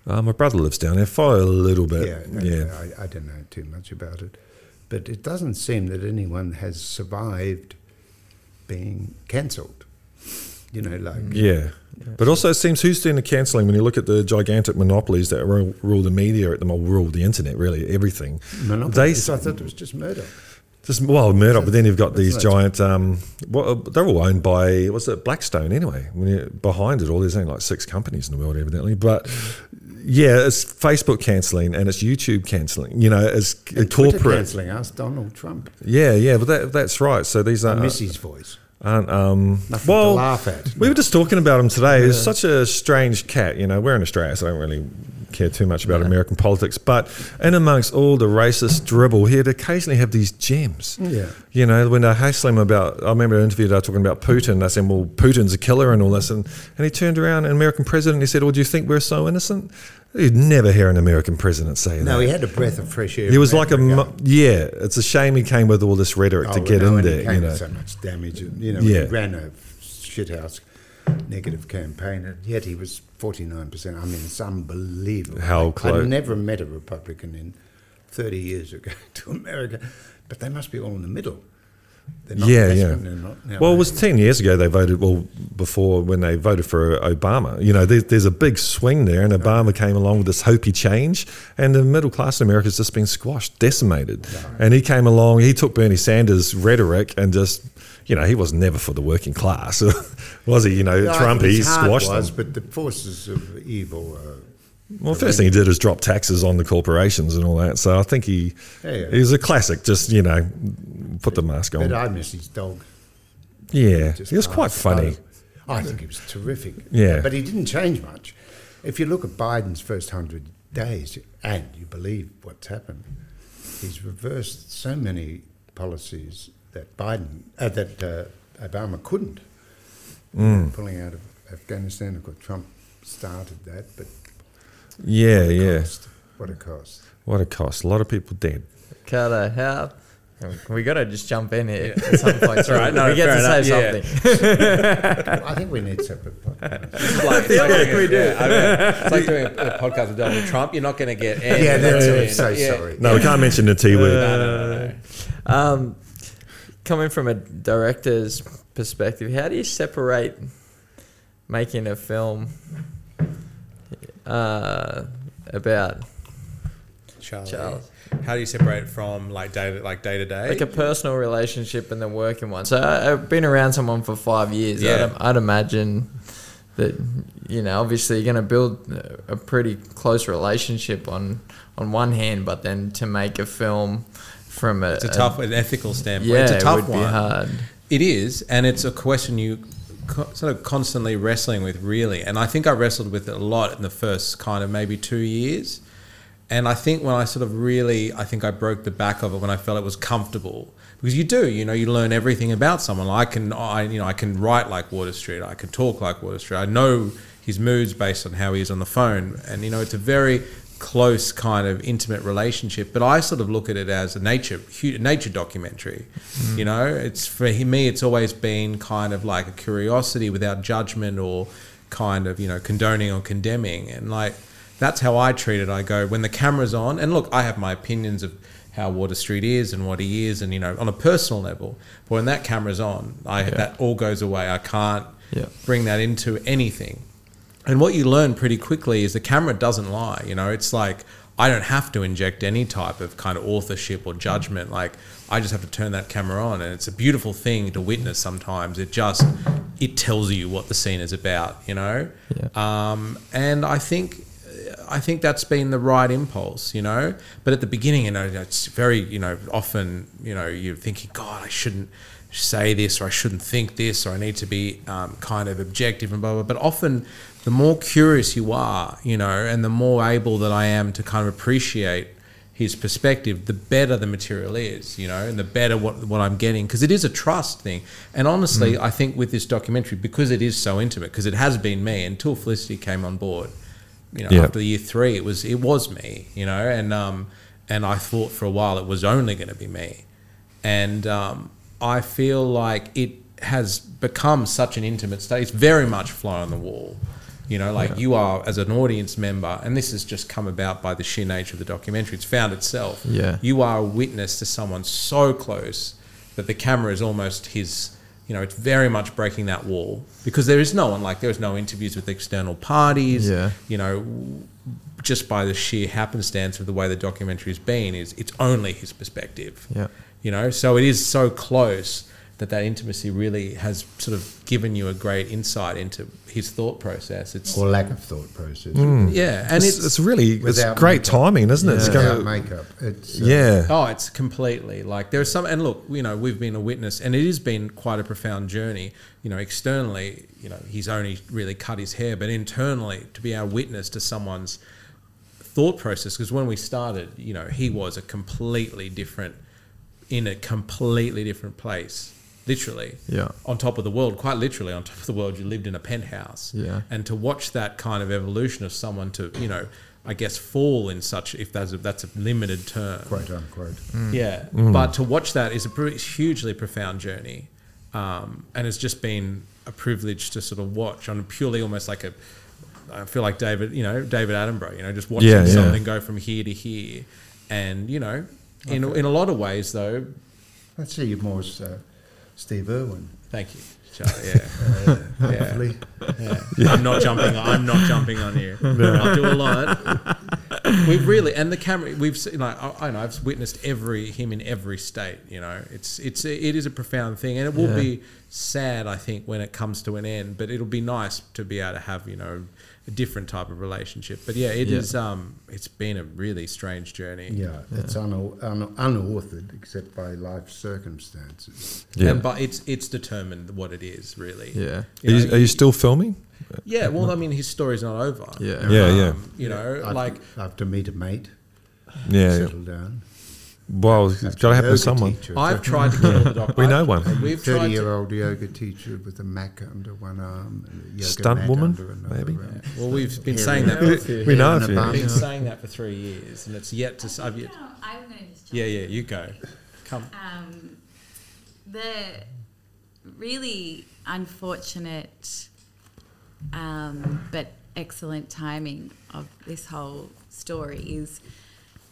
[SPEAKER 1] uh, my brother lives down there. Follow a little bit,
[SPEAKER 2] yeah,
[SPEAKER 1] yeah,
[SPEAKER 2] no, I, I don't know too much about it, but it doesn't seem that anyone has survived being cancelled. You know, like
[SPEAKER 1] Yeah. But also, it seems who's doing the cancelling when you look at the gigantic monopolies that ru- rule the media at the moment, rule the internet, really, everything.
[SPEAKER 2] monopoly.
[SPEAKER 1] They
[SPEAKER 2] So I
[SPEAKER 1] s-
[SPEAKER 2] thought it was just murder.
[SPEAKER 1] Just, well, Murdoch, but then you've got these
[SPEAKER 2] That's
[SPEAKER 1] giant, um, well, they're all owned by, what's it, Blackstone, anyway. When you, behind it all, there's only like six companies in the world, evidently. But yeah, it's Facebook cancelling and it's YouTube cancelling, you know, it's
[SPEAKER 2] Twitter
[SPEAKER 1] corporate.
[SPEAKER 2] cancelling us, Donald Trump.
[SPEAKER 1] Yeah, yeah, but that, that's right. So these
[SPEAKER 2] I
[SPEAKER 1] aren't,
[SPEAKER 2] miss his voice.
[SPEAKER 1] aren't Uh, um,
[SPEAKER 2] Nothing
[SPEAKER 1] well,
[SPEAKER 2] to laugh at.
[SPEAKER 1] We were just talking about him today. He's such a strange cat. You know, we're in Australia, so I don't really care too much about American politics. But in amongst all the racist dribble, he'd occasionally have these gems.
[SPEAKER 2] Yeah.
[SPEAKER 1] You know, when they hassle him about, I remember an interview they were talking about Putin. They said, well, Putin's a killer and all this. And, and he turned around, an American president, he said, well, do you think we're so innocent? You'd never hear an American president say that.
[SPEAKER 2] No, he had a breath of fresh air.
[SPEAKER 1] He was like a,
[SPEAKER 2] America.
[SPEAKER 1] mu- yeah, it's a shame he came with all this rhetoric to
[SPEAKER 2] Oh,
[SPEAKER 1] get in
[SPEAKER 2] no, and he
[SPEAKER 1] there,
[SPEAKER 2] came
[SPEAKER 1] you
[SPEAKER 2] with
[SPEAKER 1] know.
[SPEAKER 2] so much damage. And, you know,
[SPEAKER 1] Yeah.
[SPEAKER 2] he ran a shithouse negative campaign, and yet he was forty nine percent. I mean, it's unbelievable.
[SPEAKER 1] How
[SPEAKER 2] I-
[SPEAKER 1] close.
[SPEAKER 2] I never met a <laughs> Republican in thirty years ago to America, but they must be all in the middle. They're not
[SPEAKER 1] Yeah,
[SPEAKER 2] investment,
[SPEAKER 1] yeah.
[SPEAKER 2] they're not- no,
[SPEAKER 1] Well, it
[SPEAKER 2] no.
[SPEAKER 1] was 10 years ago they voted, well, before when they voted for Obama. You know, there, there's a big swing there, and Obama came along with this Hopi change, and the middle class in America has just been squashed, decimated. And he came along, he took Bernie Sanders' rhetoric and just, you know, he was never for the working class, <laughs> was he? You know,
[SPEAKER 2] Yeah, I
[SPEAKER 1] Trump,
[SPEAKER 2] think
[SPEAKER 1] he
[SPEAKER 2] his heart
[SPEAKER 1] squashed
[SPEAKER 2] was,
[SPEAKER 1] them.
[SPEAKER 2] But the forces of evil. Uh,
[SPEAKER 1] Well, first thing he did is drop taxes on the corporations and all that. So I think he,
[SPEAKER 2] Yeah, yeah.
[SPEAKER 1] he was a classic, just, you know, put the mask
[SPEAKER 2] but
[SPEAKER 1] on.
[SPEAKER 2] I miss his dog.
[SPEAKER 1] yeah,
[SPEAKER 2] Just
[SPEAKER 1] he was quite
[SPEAKER 2] passed
[SPEAKER 1] funny.
[SPEAKER 2] by. I think he was terrific.
[SPEAKER 1] Yeah.
[SPEAKER 2] But he didn't change much. If you look at Biden's first 100 days and you believe what's happened, he's reversed so many policies that Biden, uh, that uh, Obama couldn't.
[SPEAKER 1] Mm.
[SPEAKER 2] Pulling out of Afghanistan, of course, Trump started that, but
[SPEAKER 1] Yeah, yeah.
[SPEAKER 2] cost, what a cost.
[SPEAKER 1] What a cost. A lot of people dead.
[SPEAKER 3] Carter, how? We gotta just jump in here at some point. That's
[SPEAKER 4] right. No,
[SPEAKER 3] we get
[SPEAKER 4] fair
[SPEAKER 3] to say
[SPEAKER 4] enough. Yeah.
[SPEAKER 3] something.
[SPEAKER 2] I think we need separate podcasts.
[SPEAKER 4] Like, it's like doing a- yeah, I mean, it's
[SPEAKER 2] <laughs>
[SPEAKER 4] like doing a, a podcast with Donald Trump. You're not going to get. any-
[SPEAKER 2] yeah, that's it. I'm so
[SPEAKER 4] Yeah.
[SPEAKER 2] sorry.
[SPEAKER 1] No, we can't mention the T word.
[SPEAKER 4] No, no, no, no.
[SPEAKER 3] Um, coming from a director's perspective, how do you separate making a film uh, about
[SPEAKER 4] Charlie.
[SPEAKER 3] Charlie.
[SPEAKER 4] How do you separate from like day to like day to day?
[SPEAKER 3] like a personal relationship and the working one? So I, I've been around someone for five years.
[SPEAKER 4] Yeah.
[SPEAKER 3] I'd, I'd imagine that you know, obviously, you're going to build a- a pretty close relationship on on one hand, but then to make a film from a,
[SPEAKER 4] it's a tough, an ethical standpoint.
[SPEAKER 3] uh, yeah,
[SPEAKER 4] it's a tough
[SPEAKER 3] it would
[SPEAKER 4] one.
[SPEAKER 3] be hard.
[SPEAKER 4] It is, and it's a question you co- sort of constantly wrestling with, really. And I think I wrestled with it a lot in the first kind of maybe two years. And I think when I sort of really, I think I broke the back of it when I felt it was comfortable because you do, you know, you learn everything about someone. I can, I you know, I can write like Water Street, I can talk like Water Street. I know his moods based on how he is on the phone, and you know, it's a very close kind of intimate relationship but i sort of look at it as a nature hu- nature documentary you know it's for he- me it's always been kind of like a curiosity without judgment or kind of you know condoning or condemning and like that's how i treat it i go when the camera's on and look i have my opinions of how water street is and what he is and you know on a personal level but when that camera's on i that all goes away i can't
[SPEAKER 3] Yeah.
[SPEAKER 4] bring that into anything and what you learn pretty quickly is the camera doesn't lie. You know, it's like I don't have to inject any type of kind of authorship or judgment.
[SPEAKER 3] Mm.
[SPEAKER 4] Like I just have to turn that camera on, and it's a beautiful thing to witness. Sometimes it just it tells you what the scene is about. You know,
[SPEAKER 3] Yeah.
[SPEAKER 4] um, and I think I think that's been the right impulse, you know. But at the beginning, you know, it's very, you know, often, you know, you're thinking, God, I shouldn't say this, or I shouldn't think this, or I need to be um, kind of objective and blah blah. But often, the more curious you are, you know, and the more able that I am to kind of appreciate his perspective, the better the material is, you know, and the better what, what I'm getting because it is a trust thing. And honestly, I think with this documentary, because it is so intimate, because it has been me until Felicity came on board, you know,
[SPEAKER 1] Yeah.
[SPEAKER 4] after year three, it was it was me, you know, and um, and I thought for a while it was only going to be me, and um, I feel like it has become such an intimate state. It's very much fly on the wall, you know, like you are as an audience member, and this has just come about by the sheer nature of the documentary. It's found itself.
[SPEAKER 3] Yeah.
[SPEAKER 4] you are a witness to someone so close that the camera is almost his you know, it's very much breaking that wall because there is no one like there is no interviews with external parties.
[SPEAKER 3] Yeah.
[SPEAKER 4] You know, w- just by the sheer happenstance of the way the documentary has been, is it's only his perspective.
[SPEAKER 3] Yeah.
[SPEAKER 4] You know, so it is so close that that intimacy really has sort of given you a great insight into his thought process. It's
[SPEAKER 2] Or lack of thought process.
[SPEAKER 4] yeah, and
[SPEAKER 1] it's,
[SPEAKER 4] it's,
[SPEAKER 1] it's really it's
[SPEAKER 2] Without
[SPEAKER 1] great
[SPEAKER 2] makeup.
[SPEAKER 1] timing, isn't it? Mm. It's
[SPEAKER 2] Without
[SPEAKER 1] going
[SPEAKER 2] makeup. It's, uh,
[SPEAKER 1] yeah.
[SPEAKER 4] Oh, it's completely like there's some, and look, you know, we've been a witness, and it has been quite a profound journey. You know, externally, you know, he's only really cut his hair, but internally, to be our witness to someone's thought process, because when we started, you know, he was a completely different, in a completely different place, literally.
[SPEAKER 3] Yeah.
[SPEAKER 4] On top of the world, quite literally on top of the world, you lived in a penthouse.
[SPEAKER 3] Yeah.
[SPEAKER 4] And to watch that kind of evolution of someone to, you know, I guess fall in such if that's a, that's a limited term.
[SPEAKER 2] Quote unquote.
[SPEAKER 1] Mm.
[SPEAKER 4] Yeah, but to watch that is a pr- hugely profound journey, um, and it's just been a privilege to sort of watch on purely almost like a. I feel like David, you know, David Attenborough, you know, just watching
[SPEAKER 1] Yeah, yeah.
[SPEAKER 4] something go from here to here, and you know, in in a lot of ways though,
[SPEAKER 2] I'd say you're more uh, Steve Irwin.
[SPEAKER 4] Thank you, Charlie.
[SPEAKER 1] <laughs>
[SPEAKER 4] Yeah.
[SPEAKER 2] Uh,
[SPEAKER 4] Yeah.
[SPEAKER 2] hopefully.
[SPEAKER 4] I'm not jumping. I'm not jumping on you. I do a lot. We've really and the camera. We've seen, like I, I know I've witnessed every him in every state. You know, it's it's it is a profound thing, and it will
[SPEAKER 3] Yeah.
[SPEAKER 4] be sad I think when it comes to an end. But it'll be nice to be able to have you know a different type of relationship. But yeah, it is.
[SPEAKER 3] Yeah.
[SPEAKER 4] Um, it's been a really strange journey.
[SPEAKER 2] Yeah, it's unau- un- unauthored except by life circumstances.
[SPEAKER 1] Yeah.
[SPEAKER 4] And, but it's it's determined what it is really.
[SPEAKER 3] Yeah.
[SPEAKER 1] Are
[SPEAKER 4] You know,
[SPEAKER 1] you, are you still filming?
[SPEAKER 4] yeah. Well, I mean, his story's not over.
[SPEAKER 3] Yeah.
[SPEAKER 1] Yeah,
[SPEAKER 4] Um,
[SPEAKER 1] yeah,
[SPEAKER 4] You know,
[SPEAKER 2] I've,
[SPEAKER 4] like
[SPEAKER 2] I've to meet a mate,
[SPEAKER 1] yeah. yeah.
[SPEAKER 2] settle down.
[SPEAKER 1] Well, it's got to happen to someone.
[SPEAKER 4] I've tried to kill the doctor.
[SPEAKER 1] <laughs> We know one.
[SPEAKER 4] We've tried to.
[SPEAKER 2] Thirty-year-old yoga teacher with a Mac under one arm, and a yoga
[SPEAKER 1] Stunt
[SPEAKER 2] mat
[SPEAKER 1] woman,
[SPEAKER 2] under another
[SPEAKER 1] maybe?
[SPEAKER 2] arm.
[SPEAKER 4] Well, we've been
[SPEAKER 2] Yeah,
[SPEAKER 4] saying
[SPEAKER 2] we
[SPEAKER 4] that.
[SPEAKER 1] <laughs>
[SPEAKER 3] know.
[SPEAKER 4] For,
[SPEAKER 1] We know
[SPEAKER 2] and
[SPEAKER 1] a
[SPEAKER 2] a
[SPEAKER 1] few.
[SPEAKER 2] bun.
[SPEAKER 4] been saying that for three years, and it's yet to. I've yet.
[SPEAKER 5] No, I'm gonna just. jump
[SPEAKER 4] Yeah, yeah.
[SPEAKER 5] in.
[SPEAKER 4] You go. Come.
[SPEAKER 5] Um, the really unfortunate, um, but excellent timing of this whole story is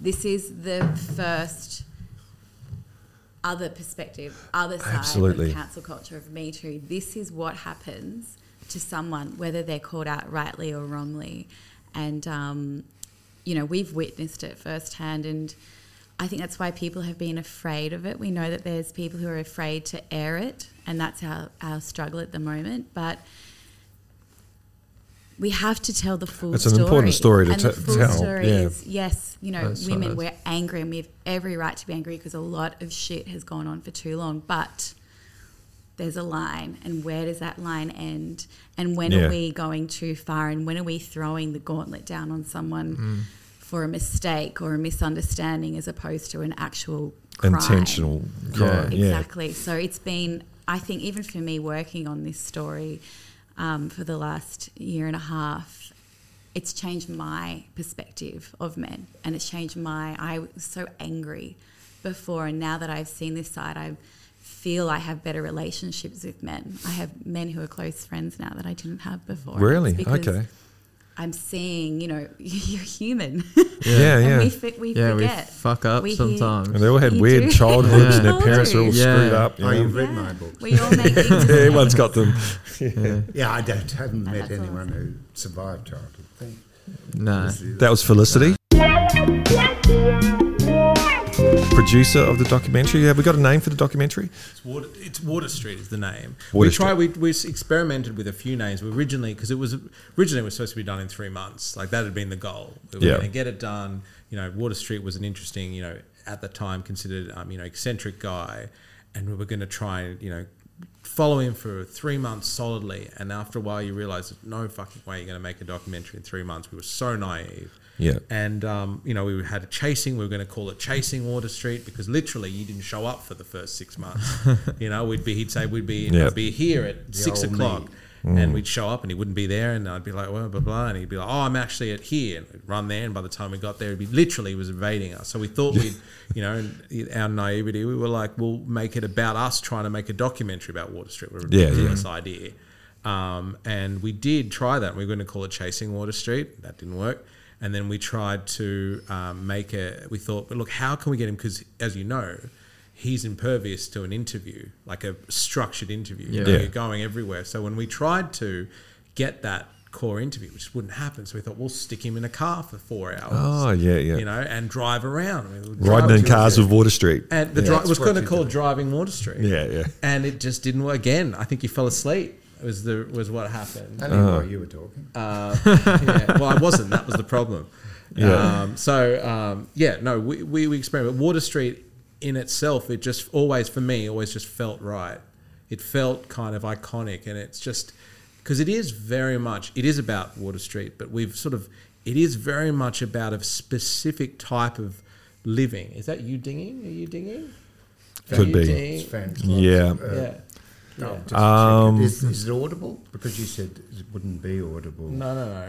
[SPEAKER 5] this is the first other perspective, other side
[SPEAKER 1] Absolutely.
[SPEAKER 5] of cancel culture of Me Too. This is what happens to someone, whether they're called out rightly or wrongly, and um, you know we've witnessed it firsthand and. I think that's why people have been afraid of it. We know that there's people who are afraid to air it, and that's our, our struggle at the moment. But we have to tell the full
[SPEAKER 1] It's an
[SPEAKER 5] story.
[SPEAKER 1] important story to
[SPEAKER 5] and the
[SPEAKER 1] t-
[SPEAKER 5] full
[SPEAKER 1] tell,
[SPEAKER 5] Story
[SPEAKER 1] yeah.
[SPEAKER 5] is, yes, you know,
[SPEAKER 3] Both
[SPEAKER 5] women,
[SPEAKER 3] sides.
[SPEAKER 5] we're angry and we have every right to be angry because a lot of shit has gone on for too long. But there's a line, and where does that line end? And when
[SPEAKER 1] Yeah.
[SPEAKER 5] are we going too far? And when are we throwing the gauntlet down on someone? for a mistake or a misunderstanding as opposed to an actual crime.
[SPEAKER 1] Intentional crime. Yeah.
[SPEAKER 5] Exactly. So it's been, I think, even for me working on this story um, for the last year and a half, it's changed my perspective of men and it's changed my, I was so angry before. And now that I've seen this side, I feel I have better relationships with men. I have men who are close friends now that I didn't have before. It's
[SPEAKER 1] Really?
[SPEAKER 5] because
[SPEAKER 1] Okay.
[SPEAKER 5] I'm seeing, you know, <laughs> you're human.
[SPEAKER 1] Yeah, yeah.
[SPEAKER 5] <laughs> And we,
[SPEAKER 1] And,
[SPEAKER 5] fi- we
[SPEAKER 3] Yeah, we
[SPEAKER 5] forget.
[SPEAKER 3] fuck up
[SPEAKER 5] We hear-
[SPEAKER 3] sometimes.
[SPEAKER 1] they all had
[SPEAKER 5] You
[SPEAKER 1] weird
[SPEAKER 5] do.
[SPEAKER 1] childhoods, and their
[SPEAKER 5] <laughs> Yeah.
[SPEAKER 1] parents were all
[SPEAKER 3] Yeah.
[SPEAKER 1] screwed up. You
[SPEAKER 2] Oh,
[SPEAKER 1] know?
[SPEAKER 2] you've read
[SPEAKER 5] Yeah.
[SPEAKER 2] my books.
[SPEAKER 5] We all
[SPEAKER 2] <laughs>
[SPEAKER 5] make things
[SPEAKER 1] yeah, <laughs> everyone's got them.
[SPEAKER 2] Yeah, I don't haven't met
[SPEAKER 5] that's
[SPEAKER 2] anyone who survived childhood. Thank
[SPEAKER 3] No.
[SPEAKER 1] That was Felicity, producer of the documentary. Have we got a name for the documentary?
[SPEAKER 4] It's Water, it's Water Street is the name.
[SPEAKER 1] Water
[SPEAKER 4] we try. We, we s- experimented with a few names. We originally because it was originally it was supposed to be done in three months. Like that had been the goal. We were
[SPEAKER 1] Yeah.
[SPEAKER 4] going to get it done. You know, Water Street was an interesting, you know, at the time considered, um, you know, eccentric guy, and we were going to try and you know follow him for three months solidly. And after a while, you realize there's no fucking way you're going to make a documentary in three months. We were so naive.
[SPEAKER 1] Yeah.
[SPEAKER 4] And um, you know, we had a chasing. We were going to call it Chasing Water Street because literally you didn't show up for the first
[SPEAKER 1] <laughs>
[SPEAKER 4] six months. you know, we'd be he'd say we'd be
[SPEAKER 1] Yeah.
[SPEAKER 4] I'd be here at six
[SPEAKER 2] old
[SPEAKER 4] o'clock. And we'd show up and he wouldn't be there, and I'd be like, well, blah, blah. And he'd be like, oh, I'm actually at here. And we'd run there, and by the time we got there, he'd be literally he was evading us. So we
[SPEAKER 1] <laughs>
[SPEAKER 4] thought we'd, you know, and our naivety, we were like, we'll make it about us trying to make a documentary about Water Street. We're a
[SPEAKER 1] Yeah, yeah.
[SPEAKER 4] ridiculous idea. Um, and we did try that. We were going to call it Chasing Water Street. That didn't work. And then we tried to um, make a. We thought, but look, how can we get him? Because as you know, he's impervious to an interview, like a structured interview. You
[SPEAKER 3] Yeah.
[SPEAKER 4] know,
[SPEAKER 1] Yeah.
[SPEAKER 4] You're going everywhere. So when we tried to get that core interview, which just wouldn't happen, so we thought we'll stick him in a car for four hours.
[SPEAKER 1] Oh, yeah, yeah.
[SPEAKER 4] You know, and drive around. We would drive
[SPEAKER 1] Riding in
[SPEAKER 4] to-
[SPEAKER 1] cars with Water Street.
[SPEAKER 4] And the
[SPEAKER 1] yeah.
[SPEAKER 4] dri- it was
[SPEAKER 2] what
[SPEAKER 4] going to
[SPEAKER 2] you
[SPEAKER 4] call driving Water Street
[SPEAKER 1] yeah, yeah.
[SPEAKER 4] and it just didn't work again. I think he fell asleep. Was the was
[SPEAKER 2] you.
[SPEAKER 4] what happened?
[SPEAKER 2] Only while you were talking.
[SPEAKER 4] Uh, yeah. Well, I wasn't. That was the problem.
[SPEAKER 1] Yeah.
[SPEAKER 4] Um, so um, yeah, no, we, we we experiment. Water Street in itself, it just always for me always just felt right. It felt kind of iconic, and it's just because it is very much it is about Water Street, but we've sort of it is very much about a specific type of living. Is that you dinging? Are you dinging? Are
[SPEAKER 1] Could
[SPEAKER 4] you
[SPEAKER 1] be.
[SPEAKER 4] dinging?
[SPEAKER 2] It's fans clubs.
[SPEAKER 1] Yeah.
[SPEAKER 2] Uh,
[SPEAKER 4] Yeah.
[SPEAKER 2] no, just
[SPEAKER 1] Um,
[SPEAKER 2] check it. is, is it audible? Because you said it wouldn't be audible.
[SPEAKER 4] No, no, no.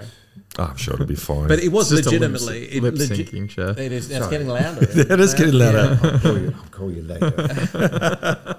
[SPEAKER 1] Oh, I'm sure it'll be fine.
[SPEAKER 4] But it was
[SPEAKER 3] It's just a
[SPEAKER 4] legitimately it
[SPEAKER 3] lip,
[SPEAKER 4] legi-
[SPEAKER 3] lip syncing show.
[SPEAKER 4] It is. It's
[SPEAKER 2] Sorry.
[SPEAKER 4] getting louder.
[SPEAKER 1] <laughs> it is getting louder.
[SPEAKER 2] I'll, call you, I'll call you
[SPEAKER 4] <laughs>
[SPEAKER 2] later.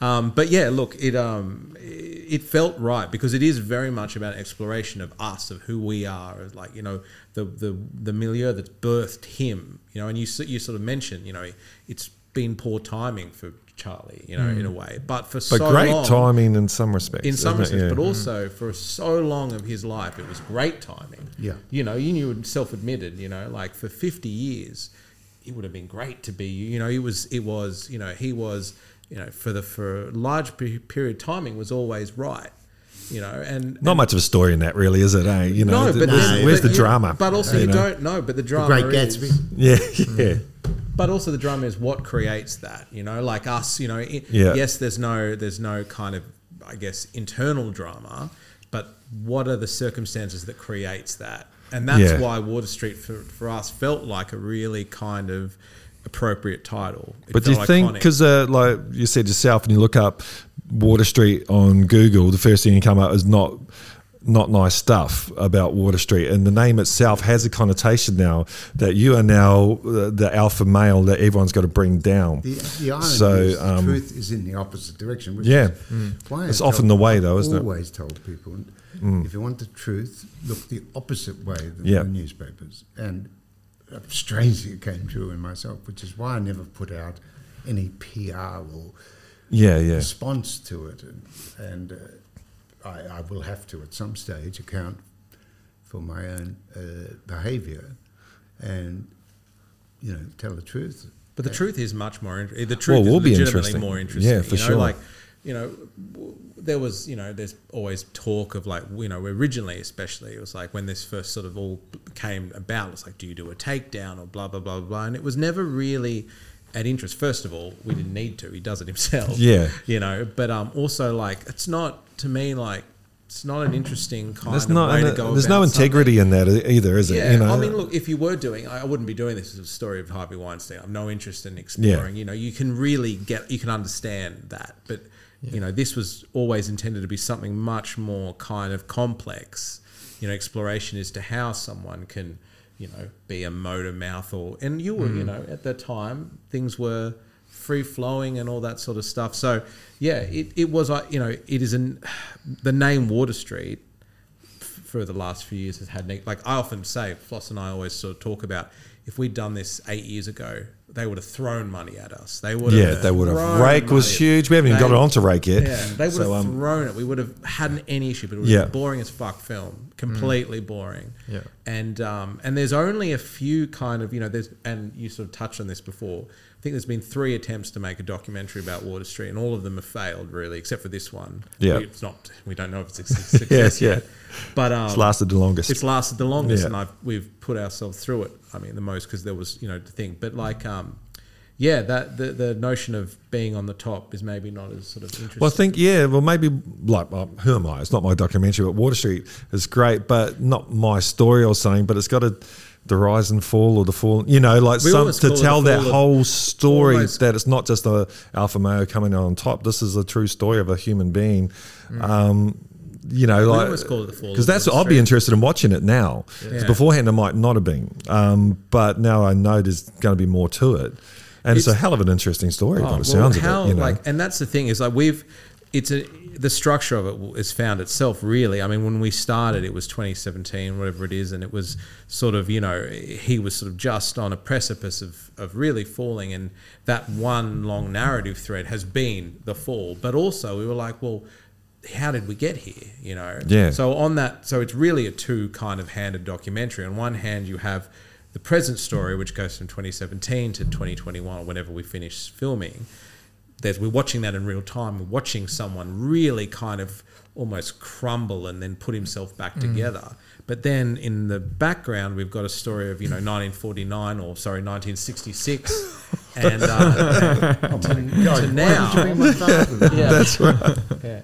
[SPEAKER 4] Um, but yeah, look, it um, it felt right because it is very much about exploration of us, of who we are, of like you know the the the milieu that's birthed him, you know. And you s- you sort of mentioned, you know, it's been poor timing for Charlie, you know, in a way. But for
[SPEAKER 1] But
[SPEAKER 4] so
[SPEAKER 1] great
[SPEAKER 4] long,
[SPEAKER 1] timing in some respects.
[SPEAKER 4] in some
[SPEAKER 1] isn't it?
[SPEAKER 4] respects,
[SPEAKER 1] Yeah.
[SPEAKER 4] but also for so long of his life, it was great timing.
[SPEAKER 2] Yeah.
[SPEAKER 4] you know, you knew self admitted. You know, like for fifty years, it would have been great to be. You know, it was. It was. You know, he was. You know, for the for a large pe- period, timing was always right. You know, and
[SPEAKER 1] Not much of a story in that, really, is it? Eh? You know,
[SPEAKER 4] no, but
[SPEAKER 1] where's,
[SPEAKER 4] then-
[SPEAKER 1] where's
[SPEAKER 4] but
[SPEAKER 1] the
[SPEAKER 4] you-
[SPEAKER 1] drama?
[SPEAKER 4] But also, you
[SPEAKER 1] know?
[SPEAKER 4] don't Mm. know. But the drama.
[SPEAKER 2] Great
[SPEAKER 4] is-
[SPEAKER 2] Gatsby.
[SPEAKER 1] Yeah, yeah.
[SPEAKER 4] but also the drama is what creates that you know like us you know i
[SPEAKER 1] Yeah.
[SPEAKER 4] yes there's no there's no kind of i guess internal drama but what are the circumstances that creates that and that's
[SPEAKER 1] Yeah.
[SPEAKER 4] why water street for, for us felt like a really kind of appropriate title It
[SPEAKER 1] But do you
[SPEAKER 4] felt
[SPEAKER 1] think
[SPEAKER 4] iconic.
[SPEAKER 1] because uh, like you said yourself, and you look up Water Street on Google, the first thing you come up is not not nice stuff about Water Street, and the name itself has a connotation now that you are now the, the alpha male that everyone's got to bring down.
[SPEAKER 2] The, the irony
[SPEAKER 1] So,
[SPEAKER 2] is the
[SPEAKER 1] um,
[SPEAKER 2] truth is in the opposite direction. Which
[SPEAKER 1] Yeah. Mm.
[SPEAKER 2] is why I
[SPEAKER 1] It's
[SPEAKER 2] tell-
[SPEAKER 1] often the way, though, isn't it? Mm.
[SPEAKER 2] always told people, if you want the truth, look the opposite way than
[SPEAKER 1] Yeah.
[SPEAKER 2] the newspapers. And uh, strangely, it came true in myself, which is why I never put out any PR or
[SPEAKER 1] Yeah, yeah,
[SPEAKER 2] response to it, and, and uh, I, I will have to at some stage account for my own uh, behaviour, and you know tell the truth.
[SPEAKER 4] But the truth is much more. In- the
[SPEAKER 1] Well,
[SPEAKER 4] truth
[SPEAKER 1] it will
[SPEAKER 4] is
[SPEAKER 1] be
[SPEAKER 4] legitimately
[SPEAKER 1] interesting.
[SPEAKER 4] more interesting.
[SPEAKER 1] Yeah, for
[SPEAKER 4] you know,
[SPEAKER 1] sure.
[SPEAKER 4] Like, you know, w- there was, you know, there's always talk of like, you know, originally, especially, it was like when this first sort of all came about, it's like, do you do a takedown or blah blah blah blah, and it was never really at interest. First of all, we didn't need to. He does it
[SPEAKER 1] <laughs>
[SPEAKER 4] himself.
[SPEAKER 1] Yeah.
[SPEAKER 4] you know. But um, also like, it's not to me like. It's not an interesting kind
[SPEAKER 1] there's
[SPEAKER 4] of
[SPEAKER 1] not
[SPEAKER 4] way
[SPEAKER 1] an, uh,
[SPEAKER 4] to go.
[SPEAKER 1] there's no
[SPEAKER 4] about something.
[SPEAKER 1] integrity in that e- either, is it?
[SPEAKER 4] Yeah, I mean, look, if you were doing, I I wouldn't be doing this as a story of Harvey Weinstein. I'm no interest in exploring. You know, you can really get, you can understand that, but you know, this was always intended to be something much more kind of complex. You know, exploration as to how someone can, you know, be a motor mouth or, and you were, you
[SPEAKER 1] Mm.
[SPEAKER 4] know, at the time things were free flowing and all that sort of stuff. So yeah, it, it was, uh, you know, it is an, <sighs> the name Water Street for the last few years has had neg- like I often say, Floss and I always sort of talk about if we'd done this eight years ago, they would have thrown money at us. They would have
[SPEAKER 1] yeah, they would have.
[SPEAKER 4] thrown
[SPEAKER 1] Rake was
[SPEAKER 4] money at-
[SPEAKER 1] huge. We haven't even
[SPEAKER 4] They-
[SPEAKER 1] got it onto Rake yet.
[SPEAKER 4] Yeah, they would
[SPEAKER 1] So,
[SPEAKER 4] have
[SPEAKER 1] um,
[SPEAKER 4] thrown it. We would have hadn't any issue, but it was
[SPEAKER 1] Yeah.
[SPEAKER 4] a boring as fuck film, completely boring.
[SPEAKER 3] Yeah.
[SPEAKER 4] and um, and there's only a few kind of you know there's and you sort of touched on this before. I think there's been three attempts to make a documentary about Water Street, and all of them have failed really, except for this one.
[SPEAKER 1] Yeah.
[SPEAKER 4] We- it's not. We don't know if it's a suc-
[SPEAKER 1] <laughs>
[SPEAKER 4] success
[SPEAKER 1] Yes, yeah.
[SPEAKER 4] yet. But um,
[SPEAKER 1] It's lasted the longest.
[SPEAKER 4] it's lasted the longest,
[SPEAKER 1] Yeah.
[SPEAKER 4] and I've we've put ourselves through it. I mean, the most because there was you know the thing, but like um, yeah, that the, the notion of being on the top is maybe not as sort of interesting.
[SPEAKER 1] Well, I think yeah. Well, maybe like well, who am I? It's not my documentary, but Water Street is great, but not my story or something. But it's got a the rise and fall or the fall, you know, like
[SPEAKER 4] We
[SPEAKER 1] some
[SPEAKER 4] always
[SPEAKER 1] to
[SPEAKER 4] call it
[SPEAKER 1] tell
[SPEAKER 4] the
[SPEAKER 1] that
[SPEAKER 4] fall of-
[SPEAKER 1] whole story
[SPEAKER 4] almost-
[SPEAKER 1] that it's not just a alpha male coming out on top. This is a true story of a human being. Um, you know, like
[SPEAKER 4] Mm. always call it the fall
[SPEAKER 1] because
[SPEAKER 4] of
[SPEAKER 1] that's
[SPEAKER 4] Wall
[SPEAKER 1] I'll be
[SPEAKER 4] Street.
[SPEAKER 1] interested in watching it now. 'Cause
[SPEAKER 4] Yeah.
[SPEAKER 1] beforehand, I might not have been, um, but now I know there's going to be more to it, and it's, a
[SPEAKER 4] It's-
[SPEAKER 1] hell of an interesting story by
[SPEAKER 4] Oh,
[SPEAKER 1] the sounds
[SPEAKER 4] how,
[SPEAKER 1] of it. You know?
[SPEAKER 4] like, and that's the thing is like we've, it's a the structure of it has found itself really. I mean, when we started, it was 2017, whatever it is, and it was sort of you know he was sort of just on a precipice of of really falling, and that one long narrative thread has been the fall. But also we were like, well. How did we get here? You know,
[SPEAKER 1] Yeah.
[SPEAKER 4] So on that, so it's really a two kind of handed documentary. On one hand, you have the present story, which goes from 2017 to 2021, or whenever we finish filming. There's, we're watching that in real time. We're watching someone really kind of almost crumble and then put himself back together. But then in the background, we've got a story of you know 1949 or sorry 1966, and uh, to now. yeah. That's right. Yeah.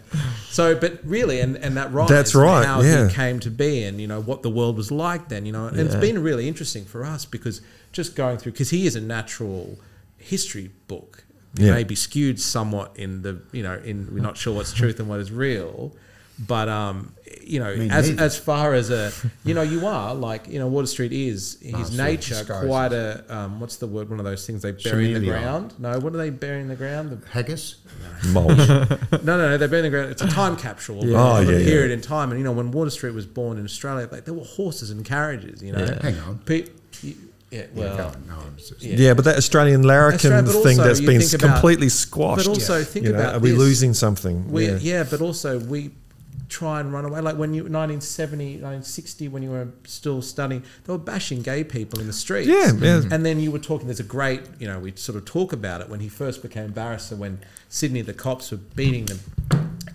[SPEAKER 4] So, but really, and, and that rise,
[SPEAKER 1] That's
[SPEAKER 4] and
[SPEAKER 1] right,
[SPEAKER 4] How
[SPEAKER 1] yeah.
[SPEAKER 4] he came to be, and you know what the world was like then. You know, and it's
[SPEAKER 3] Yeah.
[SPEAKER 4] been really interesting for us because just going through because he is a natural history book. It
[SPEAKER 1] Yeah.
[SPEAKER 4] may be skewed somewhat in the you know in we're not sure what's truth and what is real, but um you know
[SPEAKER 2] Me
[SPEAKER 4] as
[SPEAKER 2] neither.
[SPEAKER 4] as far as a you know you are like you know Water Street is in his
[SPEAKER 2] Master of
[SPEAKER 4] nature
[SPEAKER 2] disguises.
[SPEAKER 4] quite a um, what's the word one of those things they bury in the
[SPEAKER 2] Chameleon.
[SPEAKER 4] ground no what do they bury in the ground the
[SPEAKER 2] Haggis.
[SPEAKER 4] <laughs>
[SPEAKER 1] Moles.
[SPEAKER 4] no, no, no. They've been in the ground. It's a time capsule of
[SPEAKER 1] Yeah. Oh,
[SPEAKER 4] a
[SPEAKER 1] yeah, yeah.
[SPEAKER 4] period in time. And you know, when Water Street was born in Australia, like there were horses and carriages. You know,
[SPEAKER 3] Yeah.
[SPEAKER 2] Hang on.
[SPEAKER 4] Pe- you- Yeah,
[SPEAKER 2] Yeah,
[SPEAKER 4] well,
[SPEAKER 2] go on. No, I'm just-
[SPEAKER 4] yeah.
[SPEAKER 1] Yeah. but that Australian larrikin
[SPEAKER 4] Australia- but
[SPEAKER 1] thing
[SPEAKER 4] also
[SPEAKER 1] that's
[SPEAKER 4] you
[SPEAKER 1] been
[SPEAKER 4] think about-
[SPEAKER 1] completely squashed.
[SPEAKER 4] but also think
[SPEAKER 1] you know,
[SPEAKER 4] about
[SPEAKER 1] are we
[SPEAKER 4] this.
[SPEAKER 1] losing something?
[SPEAKER 4] We, yeah.
[SPEAKER 1] yeah.
[SPEAKER 4] but also we try and run away. Like when you 1970, 1960, when you were still studying, they were bashing gay people in the streets.
[SPEAKER 1] Yeah, yeah.
[SPEAKER 4] And then you were talking. There's a great, you know, we sort of talk about it when he first became barrister. When Sydney, the cops were beating them,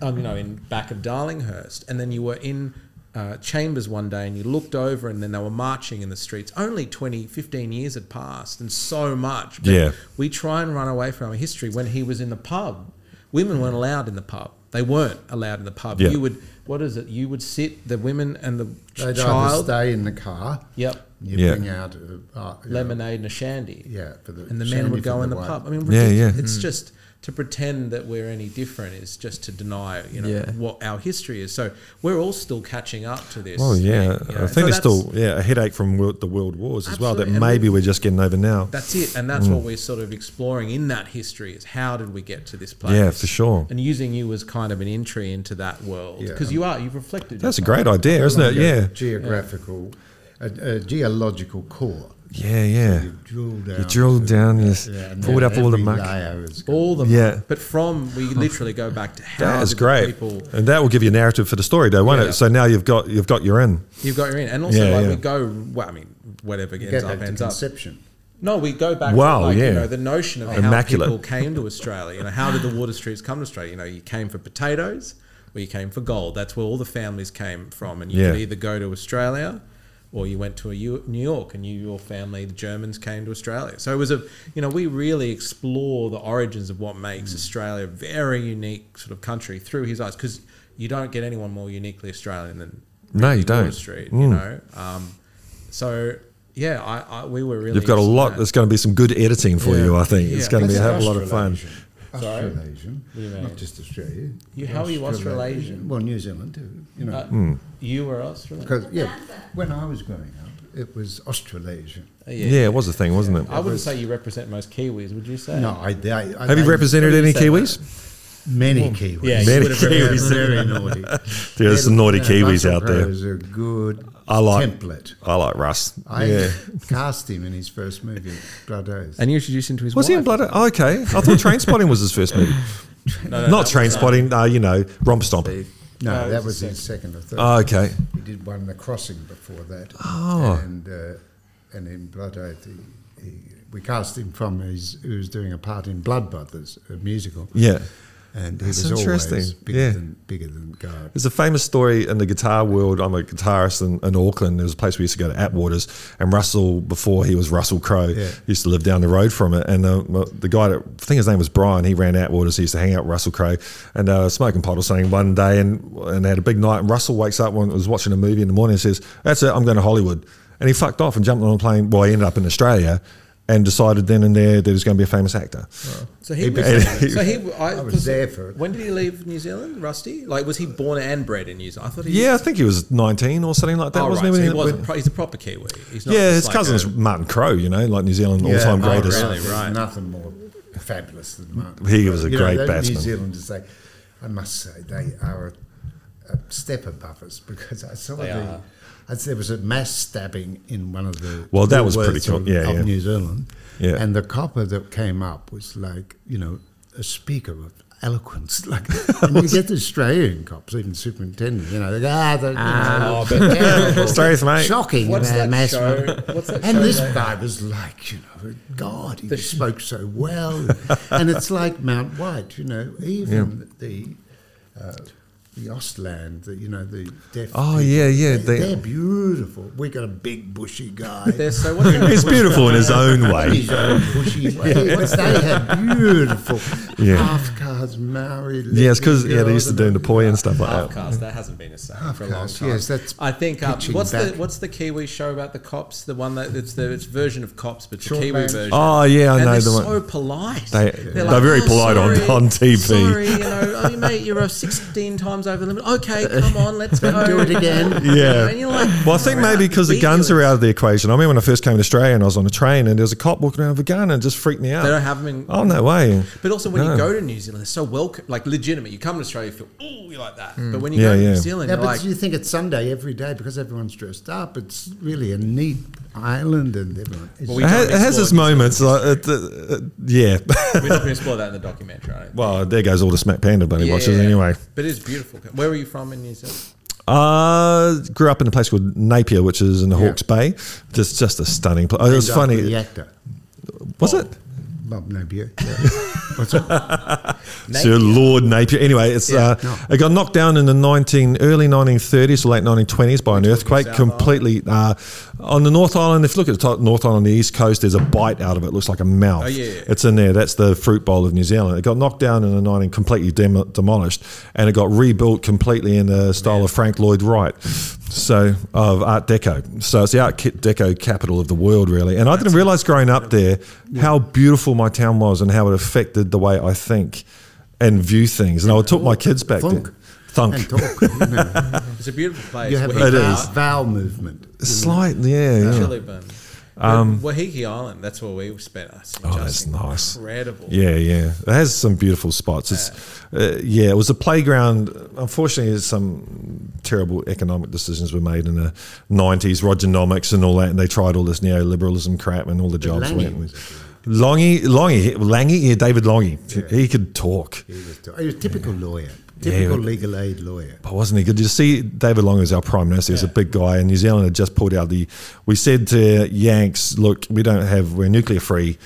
[SPEAKER 4] um, you know, in back of Darlinghurst, and then you were in. Uh, chambers one day and you looked over and then they were marching in the streets only 20 15 years had passed and so much but
[SPEAKER 1] Yeah.
[SPEAKER 4] we try and run away from our history. When he was in the pub, women weren't allowed in the pub. They weren't allowed in the pub.
[SPEAKER 1] Yeah.
[SPEAKER 4] You would, what is it? You would sit the women and the ch-
[SPEAKER 2] They'd either
[SPEAKER 4] child.
[SPEAKER 2] stay in the car.
[SPEAKER 4] Yep,
[SPEAKER 2] You
[SPEAKER 1] Yeah.
[SPEAKER 2] bring out uh, uh, you know,
[SPEAKER 4] lemonade and a shandy.
[SPEAKER 2] Yeah, for the
[SPEAKER 4] and the men
[SPEAKER 2] shandy
[SPEAKER 4] would go
[SPEAKER 2] for
[SPEAKER 4] in the,
[SPEAKER 2] white.
[SPEAKER 4] pub. I mean,
[SPEAKER 1] Yeah,
[SPEAKER 4] ridiculous.
[SPEAKER 1] yeah.
[SPEAKER 4] It's just to pretend that we're any different is just to deny, you know,
[SPEAKER 3] Yeah.
[SPEAKER 4] what our history is. So we're all still catching up to this.
[SPEAKER 1] Well, Oh, yeah,
[SPEAKER 4] thing, you know.
[SPEAKER 1] I think
[SPEAKER 4] So
[SPEAKER 1] there's
[SPEAKER 4] that's-
[SPEAKER 1] still yeah a headache from world, the world wars as well that
[SPEAKER 4] Absolutely, and
[SPEAKER 1] maybe we're just getting over now.
[SPEAKER 4] That's it, and that's
[SPEAKER 1] Mm.
[SPEAKER 4] what we're sort of exploring in that history is how did we get to this place?
[SPEAKER 1] Yeah, for sure.
[SPEAKER 4] And using you as kind of an entry into that world
[SPEAKER 2] Yeah.
[SPEAKER 4] because you are you've reflected.
[SPEAKER 1] That's a
[SPEAKER 4] yourself.
[SPEAKER 1] great idea, isn't it?
[SPEAKER 2] Like a
[SPEAKER 1] Yeah,
[SPEAKER 2] Geographical, a, a geological core.
[SPEAKER 1] yeah, yeah.
[SPEAKER 2] You drill down.
[SPEAKER 1] You drilled
[SPEAKER 2] to-
[SPEAKER 1] down, yes,
[SPEAKER 2] Yeah, and
[SPEAKER 1] pulled
[SPEAKER 2] then
[SPEAKER 1] up all the
[SPEAKER 2] every
[SPEAKER 1] muck.
[SPEAKER 2] layer is-
[SPEAKER 4] All the
[SPEAKER 1] Yeah.
[SPEAKER 4] but from
[SPEAKER 1] <laughs>
[SPEAKER 4] we literally go back to how
[SPEAKER 1] That is
[SPEAKER 4] did the
[SPEAKER 1] great,
[SPEAKER 4] people
[SPEAKER 1] and that will give you a narrative for the story, though, won't
[SPEAKER 4] Yeah.
[SPEAKER 1] it? So now you've got you've got your in.
[SPEAKER 4] you've got your in, and also
[SPEAKER 1] Yeah,
[SPEAKER 4] like
[SPEAKER 1] yeah.
[SPEAKER 4] we go. Well, I mean, whatever
[SPEAKER 2] you get
[SPEAKER 4] ends up
[SPEAKER 2] that to
[SPEAKER 4] ends up.
[SPEAKER 2] conception.
[SPEAKER 4] No, we go back.
[SPEAKER 1] Wow,
[SPEAKER 4] to like,
[SPEAKER 1] yeah.
[SPEAKER 4] you know the notion of
[SPEAKER 1] Immaculate.
[SPEAKER 4] how people came to Australia. You know how did the water streets come to Australia? You know you came for potatoes, or you came for gold. That's where all the families came from, and you
[SPEAKER 1] Yeah.
[SPEAKER 4] could either go to Australia. Or you went to a U- New York, and you, your family, the Germans, came to Australia. So it was a, you know, we really explore the origins of what
[SPEAKER 1] Hmm.
[SPEAKER 4] makes Australia a very unique sort of country through his eyes, because you don't get anyone more uniquely Australian than
[SPEAKER 1] No, you
[SPEAKER 4] Water
[SPEAKER 1] don't. Hmm.
[SPEAKER 4] Street, you know. Um, so yeah, I, I we were really
[SPEAKER 1] You've got a
[SPEAKER 4] interested in
[SPEAKER 1] lot.
[SPEAKER 4] that.
[SPEAKER 1] There's going to be some good editing for
[SPEAKER 4] Yeah.
[SPEAKER 1] you. I think it's
[SPEAKER 4] Yeah.
[SPEAKER 1] going to be a
[SPEAKER 2] That's
[SPEAKER 1] hell of a lot of fun.
[SPEAKER 2] Australasian. Australasian, not just Australia.
[SPEAKER 4] You- how are you Australasian?
[SPEAKER 2] Well, New Zealand, too, you know.
[SPEAKER 4] Uh,
[SPEAKER 1] hmm.
[SPEAKER 4] You were Australian.
[SPEAKER 2] because yeah, when I was growing up, it was Australasian.
[SPEAKER 4] Uh,
[SPEAKER 1] Yeah. it was a thing, wasn't it?
[SPEAKER 4] I wouldn't say you represent most Kiwis, would you say?
[SPEAKER 2] No, I, they, I
[SPEAKER 1] Have you
[SPEAKER 2] they-
[SPEAKER 1] represented any
[SPEAKER 4] said
[SPEAKER 1] Kiwis?
[SPEAKER 2] many Kiwis?
[SPEAKER 4] Yeah, you
[SPEAKER 1] Many
[SPEAKER 4] would have represented-
[SPEAKER 1] Kiwis. <laughs>
[SPEAKER 2] very naughty.
[SPEAKER 1] There's some naughty
[SPEAKER 2] Yeah,
[SPEAKER 1] Kiwis
[SPEAKER 2] Russell
[SPEAKER 1] out there.
[SPEAKER 2] Crowe's a good
[SPEAKER 1] I like-
[SPEAKER 2] template.
[SPEAKER 1] I like Russ.
[SPEAKER 2] I
[SPEAKER 1] yeah.
[SPEAKER 2] cast him in his first movie, Blood Oath.
[SPEAKER 4] And you introduced him to his
[SPEAKER 1] Was he in
[SPEAKER 4] wife.
[SPEAKER 1] Blood? Oh, okay, I thought Train Spotting was his first movie. Not Train Spotting. Uh, you know, Romp Stomper.
[SPEAKER 2] No,
[SPEAKER 4] No,
[SPEAKER 2] that
[SPEAKER 4] Oh, it's
[SPEAKER 2] was
[SPEAKER 4] the
[SPEAKER 2] his second or third.
[SPEAKER 1] Oh, okay.
[SPEAKER 2] he did one, The Crossing, before that.
[SPEAKER 1] Oh.
[SPEAKER 2] And, uh, and in Blood Oath, he, he, we cast him from his, he was doing a part in Blood Brothers, a musical.
[SPEAKER 1] Yeah.
[SPEAKER 2] And he
[SPEAKER 1] That's
[SPEAKER 2] was always
[SPEAKER 1] interesting,
[SPEAKER 2] bigger
[SPEAKER 1] yeah.
[SPEAKER 2] than bigger than God.
[SPEAKER 1] There's a famous story in the guitar world. I'm a guitarist in, in Auckland. There was a place we used to go to Atwaters, and Russell, before he was Russell Crowe,
[SPEAKER 2] Yeah.
[SPEAKER 1] used to live down the road from it. And the, the guy, that, I think his name was Brian, he ran Atwaters. He used to hang out with Russell Crowe, and they were smoking pot or something one day, and and they had a big night. And Russell wakes up when he was watching a movie in the morning and says, "That's it, I'm going to Hollywood." And he fucked off and jumped on a plane. Well, he ended up in Australia. And decided then and there that he was going to be a famous actor.
[SPEAKER 4] So he,
[SPEAKER 2] He
[SPEAKER 4] was,
[SPEAKER 1] became-
[SPEAKER 2] <laughs>
[SPEAKER 4] so he I,
[SPEAKER 2] I was
[SPEAKER 4] was
[SPEAKER 2] there for it.
[SPEAKER 4] When did he leave New Zealand, Rusty? Like, was he born and bred in New Zealand? I thought he
[SPEAKER 1] Yeah, I think he was 19 or something like that,
[SPEAKER 4] Oh, right.
[SPEAKER 1] wasn't he?
[SPEAKER 4] so
[SPEAKER 1] when
[SPEAKER 4] he
[SPEAKER 1] he-
[SPEAKER 4] was a
[SPEAKER 1] when-
[SPEAKER 4] pro, he's a proper Kiwi. He's not
[SPEAKER 1] Yeah,
[SPEAKER 4] just
[SPEAKER 1] his
[SPEAKER 4] like
[SPEAKER 1] cousin's <laughs>
[SPEAKER 4] a-
[SPEAKER 1] Martin Crowe, you know, like New Zealand all time
[SPEAKER 2] oh,
[SPEAKER 1] greatest.
[SPEAKER 4] really? Right.
[SPEAKER 2] Nothing more fabulous than Martin.
[SPEAKER 1] He was a
[SPEAKER 2] know,
[SPEAKER 1] great
[SPEAKER 2] those New
[SPEAKER 1] batsman.
[SPEAKER 2] Zealanders, they, I must say, they are a, a step above us because I saw
[SPEAKER 4] They
[SPEAKER 2] the.
[SPEAKER 4] are.
[SPEAKER 2] I There was a mass stabbing in one of the
[SPEAKER 1] Well, that was
[SPEAKER 2] Woolworths
[SPEAKER 1] pretty cool.
[SPEAKER 2] of,
[SPEAKER 1] Yeah,
[SPEAKER 2] of
[SPEAKER 1] yeah.
[SPEAKER 2] New Zealand,
[SPEAKER 1] Yeah.
[SPEAKER 2] and the copper that came up was like you know a speaker of eloquence. <laughs> Like and you get the Australian cops, even superintendent, you know, they go, ah, the,
[SPEAKER 4] Ah.
[SPEAKER 2] you know,
[SPEAKER 4] <laughs>
[SPEAKER 2] terrible,
[SPEAKER 1] Sorry, mate.
[SPEAKER 2] shocking,
[SPEAKER 4] What's
[SPEAKER 2] uh,
[SPEAKER 4] that
[SPEAKER 2] mass
[SPEAKER 4] show? What's that show
[SPEAKER 2] and this
[SPEAKER 4] they-
[SPEAKER 2] guy was like, you know, God, he spoke so well. and it's like Mount White, you know, even the uh, the Ostland, the, you know, the deaf.
[SPEAKER 1] Oh,
[SPEAKER 2] people,
[SPEAKER 1] yeah, yeah,
[SPEAKER 2] They,
[SPEAKER 1] they-
[SPEAKER 2] are beautiful. We got a big bushy guy.
[SPEAKER 4] They're so what's that-
[SPEAKER 1] <laughs> He's beautiful in
[SPEAKER 4] <laughs>
[SPEAKER 1] his own way.
[SPEAKER 2] <laughs> He's all bushy. But they had beautiful
[SPEAKER 1] Yeah.
[SPEAKER 2] half cards, Maori.
[SPEAKER 1] Yes, because
[SPEAKER 2] little
[SPEAKER 1] yeah, they
[SPEAKER 2] girls
[SPEAKER 1] used to
[SPEAKER 2] and
[SPEAKER 1] do in the poi and stuff like that.
[SPEAKER 4] Halfcast. That hasn't been a saying for a long
[SPEAKER 2] Half-caste,
[SPEAKER 4] time.
[SPEAKER 2] yes, that's
[SPEAKER 4] I think. Um,
[SPEAKER 2] pitching
[SPEAKER 4] what's the
[SPEAKER 2] back.
[SPEAKER 4] What's the Kiwi show about the cops? The one that it's the it's version of cops, but it's the
[SPEAKER 2] Short
[SPEAKER 4] Kiwi
[SPEAKER 2] man.
[SPEAKER 4] version.
[SPEAKER 1] Oh yeah, I
[SPEAKER 4] and
[SPEAKER 1] know the
[SPEAKER 4] they're so
[SPEAKER 1] one.
[SPEAKER 4] polite. "Oh,
[SPEAKER 1] They- they're very polite on- on TV."
[SPEAKER 4] Sorry, you know, oh, mate, you're a 16 times over the limit. Okay, come on, let's go.
[SPEAKER 3] Do it
[SPEAKER 4] <laughs>
[SPEAKER 3] again.
[SPEAKER 1] Yeah.
[SPEAKER 4] And you're like,
[SPEAKER 1] Well, I think maybe because the guns are out of the equation. I remember when I first came to Australia and I was on a train and there was a cop walking around with a gun and it just freaked me out.
[SPEAKER 4] They don't have 'em in-
[SPEAKER 1] Oh, no way.
[SPEAKER 4] But also when
[SPEAKER 1] No.
[SPEAKER 4] you go to New Zealand, it's so welcome, like legitimate. You come to Australia, you feel, ooh, you like that. But when you
[SPEAKER 1] Yeah,
[SPEAKER 4] go to
[SPEAKER 1] yeah.
[SPEAKER 4] New Zealand,
[SPEAKER 2] Mm. Yeah,
[SPEAKER 4] you're
[SPEAKER 2] but
[SPEAKER 4] like,
[SPEAKER 2] you think it's Sunday every day because everyone's dressed up. It's really a neat island, and everyone. It's
[SPEAKER 4] Well,
[SPEAKER 1] It,
[SPEAKER 4] we-
[SPEAKER 1] has, it has its
[SPEAKER 4] Explore
[SPEAKER 1] moments. Like, it, uh, uh, yeah.
[SPEAKER 4] <laughs>
[SPEAKER 1] <laughs>
[SPEAKER 4] we're not going to explore that in the documentary. I don't think.
[SPEAKER 1] well, there goes all the Smack Panda bunny watches
[SPEAKER 4] Yeah.
[SPEAKER 1] anyway.
[SPEAKER 4] But it is beautiful. Where were you from in New Zealand?
[SPEAKER 1] Uh, grew up in a place called Napier, which is in the Hawke's Bay. Just, just a stunning place. It was
[SPEAKER 2] named after The
[SPEAKER 1] funny.
[SPEAKER 2] actor,
[SPEAKER 1] Was it?
[SPEAKER 2] Bob Napier.
[SPEAKER 1] <laughs> Sir Lord Napier. Anyway, it's uh, it got knocked down in the nineteen early nineteen thirties or late nineteen twenties by an earthquake. Completely uh, on the North Island. If you look at the top, North Island on the east coast, there's a bite out of it. Looks like a mouth.
[SPEAKER 4] Oh, yeah, yeah.
[SPEAKER 1] It's in there. That's the fruit bowl of New Zealand. It got knocked down in the nineteen, completely dem- demolished, and it got rebuilt completely in the style of Frank Lloyd Wright. So of Art Deco. So it's the Art Ki- Deco capital of the world, really. And I didn't realize growing up there how beautiful my town was and how it affected the way I think and view things. And I took my kids back
[SPEAKER 2] Thunk.
[SPEAKER 1] there. Thunk. <laughs>
[SPEAKER 2] and talk. You, know.
[SPEAKER 4] It's a beautiful place.
[SPEAKER 2] you have
[SPEAKER 4] Wahiki
[SPEAKER 1] It
[SPEAKER 2] a
[SPEAKER 1] is.
[SPEAKER 4] Island.
[SPEAKER 2] vowel movement.
[SPEAKER 1] Slight, yeah, yeah.
[SPEAKER 4] Chili burn. Um, Wahiki Island, that's where we spent us.
[SPEAKER 1] Oh, that's nice.
[SPEAKER 4] Incredible.
[SPEAKER 1] Yeah, yeah. It has some beautiful spots. It's, uh, yeah, it was a playground. Unfortunately, there's some terrible economic decisions were made in the 90s, Rogernomics and all that, and they tried all this neoliberalism crap and all the jobs
[SPEAKER 2] Lange
[SPEAKER 1] went.
[SPEAKER 2] was-
[SPEAKER 1] Longy, Longy, Langy, yeah, David Longy. He could talk.
[SPEAKER 2] He was, he was a typical lawyer, typical
[SPEAKER 1] but-
[SPEAKER 2] legal aid lawyer.
[SPEAKER 1] But wasn't he good? You see, David Long was our prime minister. He was a big guy, and New Zealand had just pulled out the. We said to Yanks, "Look, we don't have. We're nuclear free.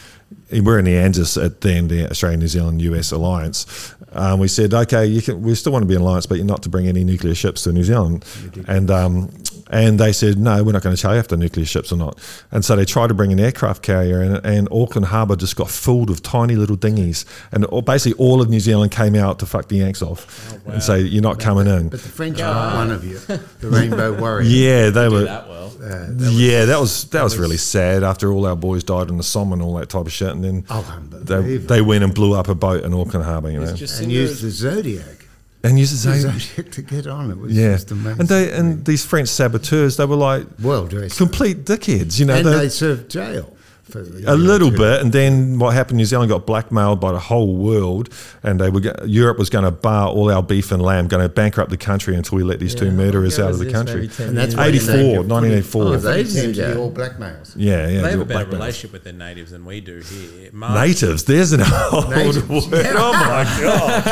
[SPEAKER 1] We're in the ANZUS at then the Australian New Zealand US alliance." Um, we said, "Okay, you can. We still want to be an alliance, but you're not to bring any nuclear ships to New Zealand." And um, and they said, "No, we're not going to tell you if the nuclear ships or not." And so they tried to bring an aircraft carrier, and, and Auckland Harbour just got filled with tiny little dinghies, and all, basically all of New Zealand came out to fuck the Yanks off and say, "You're not coming in."
[SPEAKER 2] But the French were
[SPEAKER 1] <laughs>
[SPEAKER 2] one of you, the Rainbow Uh, Warrior.
[SPEAKER 1] Yeah, they were.
[SPEAKER 4] That well.
[SPEAKER 1] yeah, that was that was really sad. After all our boys died in the Somme and all that type of shit, and then
[SPEAKER 2] Oh, unbelievable.
[SPEAKER 1] they, they went and blew up a boat in Auckland Harbour, you know,
[SPEAKER 4] Just
[SPEAKER 2] and
[SPEAKER 4] Cinder
[SPEAKER 2] used
[SPEAKER 4] is-
[SPEAKER 2] the Zodiac.
[SPEAKER 1] and used
[SPEAKER 2] The
[SPEAKER 1] to say,
[SPEAKER 2] Zodiac to get on. It was
[SPEAKER 1] yeah,
[SPEAKER 2] just amazing.
[SPEAKER 1] and they and these French saboteurs, they were like
[SPEAKER 2] well dressed.
[SPEAKER 1] complete dickheads, you know.
[SPEAKER 2] and
[SPEAKER 1] they-
[SPEAKER 2] they served jail. For a year
[SPEAKER 1] a
[SPEAKER 2] or
[SPEAKER 1] little
[SPEAKER 2] two.
[SPEAKER 1] bit, and then what happened? New Zealand got blackmailed by the whole world, and they were go- Europe was going to bar all our beef and lamb, going to bankrupt the country until we let these two
[SPEAKER 3] Yeah.
[SPEAKER 1] murderers
[SPEAKER 3] Yeah,
[SPEAKER 1] out
[SPEAKER 3] was
[SPEAKER 1] of the
[SPEAKER 3] this
[SPEAKER 1] country.
[SPEAKER 3] maybe 10
[SPEAKER 2] And that's
[SPEAKER 3] years ago?
[SPEAKER 2] why they
[SPEAKER 1] 84,
[SPEAKER 2] named it
[SPEAKER 1] 1984.
[SPEAKER 2] Oh, they
[SPEAKER 3] Ages
[SPEAKER 2] seem to be
[SPEAKER 3] ago.
[SPEAKER 2] all blackmails.
[SPEAKER 1] Yeah, yeah.
[SPEAKER 4] They have
[SPEAKER 1] were
[SPEAKER 4] a better
[SPEAKER 1] blackmailed.
[SPEAKER 4] relationship with their natives than we do here. Maori-
[SPEAKER 1] Natives. There's an old <laughs>
[SPEAKER 2] Natives.
[SPEAKER 1] word. Oh my god.
[SPEAKER 2] <laughs>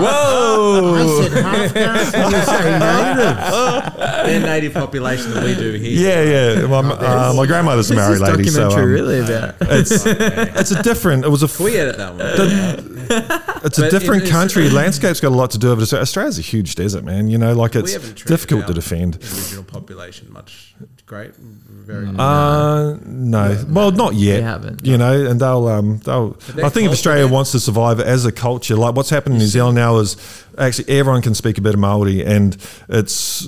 [SPEAKER 1] Whoa.
[SPEAKER 2] I said half caste and you say natives.
[SPEAKER 4] their native population than we do
[SPEAKER 1] <laughs>
[SPEAKER 4] here.
[SPEAKER 1] Yeah, yeah. My, uh, my grandmother's a Maori
[SPEAKER 3] What's this
[SPEAKER 1] lady, so
[SPEAKER 3] documentary
[SPEAKER 1] um,
[SPEAKER 3] really about?
[SPEAKER 1] it's it's a different. It was a f-
[SPEAKER 4] Can we edit that one?
[SPEAKER 1] it's a
[SPEAKER 4] But
[SPEAKER 1] different
[SPEAKER 4] it is-
[SPEAKER 1] country. Landscape's got a lot to do with it. So Australia's a huge desert, man. You know, like
[SPEAKER 4] we
[SPEAKER 1] it's
[SPEAKER 4] haven't treated
[SPEAKER 1] difficult to
[SPEAKER 4] our
[SPEAKER 1] defend.
[SPEAKER 4] Original population much great, very.
[SPEAKER 1] Uh, no. Well, not yet.
[SPEAKER 3] We haven't.
[SPEAKER 1] You know, and they'll um they'll.
[SPEAKER 4] their
[SPEAKER 1] I think if
[SPEAKER 4] culture
[SPEAKER 1] Australia
[SPEAKER 4] then-
[SPEAKER 1] wants to survive as a culture, like what's happened in New Zealand now is actually everyone can speak a bit of Maori, and it's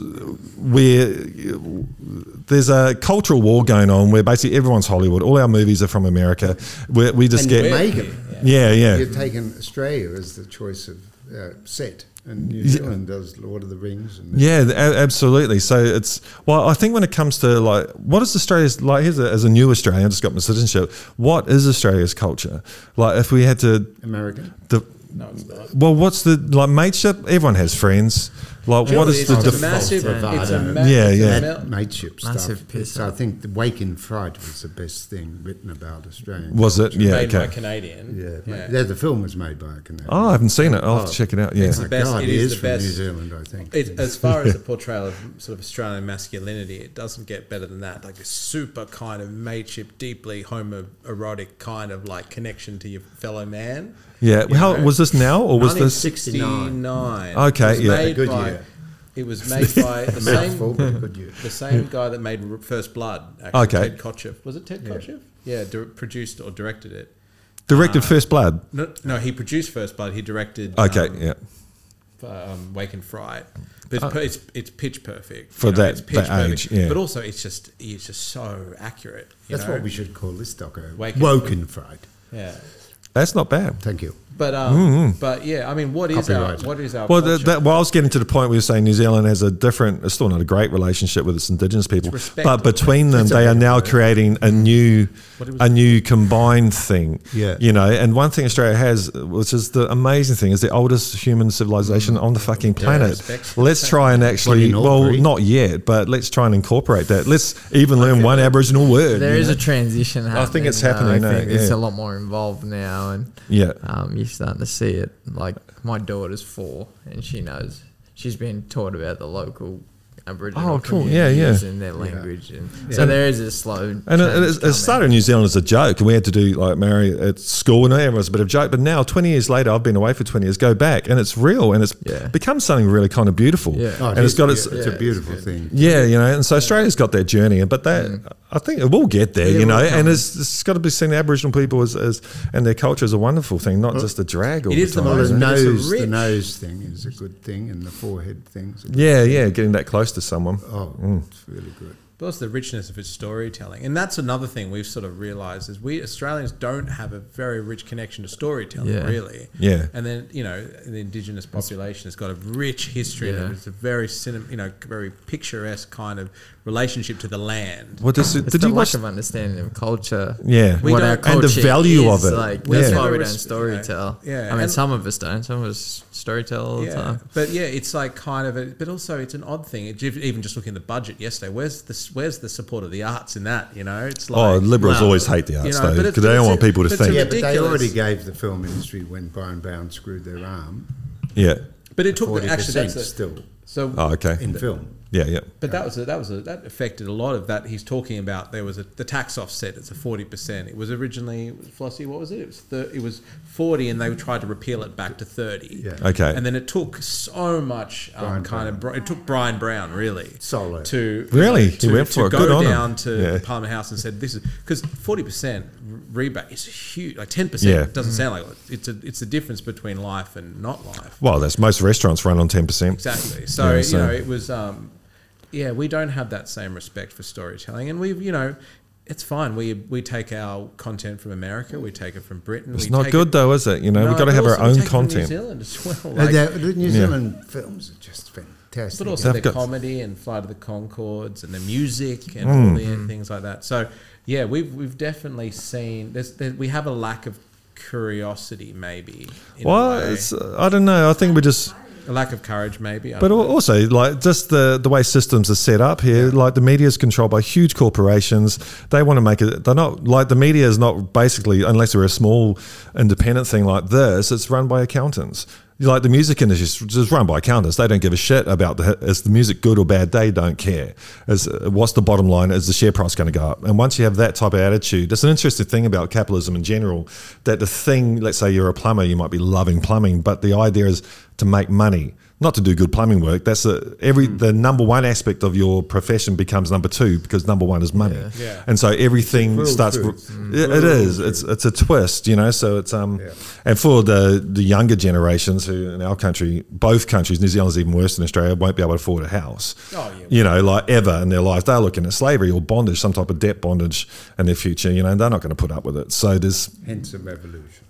[SPEAKER 1] where there's a cultural war going on where basically everyone's Hollywood. All our movies are from America. we we just
[SPEAKER 2] And
[SPEAKER 1] get
[SPEAKER 2] Megan,
[SPEAKER 1] yeah yeah.
[SPEAKER 2] you've taken Australia as the choice of uh, set, and New Zealand does Lord of the Rings. And
[SPEAKER 1] Yeah, th- a- absolutely. So it's well, I think when it comes to like what is Australia's like here's a, as a new Australian, I just got my citizenship. What is Australia's culture? Like if we had to,
[SPEAKER 2] American.
[SPEAKER 1] the,
[SPEAKER 4] no, it's not.
[SPEAKER 1] well, what's the like mateship? Everyone has friends. Like Uh, what is
[SPEAKER 4] it's
[SPEAKER 1] the
[SPEAKER 4] a
[SPEAKER 1] default?
[SPEAKER 4] massive? It's a
[SPEAKER 2] provider.
[SPEAKER 4] massive.
[SPEAKER 1] Yeah,
[SPEAKER 4] it's a
[SPEAKER 1] yeah.
[SPEAKER 4] mel-
[SPEAKER 2] mateship
[SPEAKER 3] Massive
[SPEAKER 2] stuff.
[SPEAKER 3] piss
[SPEAKER 2] so I
[SPEAKER 3] up.
[SPEAKER 2] think the Wake in Fright was the best thing written about Australia.
[SPEAKER 1] Was it? Yeah.
[SPEAKER 4] made by
[SPEAKER 1] Okay.
[SPEAKER 4] Canadian.
[SPEAKER 2] Yeah, yeah. The film was made by a Canadian.
[SPEAKER 1] Oh, I haven't seen it. I'll have to check it out. Yeah.
[SPEAKER 4] the best-
[SPEAKER 2] God,
[SPEAKER 4] it
[SPEAKER 2] he
[SPEAKER 4] is the
[SPEAKER 2] from
[SPEAKER 4] best.
[SPEAKER 2] New Zealand, I think.
[SPEAKER 4] It, as far
[SPEAKER 1] <laughs>
[SPEAKER 4] as the portrayal of sort of Australian masculinity, it doesn't get better than that. Like a super kind of mateship, deeply homoerotic kind of like connection to your fellow man.
[SPEAKER 1] Yeah. How was this now or was this?
[SPEAKER 4] 1969.
[SPEAKER 1] Okay,
[SPEAKER 4] It was
[SPEAKER 1] yeah.
[SPEAKER 4] Made
[SPEAKER 2] Good
[SPEAKER 4] by,
[SPEAKER 2] year.
[SPEAKER 4] It was made
[SPEAKER 1] <laughs>
[SPEAKER 4] by the
[SPEAKER 2] Mouthful,
[SPEAKER 4] same
[SPEAKER 2] but
[SPEAKER 4] <laughs>
[SPEAKER 2] good year.
[SPEAKER 4] the same guy that made R- First Blood. Actually,
[SPEAKER 1] Okay.
[SPEAKER 4] Ted Kotcheff was it Ted Kotcheff? Yeah, di- produced or directed it.
[SPEAKER 1] Directed First Blood.
[SPEAKER 4] No, no, he produced First Blood. He directed.
[SPEAKER 1] Okay.
[SPEAKER 4] um,
[SPEAKER 1] yeah.
[SPEAKER 4] um, Wake and Fright. But it's, per it's it's pitch perfect
[SPEAKER 1] Uh, For that-
[SPEAKER 4] It's
[SPEAKER 1] that age, yeah.
[SPEAKER 4] But also, it's just it's just so accurate. you
[SPEAKER 2] That's
[SPEAKER 4] know?
[SPEAKER 2] what we should call this doco. Wake
[SPEAKER 4] Wake in-
[SPEAKER 2] Woken Fright.
[SPEAKER 4] Yeah.
[SPEAKER 1] That's not bad.
[SPEAKER 2] Thank you.
[SPEAKER 4] But um, but yeah, I mean, what is our
[SPEAKER 2] Copyright.
[SPEAKER 4] what is our
[SPEAKER 1] Mm-hmm. Well,
[SPEAKER 4] culture?
[SPEAKER 1] that, that, well, I was getting to the point where you're saying New Zealand has a different, it's still not a great relationship with its indigenous people,
[SPEAKER 4] respect.
[SPEAKER 1] but between them, they are now creating a new, a new combined thing.
[SPEAKER 2] Yeah.
[SPEAKER 1] you know. And one thing Australia has, which is the amazing thing, is the oldest human civilization on the fucking planet.
[SPEAKER 4] respect.
[SPEAKER 1] let's try and actually,
[SPEAKER 2] Bloody North
[SPEAKER 1] well,
[SPEAKER 2] Korea.
[SPEAKER 1] not yet, but let's try and incorporate that. Let's even learn one Aboriginal word.
[SPEAKER 3] There
[SPEAKER 1] you
[SPEAKER 3] is
[SPEAKER 1] know?
[SPEAKER 3] a transition happening.
[SPEAKER 1] I think it's
[SPEAKER 3] though.
[SPEAKER 1] happening now,
[SPEAKER 3] I think it's
[SPEAKER 1] yeah.
[SPEAKER 3] a lot more involved now, and
[SPEAKER 1] Yeah.
[SPEAKER 3] um, you're starting to see it. Like my daughter's four, and she knows she's been taught about the local Aboriginal
[SPEAKER 1] Oh, cool. Yeah,
[SPEAKER 3] communities
[SPEAKER 1] yeah.
[SPEAKER 3] and their language, and so there is a slow.
[SPEAKER 1] And it,
[SPEAKER 3] change
[SPEAKER 1] it, it
[SPEAKER 3] coming.
[SPEAKER 1] started in New Zealand as a joke, and we had to do like marry at school, and everyone was a bit of a joke. But now, twenty years later, I've been away for twenty years. Go back, and it's real, and it's
[SPEAKER 3] Yeah.
[SPEAKER 1] become something really kind of beautiful.
[SPEAKER 3] Yeah. Oh,
[SPEAKER 1] and it's got its
[SPEAKER 2] It's
[SPEAKER 1] yeah.
[SPEAKER 2] a beautiful thing.
[SPEAKER 1] you know. And so Australia's got that journey, but that
[SPEAKER 3] Mm.
[SPEAKER 1] I think it will get there, you know. And it's, it's got to be seen. Aboriginal people as, as and their culture is a wonderful thing, not just a drag. All
[SPEAKER 4] it
[SPEAKER 1] the
[SPEAKER 4] is the
[SPEAKER 1] time,
[SPEAKER 2] Well,
[SPEAKER 4] most-
[SPEAKER 1] you
[SPEAKER 2] the
[SPEAKER 1] know?
[SPEAKER 4] It's a
[SPEAKER 2] nose, the
[SPEAKER 4] rich-
[SPEAKER 2] nose thing is a good thing, and the forehead thing's a
[SPEAKER 1] Yeah, yeah, getting that close to someone.
[SPEAKER 2] Oh, it's really good.
[SPEAKER 4] Plus the richness of its storytelling, and that's another thing we've sort of realised is we Australians don't have a very rich connection to storytelling,
[SPEAKER 3] Yeah.
[SPEAKER 4] really.
[SPEAKER 1] Yeah.
[SPEAKER 4] And then you know the indigenous population has got a rich history,
[SPEAKER 3] Yeah.
[SPEAKER 4] and it's a very cinem- you know, very picturesque kind of relationship to the land.
[SPEAKER 1] What does it,
[SPEAKER 3] It's
[SPEAKER 1] did
[SPEAKER 3] the
[SPEAKER 1] you
[SPEAKER 3] lack
[SPEAKER 1] watch?
[SPEAKER 3] of understanding of culture.
[SPEAKER 1] Yeah.
[SPEAKER 4] We
[SPEAKER 3] what
[SPEAKER 4] don't-
[SPEAKER 3] our
[SPEAKER 4] and
[SPEAKER 1] the
[SPEAKER 3] culture
[SPEAKER 1] value
[SPEAKER 3] is,
[SPEAKER 1] of it.
[SPEAKER 3] Like,
[SPEAKER 1] We
[SPEAKER 3] That's
[SPEAKER 1] don't
[SPEAKER 3] why we
[SPEAKER 4] really
[SPEAKER 3] don't
[SPEAKER 4] s- you know,
[SPEAKER 3] storytell.
[SPEAKER 4] yeah,
[SPEAKER 3] I mean,
[SPEAKER 4] and-
[SPEAKER 3] some of us don't. Some of us storytell all the
[SPEAKER 4] Yeah,
[SPEAKER 3] time.
[SPEAKER 4] but yeah, it's like kind of, a, but also it's an odd thing. It, even just looking at the budget yesterday, where's the where's the support of the arts in that? You know, it's
[SPEAKER 1] Oh,
[SPEAKER 4] like
[SPEAKER 1] liberals
[SPEAKER 3] well,
[SPEAKER 1] always hate the arts
[SPEAKER 4] know,
[SPEAKER 1] though,
[SPEAKER 4] but it's-
[SPEAKER 1] because they don't
[SPEAKER 4] it's-
[SPEAKER 1] want people to
[SPEAKER 4] but it's a
[SPEAKER 1] think.
[SPEAKER 2] Yeah, but they
[SPEAKER 4] Ridiculous.
[SPEAKER 2] already gave the film industry when Brian Bound screwed their arm.
[SPEAKER 1] yeah.
[SPEAKER 4] but it took the,
[SPEAKER 2] Forty
[SPEAKER 4] actually
[SPEAKER 2] percent
[SPEAKER 4] that's a,
[SPEAKER 2] still
[SPEAKER 4] so
[SPEAKER 1] Oh, okay.
[SPEAKER 2] in film.
[SPEAKER 1] Yeah, yeah.
[SPEAKER 4] But that was a, that was a, that affected a lot of that. He's talking about there was a the tax offset. It's a forty percent. It was originally Flossie. What was it? It was thir- it was forty, and they tried to repeal it back to thirty.
[SPEAKER 2] Yeah.
[SPEAKER 1] Okay.
[SPEAKER 4] And then it took so much um,
[SPEAKER 2] Brian
[SPEAKER 4] kind of bro- it took Brian Brown really
[SPEAKER 2] Solo.
[SPEAKER 4] to
[SPEAKER 1] Really?
[SPEAKER 4] to,
[SPEAKER 1] He went
[SPEAKER 4] to
[SPEAKER 1] for it.
[SPEAKER 4] go
[SPEAKER 1] Good on him.
[SPEAKER 4] down to
[SPEAKER 1] Yeah.
[SPEAKER 4] Parliament House and said this is because forty percent rebate is huge. Like ten percent
[SPEAKER 1] Yeah.
[SPEAKER 2] Mm-hmm.
[SPEAKER 4] doesn't sound like a lot. it's a it's the difference between life and not life.
[SPEAKER 1] Well, that's most restaurants run on ten percent.
[SPEAKER 4] Exactly. So,
[SPEAKER 1] Yeah, so-
[SPEAKER 4] you know, it was. Um, yeah, we don't have that same respect for storytelling, and we've you know, it's fine. We we take our content from America, we take it from Britain.
[SPEAKER 1] It's
[SPEAKER 4] we
[SPEAKER 1] not
[SPEAKER 4] take
[SPEAKER 1] good
[SPEAKER 4] it-
[SPEAKER 1] though, is it? You know,
[SPEAKER 4] No,
[SPEAKER 1] we've got to
[SPEAKER 4] but
[SPEAKER 1] have our
[SPEAKER 4] also we
[SPEAKER 1] own
[SPEAKER 4] take it from New
[SPEAKER 1] content.
[SPEAKER 4] Zealand as well,
[SPEAKER 1] <laughs>
[SPEAKER 2] No,
[SPEAKER 4] like-
[SPEAKER 2] they're- Uh, the New
[SPEAKER 1] Yeah.
[SPEAKER 2] Zealand films are just fantastic.
[SPEAKER 4] but also
[SPEAKER 1] They've
[SPEAKER 4] the
[SPEAKER 1] got-
[SPEAKER 4] comedy and Flight of the Concords and the music and
[SPEAKER 1] Hmm.
[SPEAKER 4] all the things like that. So yeah, we've we've definitely seen there's there, we have a lack of curiosity maybe. in a
[SPEAKER 1] Well,
[SPEAKER 4] way.
[SPEAKER 1] it's, I don't know. I think we just,
[SPEAKER 4] a lack of courage maybe. I
[SPEAKER 1] but
[SPEAKER 4] don't
[SPEAKER 1] al- also like just the the way systems are set up here. Like the media is controlled by huge corporations. They want to make it. They're not like the media is not basically unless we're a small independent thing like this. It's run by accountants. Like the music industry is just run by accountants. They don't give a shit about the is the music good or bad. They don't care. Is what's the bottom line? Is the share price going to go up? And once you have that type of attitude, that's an interesting thing about capitalism in general. That the thing, let's say you're a plumber, you might be loving plumbing, but the idea is to make money, not to do good plumbing work. That's a, every the number one aspect of your profession becomes number two because number one is money,
[SPEAKER 4] Yeah.
[SPEAKER 1] and so everything
[SPEAKER 2] Cruel
[SPEAKER 1] starts.
[SPEAKER 2] truth. Mm.
[SPEAKER 1] It, it
[SPEAKER 2] Cruel
[SPEAKER 1] is.
[SPEAKER 2] truth.
[SPEAKER 1] It's it's a twist, you know. So it's um,
[SPEAKER 2] Yeah.
[SPEAKER 1] and for the the younger generations who in our country, both countries, New Zealand's even worse than Australia, won't be able to afford a house.
[SPEAKER 4] Oh, yeah.
[SPEAKER 1] You know, like ever in their life, they're looking at slavery or bondage, some type of debt bondage in their future. You know, and they're not going to put up with it. So there's
[SPEAKER 2] Hence a revolution.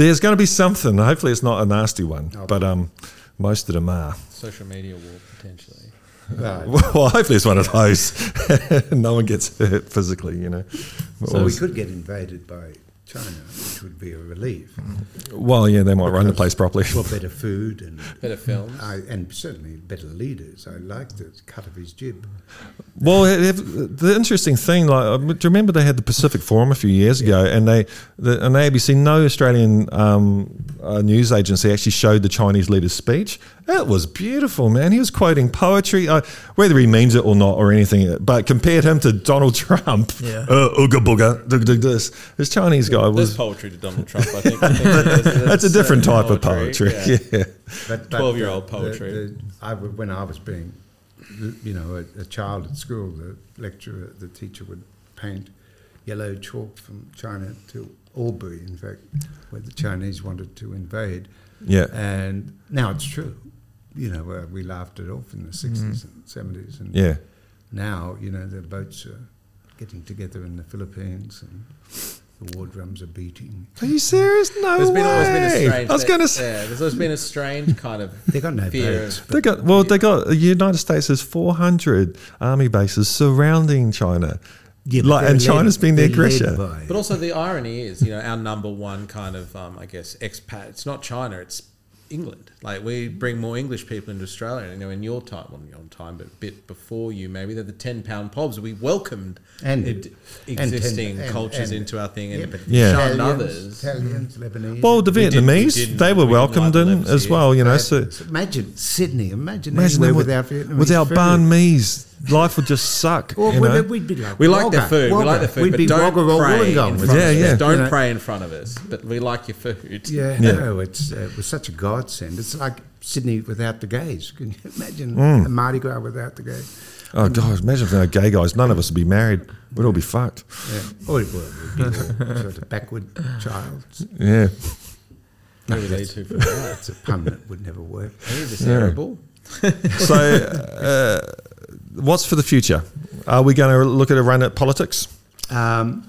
[SPEAKER 1] there's going to be something. Hopefully, it's not a nasty one, but um, most of them are. <laughs>
[SPEAKER 4] social media war potentially.
[SPEAKER 2] <laughs> Well,
[SPEAKER 1] Well, hopefully it's one of those. <laughs> no one gets hurt physically, you know.
[SPEAKER 2] well, we could get invaded by China, which would be a <laughs> relief.
[SPEAKER 1] Well, yeah, they might run the place properly.
[SPEAKER 2] Well, better food and
[SPEAKER 4] Better films.
[SPEAKER 2] I, and certainly better leaders. I like the cut of his jib.
[SPEAKER 1] Well, it- it- the interesting thing, like, uh, do you remember they had the Pacific Forum a few years ago, and they, the, and ABC, no Australian um, uh, news agency actually showed the Chinese leader's speech. It was beautiful, man. He was quoting poetry, uh, whether he means it or not, or anything. But compared him to Donald Trump,
[SPEAKER 3] Yeah.
[SPEAKER 1] uh, ooga booga, dug, dug, this this Chinese guy
[SPEAKER 4] There's
[SPEAKER 1] was.
[SPEAKER 4] poetry to Donald Trump, I think. I think there's-
[SPEAKER 1] That's a
[SPEAKER 4] there's
[SPEAKER 1] different
[SPEAKER 4] certain
[SPEAKER 1] type of poetry.
[SPEAKER 4] yeah.
[SPEAKER 1] yeah.
[SPEAKER 2] But, but
[SPEAKER 4] 12-year-old
[SPEAKER 2] the-
[SPEAKER 4] poetry.
[SPEAKER 2] The, the, I, w- when I was being, you know, a, a child at school, the lecturer, the teacher would paint yellow chalk from China to Albury, in fact, where the Chinese wanted to invade.
[SPEAKER 1] <laughs> Yeah.
[SPEAKER 2] And now it's true. You know, uh, we laughed it off in the 60s and 70s. And
[SPEAKER 1] Mm-hmm. Yeah.
[SPEAKER 2] now, you know, the boats are getting together in the Philippines and The war drums are beating.
[SPEAKER 1] Are you serious? No
[SPEAKER 4] There's
[SPEAKER 1] way.
[SPEAKER 4] been always been a strange.
[SPEAKER 1] I was going to say.
[SPEAKER 4] yeah, there's always been a strange kind of.
[SPEAKER 2] They got no
[SPEAKER 4] Fear
[SPEAKER 2] votes.
[SPEAKER 1] They got well. They got the United States has 400 army bases surrounding China,
[SPEAKER 2] Yeah, but
[SPEAKER 1] like,
[SPEAKER 2] they're
[SPEAKER 1] and
[SPEAKER 2] led-
[SPEAKER 1] China's been the
[SPEAKER 2] they're led
[SPEAKER 1] aggressor.
[SPEAKER 2] by-
[SPEAKER 4] But also the irony is, you know, our number one kind of, um, I guess, expat. It's not China. It's England. Like we bring more English people into Australia. You know, in your time, well, not your time, but a bit before you, maybe they're the ten pound pobs. We welcomed
[SPEAKER 2] And-
[SPEAKER 4] ed-
[SPEAKER 2] and
[SPEAKER 4] existing
[SPEAKER 2] ten- and-
[SPEAKER 4] cultures
[SPEAKER 2] and-
[SPEAKER 4] into our thing and but
[SPEAKER 1] Yeah.
[SPEAKER 4] shunned
[SPEAKER 2] Italians,
[SPEAKER 4] others.
[SPEAKER 2] Italians, Lebanese.
[SPEAKER 1] Well, the
[SPEAKER 4] We didn't- we
[SPEAKER 1] Vietnamese,
[SPEAKER 4] didn't-
[SPEAKER 1] they were
[SPEAKER 4] we didn't like
[SPEAKER 1] welcomed
[SPEAKER 4] the
[SPEAKER 1] in
[SPEAKER 4] levels
[SPEAKER 1] as
[SPEAKER 4] here.
[SPEAKER 1] well. You know, so
[SPEAKER 2] Lebanese. imagine Sydney. Imagine,
[SPEAKER 1] imagine them
[SPEAKER 2] anywhere without
[SPEAKER 1] with,
[SPEAKER 2] Vietnamese
[SPEAKER 1] without
[SPEAKER 2] food.
[SPEAKER 1] banh mi's, life would just suck.
[SPEAKER 2] Well,
[SPEAKER 1] you know?
[SPEAKER 2] we'd, we'd be like
[SPEAKER 4] We like their
[SPEAKER 2] Wagga,
[SPEAKER 4] food. We like
[SPEAKER 2] Wagga.
[SPEAKER 4] their food,
[SPEAKER 2] We'd
[SPEAKER 4] but
[SPEAKER 2] be
[SPEAKER 4] don't
[SPEAKER 2] Wagga Wagga
[SPEAKER 4] pray in
[SPEAKER 2] Wagga.
[SPEAKER 4] front of
[SPEAKER 1] Yeah,
[SPEAKER 4] us.
[SPEAKER 1] yeah.
[SPEAKER 4] Don't
[SPEAKER 2] You know?
[SPEAKER 4] pray in front of us. But we like your food.
[SPEAKER 2] Yeah,
[SPEAKER 1] Yeah.
[SPEAKER 2] no, it's uh, it was such a godsend. It's like Sydney without the gays. Can you <laughs> imagine
[SPEAKER 4] Mm.
[SPEAKER 2] a Mardi Gras without the gays?
[SPEAKER 1] oh God, imagine if there were gay guys. None of us would be married. We'd all be fucked.
[SPEAKER 2] Yeah. Or it would be a sort of backward child.
[SPEAKER 1] Yeah.
[SPEAKER 4] Who are they
[SPEAKER 2] <laughs>
[SPEAKER 4] two for that?
[SPEAKER 2] It's a pun that would never work.
[SPEAKER 4] They're just terrible.
[SPEAKER 1] So, uh, what's for the future? Are we going to look at a run at politics?
[SPEAKER 2] Um,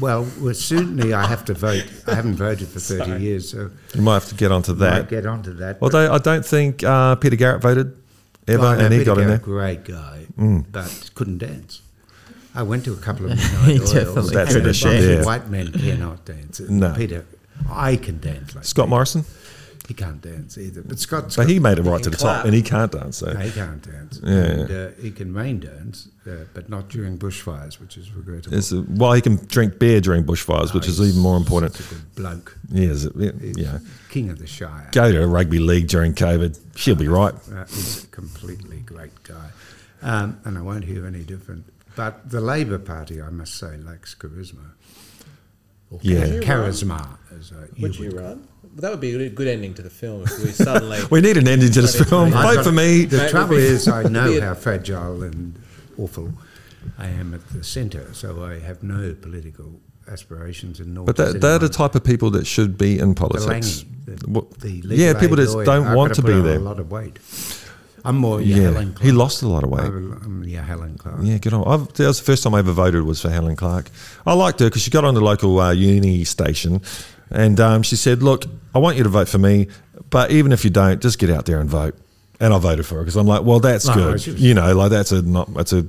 [SPEAKER 2] well, with Sydney, I have to vote. I haven't voted for 30 years, so
[SPEAKER 1] You might have to get onto
[SPEAKER 2] I
[SPEAKER 1] that.
[SPEAKER 2] might get onto that.
[SPEAKER 1] Although I don't think uh, Peter Garrett voted ever,
[SPEAKER 2] Oh, no,
[SPEAKER 1] and he
[SPEAKER 2] Peter
[SPEAKER 1] got in
[SPEAKER 2] Garrett,
[SPEAKER 1] there. Mm.
[SPEAKER 2] Great guy, but couldn't dance. I went to a couple
[SPEAKER 1] <laughs>
[SPEAKER 2] of
[SPEAKER 3] He
[SPEAKER 2] midnight oils.
[SPEAKER 3] definitely
[SPEAKER 1] That's
[SPEAKER 2] and
[SPEAKER 1] a
[SPEAKER 2] a
[SPEAKER 1] shame.
[SPEAKER 2] bunch of
[SPEAKER 1] Yeah.
[SPEAKER 2] White men cannot
[SPEAKER 1] <laughs>
[SPEAKER 2] dance.
[SPEAKER 1] No.
[SPEAKER 2] Peter, I can dance like
[SPEAKER 1] Scott Morrison,
[SPEAKER 2] He can't dance either. But Scott,
[SPEAKER 1] so
[SPEAKER 2] Scott
[SPEAKER 1] he made it right to the
[SPEAKER 4] clap.
[SPEAKER 1] top, and he can't dance. So,
[SPEAKER 2] he can't dance.
[SPEAKER 1] Yeah.
[SPEAKER 2] And, uh, he can rain dance, uh, but not during bushfires, which is regrettable.
[SPEAKER 1] It's, uh, well, he can drink beer during bushfires, which is
[SPEAKER 2] He's
[SPEAKER 1] even more important.
[SPEAKER 2] such a good bloke.
[SPEAKER 1] Yeah, is it- yeah,
[SPEAKER 2] He's
[SPEAKER 1] yeah.
[SPEAKER 2] king of the shire.
[SPEAKER 1] Go to a rugby league during COVID. She'll be right.
[SPEAKER 2] Uh, he's a completely great guy. Um, and I won't hear any different. But the Labour Party, I must say, lacks charisma. Or
[SPEAKER 1] Yeah.
[SPEAKER 2] char-
[SPEAKER 1] Would
[SPEAKER 2] charisma. As I,
[SPEAKER 4] Would you run? Well, that would be a good ending to the film if
[SPEAKER 2] <laughs>
[SPEAKER 4] we suddenly.
[SPEAKER 1] We need an ending to this film.
[SPEAKER 2] I've
[SPEAKER 1] Vote
[SPEAKER 2] got-
[SPEAKER 1] for me.
[SPEAKER 2] The
[SPEAKER 4] Mate, we'll
[SPEAKER 2] trouble
[SPEAKER 4] be-
[SPEAKER 1] <laughs>
[SPEAKER 2] is, I know
[SPEAKER 4] be a-
[SPEAKER 2] how fragile and awful I am at the centre, so I have no political aspirations and nor
[SPEAKER 1] But
[SPEAKER 2] does
[SPEAKER 1] that, they're the
[SPEAKER 2] anyone.
[SPEAKER 1] type of people that should be in
[SPEAKER 2] The
[SPEAKER 1] politics.
[SPEAKER 2] Lange, the-
[SPEAKER 1] What-
[SPEAKER 2] the
[SPEAKER 1] yeah,
[SPEAKER 2] legal
[SPEAKER 1] people
[SPEAKER 2] aid
[SPEAKER 1] that
[SPEAKER 2] lawyer,
[SPEAKER 1] don't
[SPEAKER 2] I've
[SPEAKER 1] want
[SPEAKER 2] got
[SPEAKER 1] to
[SPEAKER 2] put
[SPEAKER 1] be
[SPEAKER 2] on
[SPEAKER 1] there.
[SPEAKER 2] A lot of weight. I'm more your
[SPEAKER 1] Yeah,
[SPEAKER 2] Helen Clark.
[SPEAKER 1] he lost a lot of weight.
[SPEAKER 2] I'm your Helen Clark.
[SPEAKER 1] Yeah, good on. I've, that was the first time I ever voted was for Helen Clark. I liked her because she got on the local uh, uni station, and um, she said, "Look, I want you to vote for me, but even if you don't, just get out there and vote." And I voted for her because I'm like, "Well, that's
[SPEAKER 2] No,
[SPEAKER 1] good,
[SPEAKER 2] she was-
[SPEAKER 1] you know, like that's a not that's a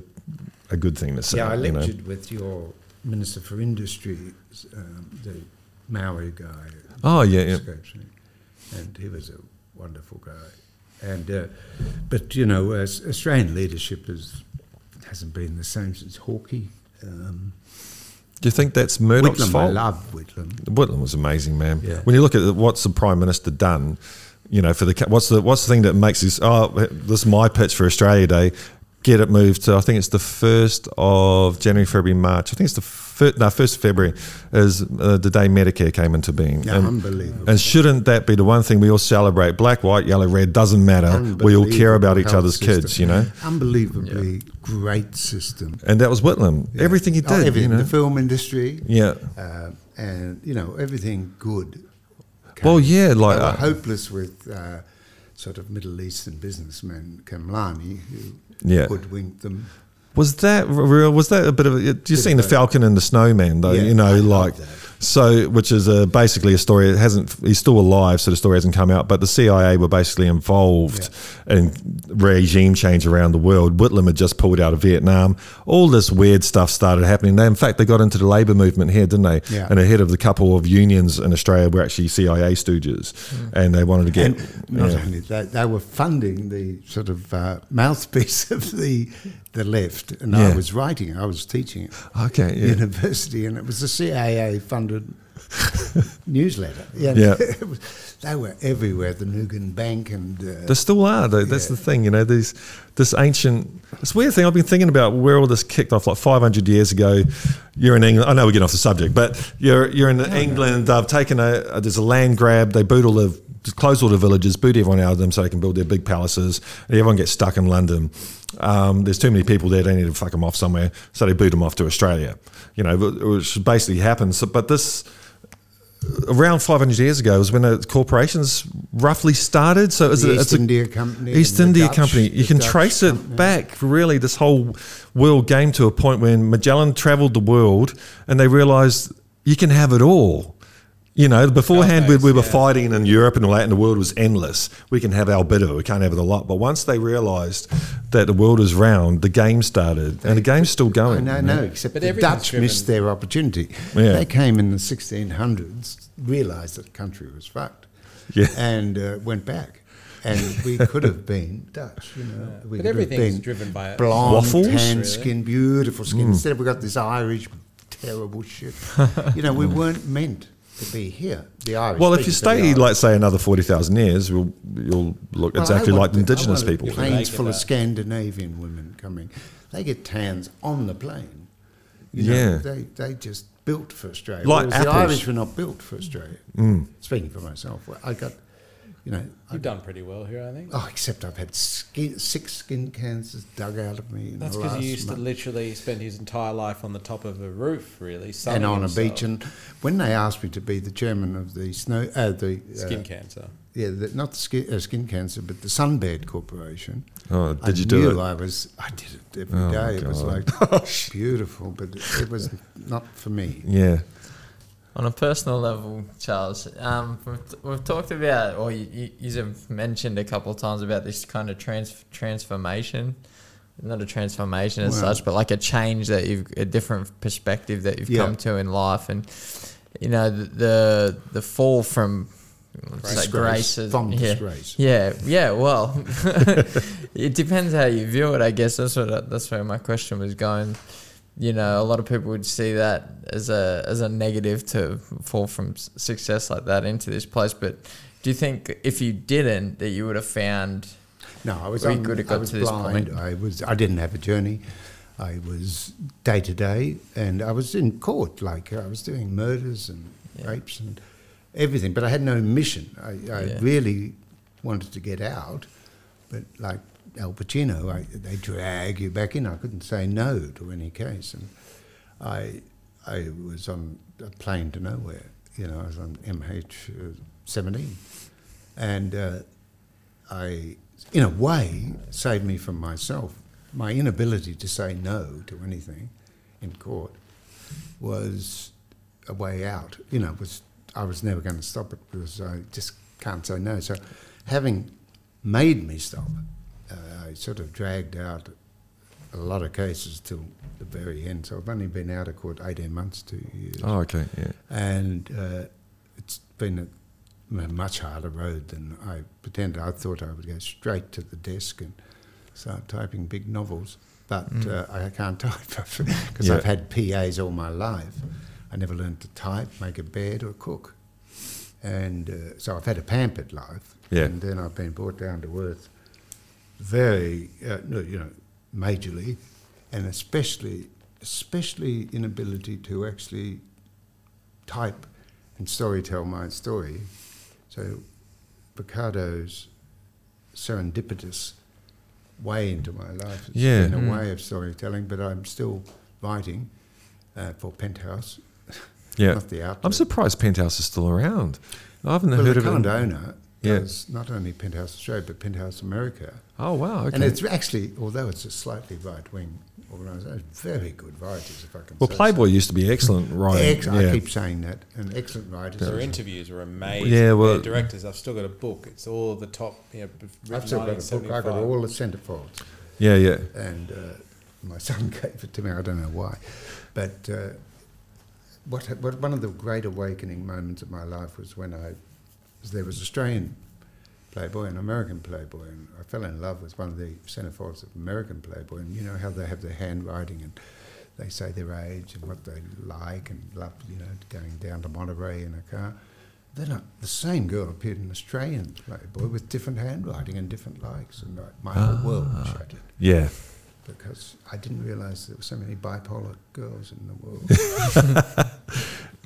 [SPEAKER 1] a good thing to say."
[SPEAKER 2] Yeah, I
[SPEAKER 1] you know.
[SPEAKER 2] lectured with your Minister for Industry, um, the Maori guy.
[SPEAKER 1] Oh yeah, yeah.
[SPEAKER 2] escapes me. And he was a wonderful guy. And uh, but you know, uh, s- Australian leadership is hasn't been the same since Hawke. Um,
[SPEAKER 1] Do you think that's Murdoch's
[SPEAKER 2] Whitlam, I
[SPEAKER 1] fault?
[SPEAKER 2] love Whitlam.
[SPEAKER 1] Whitlam was amazing, man.
[SPEAKER 2] Yeah.
[SPEAKER 1] When you look at what's the prime minister done, you know, for the ca- what's the what's the thing that makes this? Oh, this is my pitch for Australia Day. Get it moved to I think it's the first of January, February, March. I think it's the first, no first of February is uh, the day Medicare came into being.
[SPEAKER 2] Yeah,
[SPEAKER 1] and,
[SPEAKER 2] unbelievable.
[SPEAKER 1] and shouldn't that be the one thing we all celebrate? Black, white, yellow, red doesn't matter. uh, We all care about each
[SPEAKER 2] Unbelievable
[SPEAKER 1] other's
[SPEAKER 2] health
[SPEAKER 1] kids,
[SPEAKER 2] system.
[SPEAKER 1] you know.
[SPEAKER 2] Unbelievably great system.
[SPEAKER 1] And that was Whitlam.
[SPEAKER 2] Yeah.
[SPEAKER 1] Everything he
[SPEAKER 2] Oh,
[SPEAKER 1] did, you
[SPEAKER 2] everything,
[SPEAKER 1] know?
[SPEAKER 2] the film industry,
[SPEAKER 1] yeah.
[SPEAKER 2] uh, and you know everything good.
[SPEAKER 1] Well,
[SPEAKER 2] came.
[SPEAKER 1] yeah, like,
[SPEAKER 2] they were
[SPEAKER 1] uh,
[SPEAKER 2] hopeless with uh, sort of Middle Eastern businessman Kamlani, who
[SPEAKER 1] Yeah.
[SPEAKER 2] hoodwinked them.
[SPEAKER 1] Was that r- real? Was that a bit of? A, you seen the
[SPEAKER 2] of a-
[SPEAKER 1] Falcon and the Snowman though,
[SPEAKER 2] Yeah,
[SPEAKER 1] you know,
[SPEAKER 2] I love
[SPEAKER 1] like
[SPEAKER 2] that.
[SPEAKER 1] so, which is uh basically a story. It hasn't. He's still alive, so the story hasn't come out. But the CIA were basically involved in regime change around the world. Whitlam had just pulled out of Vietnam. All this weird stuff started happening. They, in fact, they got into the labour movement here, didn't they?
[SPEAKER 2] Yeah.
[SPEAKER 1] And ahead of the couple of unions in Australia were actually CIA stooges, and they wanted to get.
[SPEAKER 2] Mm. and not
[SPEAKER 1] yeah.
[SPEAKER 2] only that, they were funding the sort of uh, mouthpiece <laughs> of the the left. And
[SPEAKER 1] Yeah.
[SPEAKER 2] I was writing, I was teaching at
[SPEAKER 1] Okay. Yeah.
[SPEAKER 2] university, and it was a CIA
[SPEAKER 1] <laughs>
[SPEAKER 2] funded newsletter. Yeah,
[SPEAKER 1] Yeah.
[SPEAKER 2] <laughs> it was- they were everywhere. The Nugan Bank and uh,
[SPEAKER 1] There still are though. That's
[SPEAKER 2] Yeah.
[SPEAKER 1] the thing, you know. These, this ancient, this weird thing. I've been thinking about where all this kicked off, like 500 years ago. You're in England. I know we're getting off the subject, but you're you're in England. They've taken a, a there's a land grab. They boot all the close all the villages, boot everyone out of them, so they can build their big palaces. And everyone gets stuck in London. Um, there's too many people there. They need to fuck them off somewhere, so they boot them off to Australia. You know, which basically happens. So, but this around 500 years ago is when the corporations roughly started. So is
[SPEAKER 2] The
[SPEAKER 1] it,
[SPEAKER 2] East
[SPEAKER 1] it's a-
[SPEAKER 2] India Company
[SPEAKER 1] East
[SPEAKER 2] and the
[SPEAKER 1] India
[SPEAKER 2] Dutch-
[SPEAKER 1] Company. You
[SPEAKER 2] the
[SPEAKER 1] can
[SPEAKER 2] Dutch
[SPEAKER 1] trace it
[SPEAKER 2] company.
[SPEAKER 1] back, really, this whole world game to a point when Magellan travelled the world and they realised you can have it all. You know, beforehand
[SPEAKER 4] Nowadays,
[SPEAKER 1] we, we were
[SPEAKER 4] yeah.
[SPEAKER 1] fighting in Europe and all that, and the world was endless. We can have our bit of it. We can't have it a lot. But once they realised that the world is round, the game started, and the game's still going.
[SPEAKER 2] No, no, except
[SPEAKER 4] But
[SPEAKER 2] the
[SPEAKER 4] everything's
[SPEAKER 2] Dutch
[SPEAKER 4] driven-
[SPEAKER 2] missed their opportunity.
[SPEAKER 1] Yeah.
[SPEAKER 2] They came in the 1600s, realised that the country was fucked,
[SPEAKER 1] Yeah.
[SPEAKER 2] and uh, went back. And
[SPEAKER 1] <laughs>
[SPEAKER 2] we could have been Dutch, you know. We
[SPEAKER 4] But
[SPEAKER 2] could have
[SPEAKER 4] everything's
[SPEAKER 2] been
[SPEAKER 4] driven by it.
[SPEAKER 2] blonde,
[SPEAKER 1] Waffles? Hmm.
[SPEAKER 2] tan skin, beautiful skin. Instead, we got this Irish terrible shit.
[SPEAKER 1] <laughs>
[SPEAKER 2] you know, we weren't meant to be here. The Irish.
[SPEAKER 1] Well, if you
[SPEAKER 2] especially the
[SPEAKER 1] stay,
[SPEAKER 2] Irish.
[SPEAKER 1] like say, another forty thousand years, we'll, you'll look
[SPEAKER 2] Well, I
[SPEAKER 1] exactly like
[SPEAKER 2] want-
[SPEAKER 1] the indigenous
[SPEAKER 2] I want
[SPEAKER 1] people.
[SPEAKER 2] Planes
[SPEAKER 4] They get
[SPEAKER 2] full of
[SPEAKER 4] that.
[SPEAKER 2] Scandinavian women coming. They get tans on the plane.
[SPEAKER 1] Yeah.
[SPEAKER 2] they, they just built for Australia.
[SPEAKER 1] Like
[SPEAKER 2] whereas the
[SPEAKER 1] apples.
[SPEAKER 2] Irish were not built for Australia. Mm. Speaking for myself, well, I got, you know, I,
[SPEAKER 4] You've done pretty well here, I think.
[SPEAKER 2] oh, except I've had skin, six skin cancers dug out of me. In
[SPEAKER 4] That's
[SPEAKER 2] the
[SPEAKER 4] because
[SPEAKER 2] last
[SPEAKER 4] he used to
[SPEAKER 2] month.
[SPEAKER 4] literally spend his entire life on the top of a roof, really, sunning
[SPEAKER 2] and on a
[SPEAKER 4] himself.
[SPEAKER 2] beach. And when they asked me to be the chairman of the snow, uh, the uh,
[SPEAKER 4] skin cancer.
[SPEAKER 2] yeah, the, not the skin, uh, skin cancer, but the Sunbed Corporation.
[SPEAKER 1] Oh, did you
[SPEAKER 2] I
[SPEAKER 1] do
[SPEAKER 2] knew
[SPEAKER 1] it?
[SPEAKER 2] I was. I did it every day.
[SPEAKER 1] Oh,
[SPEAKER 2] It was
[SPEAKER 1] God. <laughs>
[SPEAKER 2] like beautiful, but it, it was not for me.
[SPEAKER 1] Yeah.
[SPEAKER 3] On a personal level, Charles, um, we've, we've talked about, or you, you, you've mentioned a couple of times about this kind of trans, transformation. Not a transformation as
[SPEAKER 2] Wow.
[SPEAKER 3] such, but like a change that you've, a different perspective that you've
[SPEAKER 2] Yeah.
[SPEAKER 3] come to in life. And, you know, the the, the fall from grace, like
[SPEAKER 2] Disgrace.
[SPEAKER 3] grace is-
[SPEAKER 2] From
[SPEAKER 3] yeah.
[SPEAKER 2] disgrace.
[SPEAKER 3] Yeah, yeah. Well, <laughs> it depends how you view it. I guess that's what that's where my question was going. You know, a lot of people would see that as a as a negative to fall from s- success like that into this place. But do you think if you didn't, that you would have found?
[SPEAKER 2] No, I was.
[SPEAKER 3] We
[SPEAKER 2] un-
[SPEAKER 3] could have
[SPEAKER 2] I
[SPEAKER 3] got
[SPEAKER 2] was
[SPEAKER 3] to this
[SPEAKER 2] blind.
[SPEAKER 3] point.
[SPEAKER 2] I was. I didn't have a journey. I was day to day, and I was in court. Like I was doing murders and
[SPEAKER 3] Yeah.
[SPEAKER 2] rapes and everything, but I had no mission. I, I
[SPEAKER 3] Yeah.
[SPEAKER 2] really wanted to get out, but like Al Pacino, I, they drag you back in. I couldn't say no to any case, and I, I was on a plane to nowhere. You know, I was on MH uh, seventeen, and. Uh, I, in a way, saved me from myself. My inability to say no to anything in court was a way out. You know, was I was never going to stop it because I just can't say no. So, having made me stop, uh, I sort of dragged out a lot of cases till the very end. So I've only been out of court eighteen months, two years
[SPEAKER 1] Oh, okay. Yeah.
[SPEAKER 2] and uh, it's been a, m- much harder road than I pretended. I thought I would go straight to the desk and start typing big novels, but uh, I can't <laughs> type because
[SPEAKER 1] Mm. Yeah.
[SPEAKER 2] I've had PAs all my life. I never learned to type, make a bed, or cook, and uh, so I've had a pampered life.
[SPEAKER 1] Yeah.
[SPEAKER 2] and then I've been brought down to earth, very uh, no, you know, majorly, and especially especially inability to actually type and story tell my story. So Picardo's serendipitous way into my life. It's
[SPEAKER 1] Yeah.
[SPEAKER 2] been a
[SPEAKER 3] Mm.
[SPEAKER 2] way of storytelling, but I'm still writing uh, for Penthouse.
[SPEAKER 1] Yeah.
[SPEAKER 2] Not the outlet.
[SPEAKER 1] I'm surprised Penthouse is still around. I haven't
[SPEAKER 2] Well, eh?
[SPEAKER 1] heard
[SPEAKER 2] the
[SPEAKER 1] of
[SPEAKER 2] current
[SPEAKER 1] it.
[SPEAKER 2] owner
[SPEAKER 1] Yeah.
[SPEAKER 2] does not only Penthouse Australia, but Penthouse America.
[SPEAKER 1] Oh wow. Okay.
[SPEAKER 2] And it's actually, although it's a slightly right wing organisation, very good writers, if I can
[SPEAKER 1] well,
[SPEAKER 2] say so.
[SPEAKER 1] Playboy used to be excellent, right?
[SPEAKER 2] Ex- I
[SPEAKER 1] yeah.
[SPEAKER 2] keep saying that. And excellent writers.
[SPEAKER 4] Their
[SPEAKER 2] are
[SPEAKER 4] interviews are amazing.
[SPEAKER 1] Yeah,
[SPEAKER 4] Yeah,
[SPEAKER 1] well-
[SPEAKER 4] well, Their directors. I've still got a book. It's all the top. You know, written
[SPEAKER 2] I've still got a book. I got
[SPEAKER 4] 1975.
[SPEAKER 2] all the centrefolds,
[SPEAKER 1] yeah. Yeah.
[SPEAKER 2] and uh, my son <laughs> gave it to me. I don't know why, but uh, what, what one of the great awakening moments of my life was when I was there was Australian Playboy and American Playboy, and I fell in love with one of the centrefolds of American Playboy, and you know how they have their handwriting and. They say their age and what they like and love, you know, going down to Monterey in a car. Then I, the same girl appeared in Australian Playboy with different handwriting and different likes, and like, my whole world shattered
[SPEAKER 1] Yeah.
[SPEAKER 2] because I didn't realise there were so many bipolar girls in the world.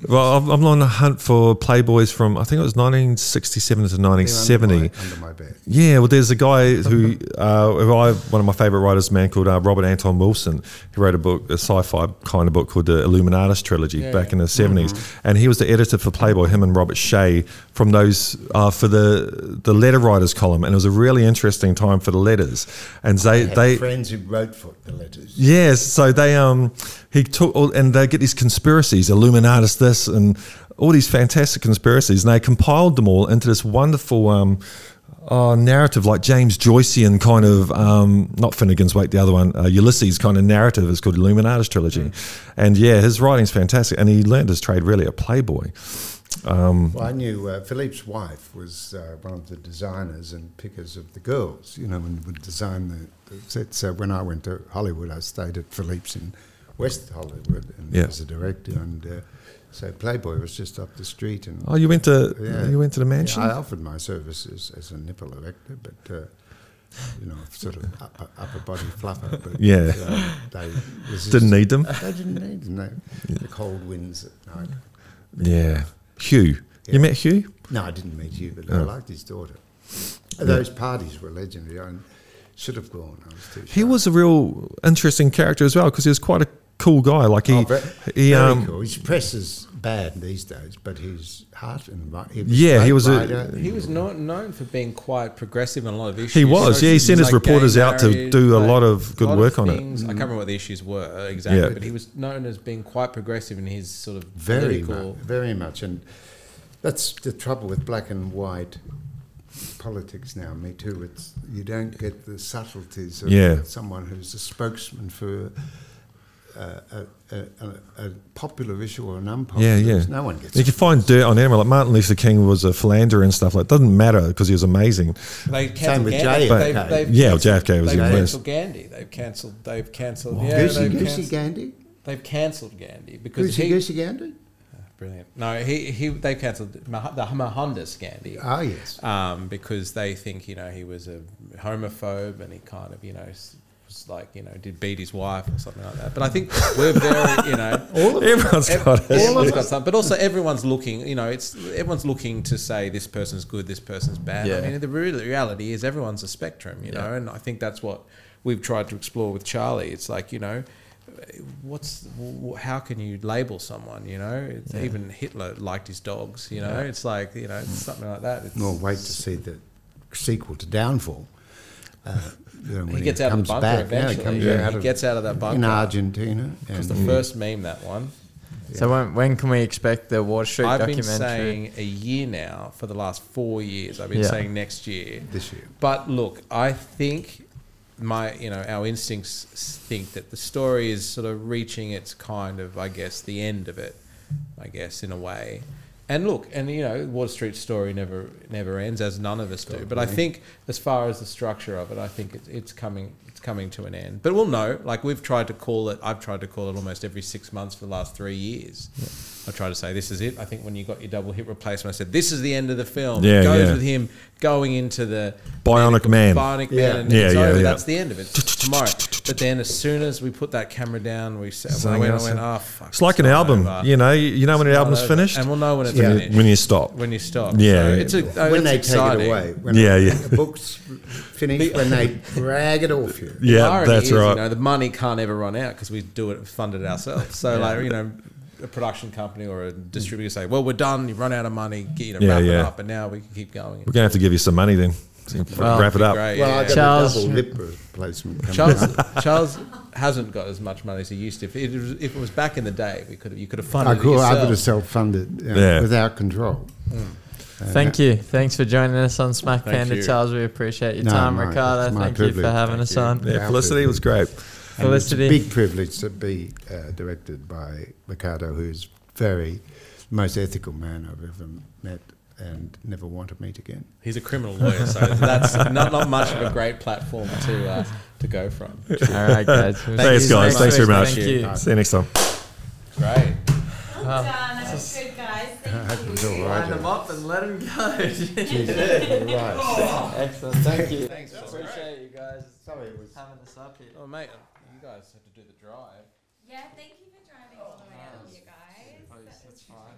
[SPEAKER 1] Well, I'm, I'm on the hunt for Playboys from I think it was 1967 to
[SPEAKER 2] They're
[SPEAKER 1] 1970.
[SPEAKER 2] under my, under my bed.
[SPEAKER 1] Yeah, well, there's a guy who, uh, who I, one of my favorite writers, a man called uh, Robert Anton Wilson. He wrote a book, a sci-fi kind of book called the Illuminatus trilogy back in the 70s, and he was the editor for Playboy. Him and Robert Shea from those uh, for the the letter writers column, and it was a really interesting time for the letters. And they
[SPEAKER 2] Had
[SPEAKER 1] they
[SPEAKER 2] friends who wrote for the letters.
[SPEAKER 1] Yes, so they um he took all, and they get these conspiracies, Illuminatus this, this and all these fantastic conspiracies, and they compiled them all into this wonderful um, uh, narrative, like James Joycean kind of um, not Finnegan's Wake, the other one, uh, Ulysses kind of narrative. It's called Illuminatus trilogy,
[SPEAKER 2] Mm.
[SPEAKER 1] and yeah, his writing's fantastic, and he learned his trade really at Playboy.
[SPEAKER 2] Well, I knew uh, Philippe's wife was uh, one of the designers and pickers of the girls, you know, and would design the, the sets. So when I went to Hollywood, I stayed at Philippe's in West Hollywood and
[SPEAKER 1] Yeah.
[SPEAKER 2] as a director. And uh, so Playboy was just up the street. And
[SPEAKER 1] Oh, you went to
[SPEAKER 2] Yeah.
[SPEAKER 1] you went to the mansion.
[SPEAKER 2] I offered my services as a nipple erector, but. Uh, you know, sort of upper, upper body fluffer, but
[SPEAKER 1] Yeah.
[SPEAKER 2] uh, they resisted.
[SPEAKER 1] Didn't need them.
[SPEAKER 2] They didn't need them. They, The cold winds at night.
[SPEAKER 1] Yeah, Hugh. You
[SPEAKER 2] Yeah.
[SPEAKER 1] met Hugh?
[SPEAKER 2] No, I didn't meet you,
[SPEAKER 1] Oh.
[SPEAKER 2] but I liked his daughter. Those parties were legendary. I should have gone. I was too.
[SPEAKER 1] He
[SPEAKER 2] shy.
[SPEAKER 1] was a real interesting character as well because he was quite a cool guy. Like he,
[SPEAKER 2] Oh, ve-
[SPEAKER 1] he
[SPEAKER 2] very
[SPEAKER 1] um,
[SPEAKER 2] cool. His press is bad these days, but his heart and right. He
[SPEAKER 1] Yeah, he
[SPEAKER 2] straight
[SPEAKER 1] was a-
[SPEAKER 2] writer.
[SPEAKER 4] He was not known for being quite progressive in a lot of issues.
[SPEAKER 1] He was, yeah, he
[SPEAKER 4] Social-
[SPEAKER 1] sent his
[SPEAKER 4] like gay
[SPEAKER 1] reporters out to
[SPEAKER 4] marriage,
[SPEAKER 1] do a
[SPEAKER 4] like,
[SPEAKER 1] lot of good
[SPEAKER 4] lot
[SPEAKER 1] work on it.
[SPEAKER 4] things. I can't remember what the issues were exactly,
[SPEAKER 1] Yeah.
[SPEAKER 4] but he was known as being quite progressive in his sort of
[SPEAKER 2] very
[SPEAKER 4] political.
[SPEAKER 2] much, very much, and that's the trouble with black and white politics now. Me too. It's you don't get the subtleties of
[SPEAKER 1] Yeah.
[SPEAKER 2] someone who's a spokesman for. Uh, a, a, a, a popular issue or an unpopular
[SPEAKER 1] Yeah, yeah.
[SPEAKER 2] issue. No one gets
[SPEAKER 1] You
[SPEAKER 2] it.
[SPEAKER 1] can find dirt on anyone. Like Martin Luther King was a philanderer and stuff like. Doesn't matter because he was amazing.
[SPEAKER 4] They
[SPEAKER 2] Same with
[SPEAKER 4] cancelled
[SPEAKER 2] JFK.
[SPEAKER 4] Gandhi. They've, they've
[SPEAKER 1] Yeah,
[SPEAKER 4] cancelled-
[SPEAKER 1] JFK was
[SPEAKER 4] they've
[SPEAKER 1] even worse.
[SPEAKER 4] cancelled Gandhi. They've cancelled. They've cancelled. Yeah,
[SPEAKER 2] Goosey,
[SPEAKER 4] they've,
[SPEAKER 2] Goosey
[SPEAKER 4] cancelled,
[SPEAKER 2] Gandy?
[SPEAKER 4] they've cancelled Gandhi because
[SPEAKER 2] Goosey,
[SPEAKER 4] he.
[SPEAKER 2] Goosey Gandy?
[SPEAKER 4] Brilliant. No, he, he they've cancelled Mah- the Mohandas Gandhi.
[SPEAKER 2] Ah, yes.
[SPEAKER 4] um, because they think you know he was a homophobe and he kind of you know s- was like you know did beat his wife or something like that. But I think we're very you know.
[SPEAKER 1] <laughs>
[SPEAKER 2] All of
[SPEAKER 1] Everyone's got it.
[SPEAKER 4] Everyone's got something, but also everyone's looking. You know, it's everyone's looking to say this person's good, this person's bad.
[SPEAKER 3] Yeah.
[SPEAKER 4] I mean, the real reality is everyone's a spectrum, you know, and I think that's what we've tried to explore with Charlie. It's like you know, what's wh- how can you label someone? You know, it's, even Hitler liked his dogs. You know, it's like you know, it's something like that. It's,
[SPEAKER 2] Well, wait to see the sequel to Downfall. Uh, you know, when
[SPEAKER 4] He gets out of
[SPEAKER 2] comes
[SPEAKER 4] the bunker
[SPEAKER 2] back, yeah,
[SPEAKER 4] eventually.
[SPEAKER 2] comes
[SPEAKER 4] Yeah,
[SPEAKER 2] out
[SPEAKER 4] he
[SPEAKER 2] of-
[SPEAKER 4] gets out of that bunker.
[SPEAKER 2] in Argentina.
[SPEAKER 4] It's
[SPEAKER 2] And uh,
[SPEAKER 4] the first meme that one.
[SPEAKER 3] So when, when can we expect the Wall Street
[SPEAKER 4] I've been
[SPEAKER 3] documentary?
[SPEAKER 4] saying a year now for the last four years. I've been
[SPEAKER 3] Yeah.
[SPEAKER 4] saying next year.
[SPEAKER 2] this year.
[SPEAKER 4] But look, I think my you know our instincts s- think that the story is sort of reaching its kind of I guess the end of it, I guess in a way. And look, and you know, Water Street story never never ends, as none of us do. But I think, as far as the structure of it, I think it's it's coming it's coming to an end. But we'll know. Like we've tried to call it, I've tried to call it almost every six months for the last three years. I try to say this is it. I think when you got your double hit replacement, I said this is the end of the film.
[SPEAKER 1] Yeah,
[SPEAKER 4] it goes
[SPEAKER 1] yeah.
[SPEAKER 4] with him going into the
[SPEAKER 1] Bionic
[SPEAKER 4] medical-
[SPEAKER 1] Man.
[SPEAKER 4] Bionic
[SPEAKER 2] Yeah.
[SPEAKER 4] Man. And
[SPEAKER 1] Yeah,
[SPEAKER 4] it's
[SPEAKER 1] yeah,
[SPEAKER 4] over.
[SPEAKER 1] yeah.
[SPEAKER 4] That's the end of it. It's tomorrow. But then, as soon as we put that camera down, we said, I
[SPEAKER 1] Something
[SPEAKER 4] went, I
[SPEAKER 1] else.
[SPEAKER 4] went, oh, fuck,
[SPEAKER 1] It's like an
[SPEAKER 4] not
[SPEAKER 1] album.
[SPEAKER 4] over."
[SPEAKER 1] You know, you know when an
[SPEAKER 4] It's not
[SPEAKER 1] album's
[SPEAKER 4] over.
[SPEAKER 1] finished
[SPEAKER 4] and we'll know when it's
[SPEAKER 2] Yeah.
[SPEAKER 4] finished
[SPEAKER 1] when you stop.
[SPEAKER 4] when you stop.
[SPEAKER 1] Yeah.
[SPEAKER 4] so it's a,
[SPEAKER 2] when they
[SPEAKER 4] exciting.
[SPEAKER 2] take it away. When
[SPEAKER 1] Yeah,
[SPEAKER 2] the,
[SPEAKER 1] yeah.
[SPEAKER 2] The book's finished, when they drag it off you.
[SPEAKER 1] <laughs>
[SPEAKER 4] The
[SPEAKER 1] yeah,
[SPEAKER 4] irony
[SPEAKER 1] that's
[SPEAKER 4] is,
[SPEAKER 1] right.
[SPEAKER 4] You know, the money can't ever run out because we do it, fund it ourselves. So, like, you know, a production company or a distributor say, well, we're done. You run out of money. get- You know,
[SPEAKER 1] Yeah,
[SPEAKER 4] wrap it
[SPEAKER 1] yeah.
[SPEAKER 4] up, and now we can keep going.
[SPEAKER 1] We're gonna have to give you some money then. So you
[SPEAKER 3] Well,
[SPEAKER 1] wrap it up.
[SPEAKER 4] Great,
[SPEAKER 2] Well,
[SPEAKER 4] yeah.
[SPEAKER 2] I got
[SPEAKER 3] Charles-
[SPEAKER 2] a double lip replacement. coming out. <laughs>
[SPEAKER 4] Charles Charles hasn't got as much money as he used to. If it was, if it was back in the day, we could have, you could have
[SPEAKER 2] I
[SPEAKER 4] funded it
[SPEAKER 2] could, I
[SPEAKER 4] yourself.
[SPEAKER 2] could have self-funded you know,
[SPEAKER 1] Yeah.
[SPEAKER 2] without control. Uh,
[SPEAKER 3] Thank you. Thanks for joining us on Smack
[SPEAKER 4] Thank
[SPEAKER 3] Panda
[SPEAKER 4] you.
[SPEAKER 3] Charles. We appreciate your
[SPEAKER 2] No,
[SPEAKER 3] time,
[SPEAKER 2] my-
[SPEAKER 3] Ricardo.
[SPEAKER 2] it's my
[SPEAKER 3] Thank you
[SPEAKER 2] privilege.
[SPEAKER 3] for having
[SPEAKER 2] Thank
[SPEAKER 3] us
[SPEAKER 2] you.
[SPEAKER 3] on.
[SPEAKER 1] Yeah,
[SPEAKER 2] Yeah,
[SPEAKER 1] Felicity was great.
[SPEAKER 2] And it's a
[SPEAKER 3] Felicity.
[SPEAKER 2] big privilege to be uh, directed by Ricardo, who's very most ethical man I've ever met, and never want to meet again.
[SPEAKER 4] He's a criminal lawyer, so that's not, not much of a great platform to uh, to go from.
[SPEAKER 3] All right, <laughs> guys. We'll
[SPEAKER 1] Thanks,
[SPEAKER 3] see you
[SPEAKER 1] guys.
[SPEAKER 3] next
[SPEAKER 1] Thanks
[SPEAKER 3] week.
[SPEAKER 1] very much.
[SPEAKER 3] Thank you.
[SPEAKER 1] See you next time.
[SPEAKER 4] Great.
[SPEAKER 5] Well done. That was good, guys.
[SPEAKER 2] I hope it was
[SPEAKER 5] Thank
[SPEAKER 2] all
[SPEAKER 5] you.
[SPEAKER 2] right. eh?
[SPEAKER 3] up and let him go.
[SPEAKER 2] Jesus
[SPEAKER 3] <laughs>
[SPEAKER 2] Christ.
[SPEAKER 3] Excellent. Thank you.
[SPEAKER 4] Thanks.
[SPEAKER 3] Appreciate you guys
[SPEAKER 2] Sorry, it was-
[SPEAKER 3] having us up here.
[SPEAKER 4] Oh, mate, you guys have to do the drive.
[SPEAKER 5] Yeah, thank you for driving all the way out here, guys. That was-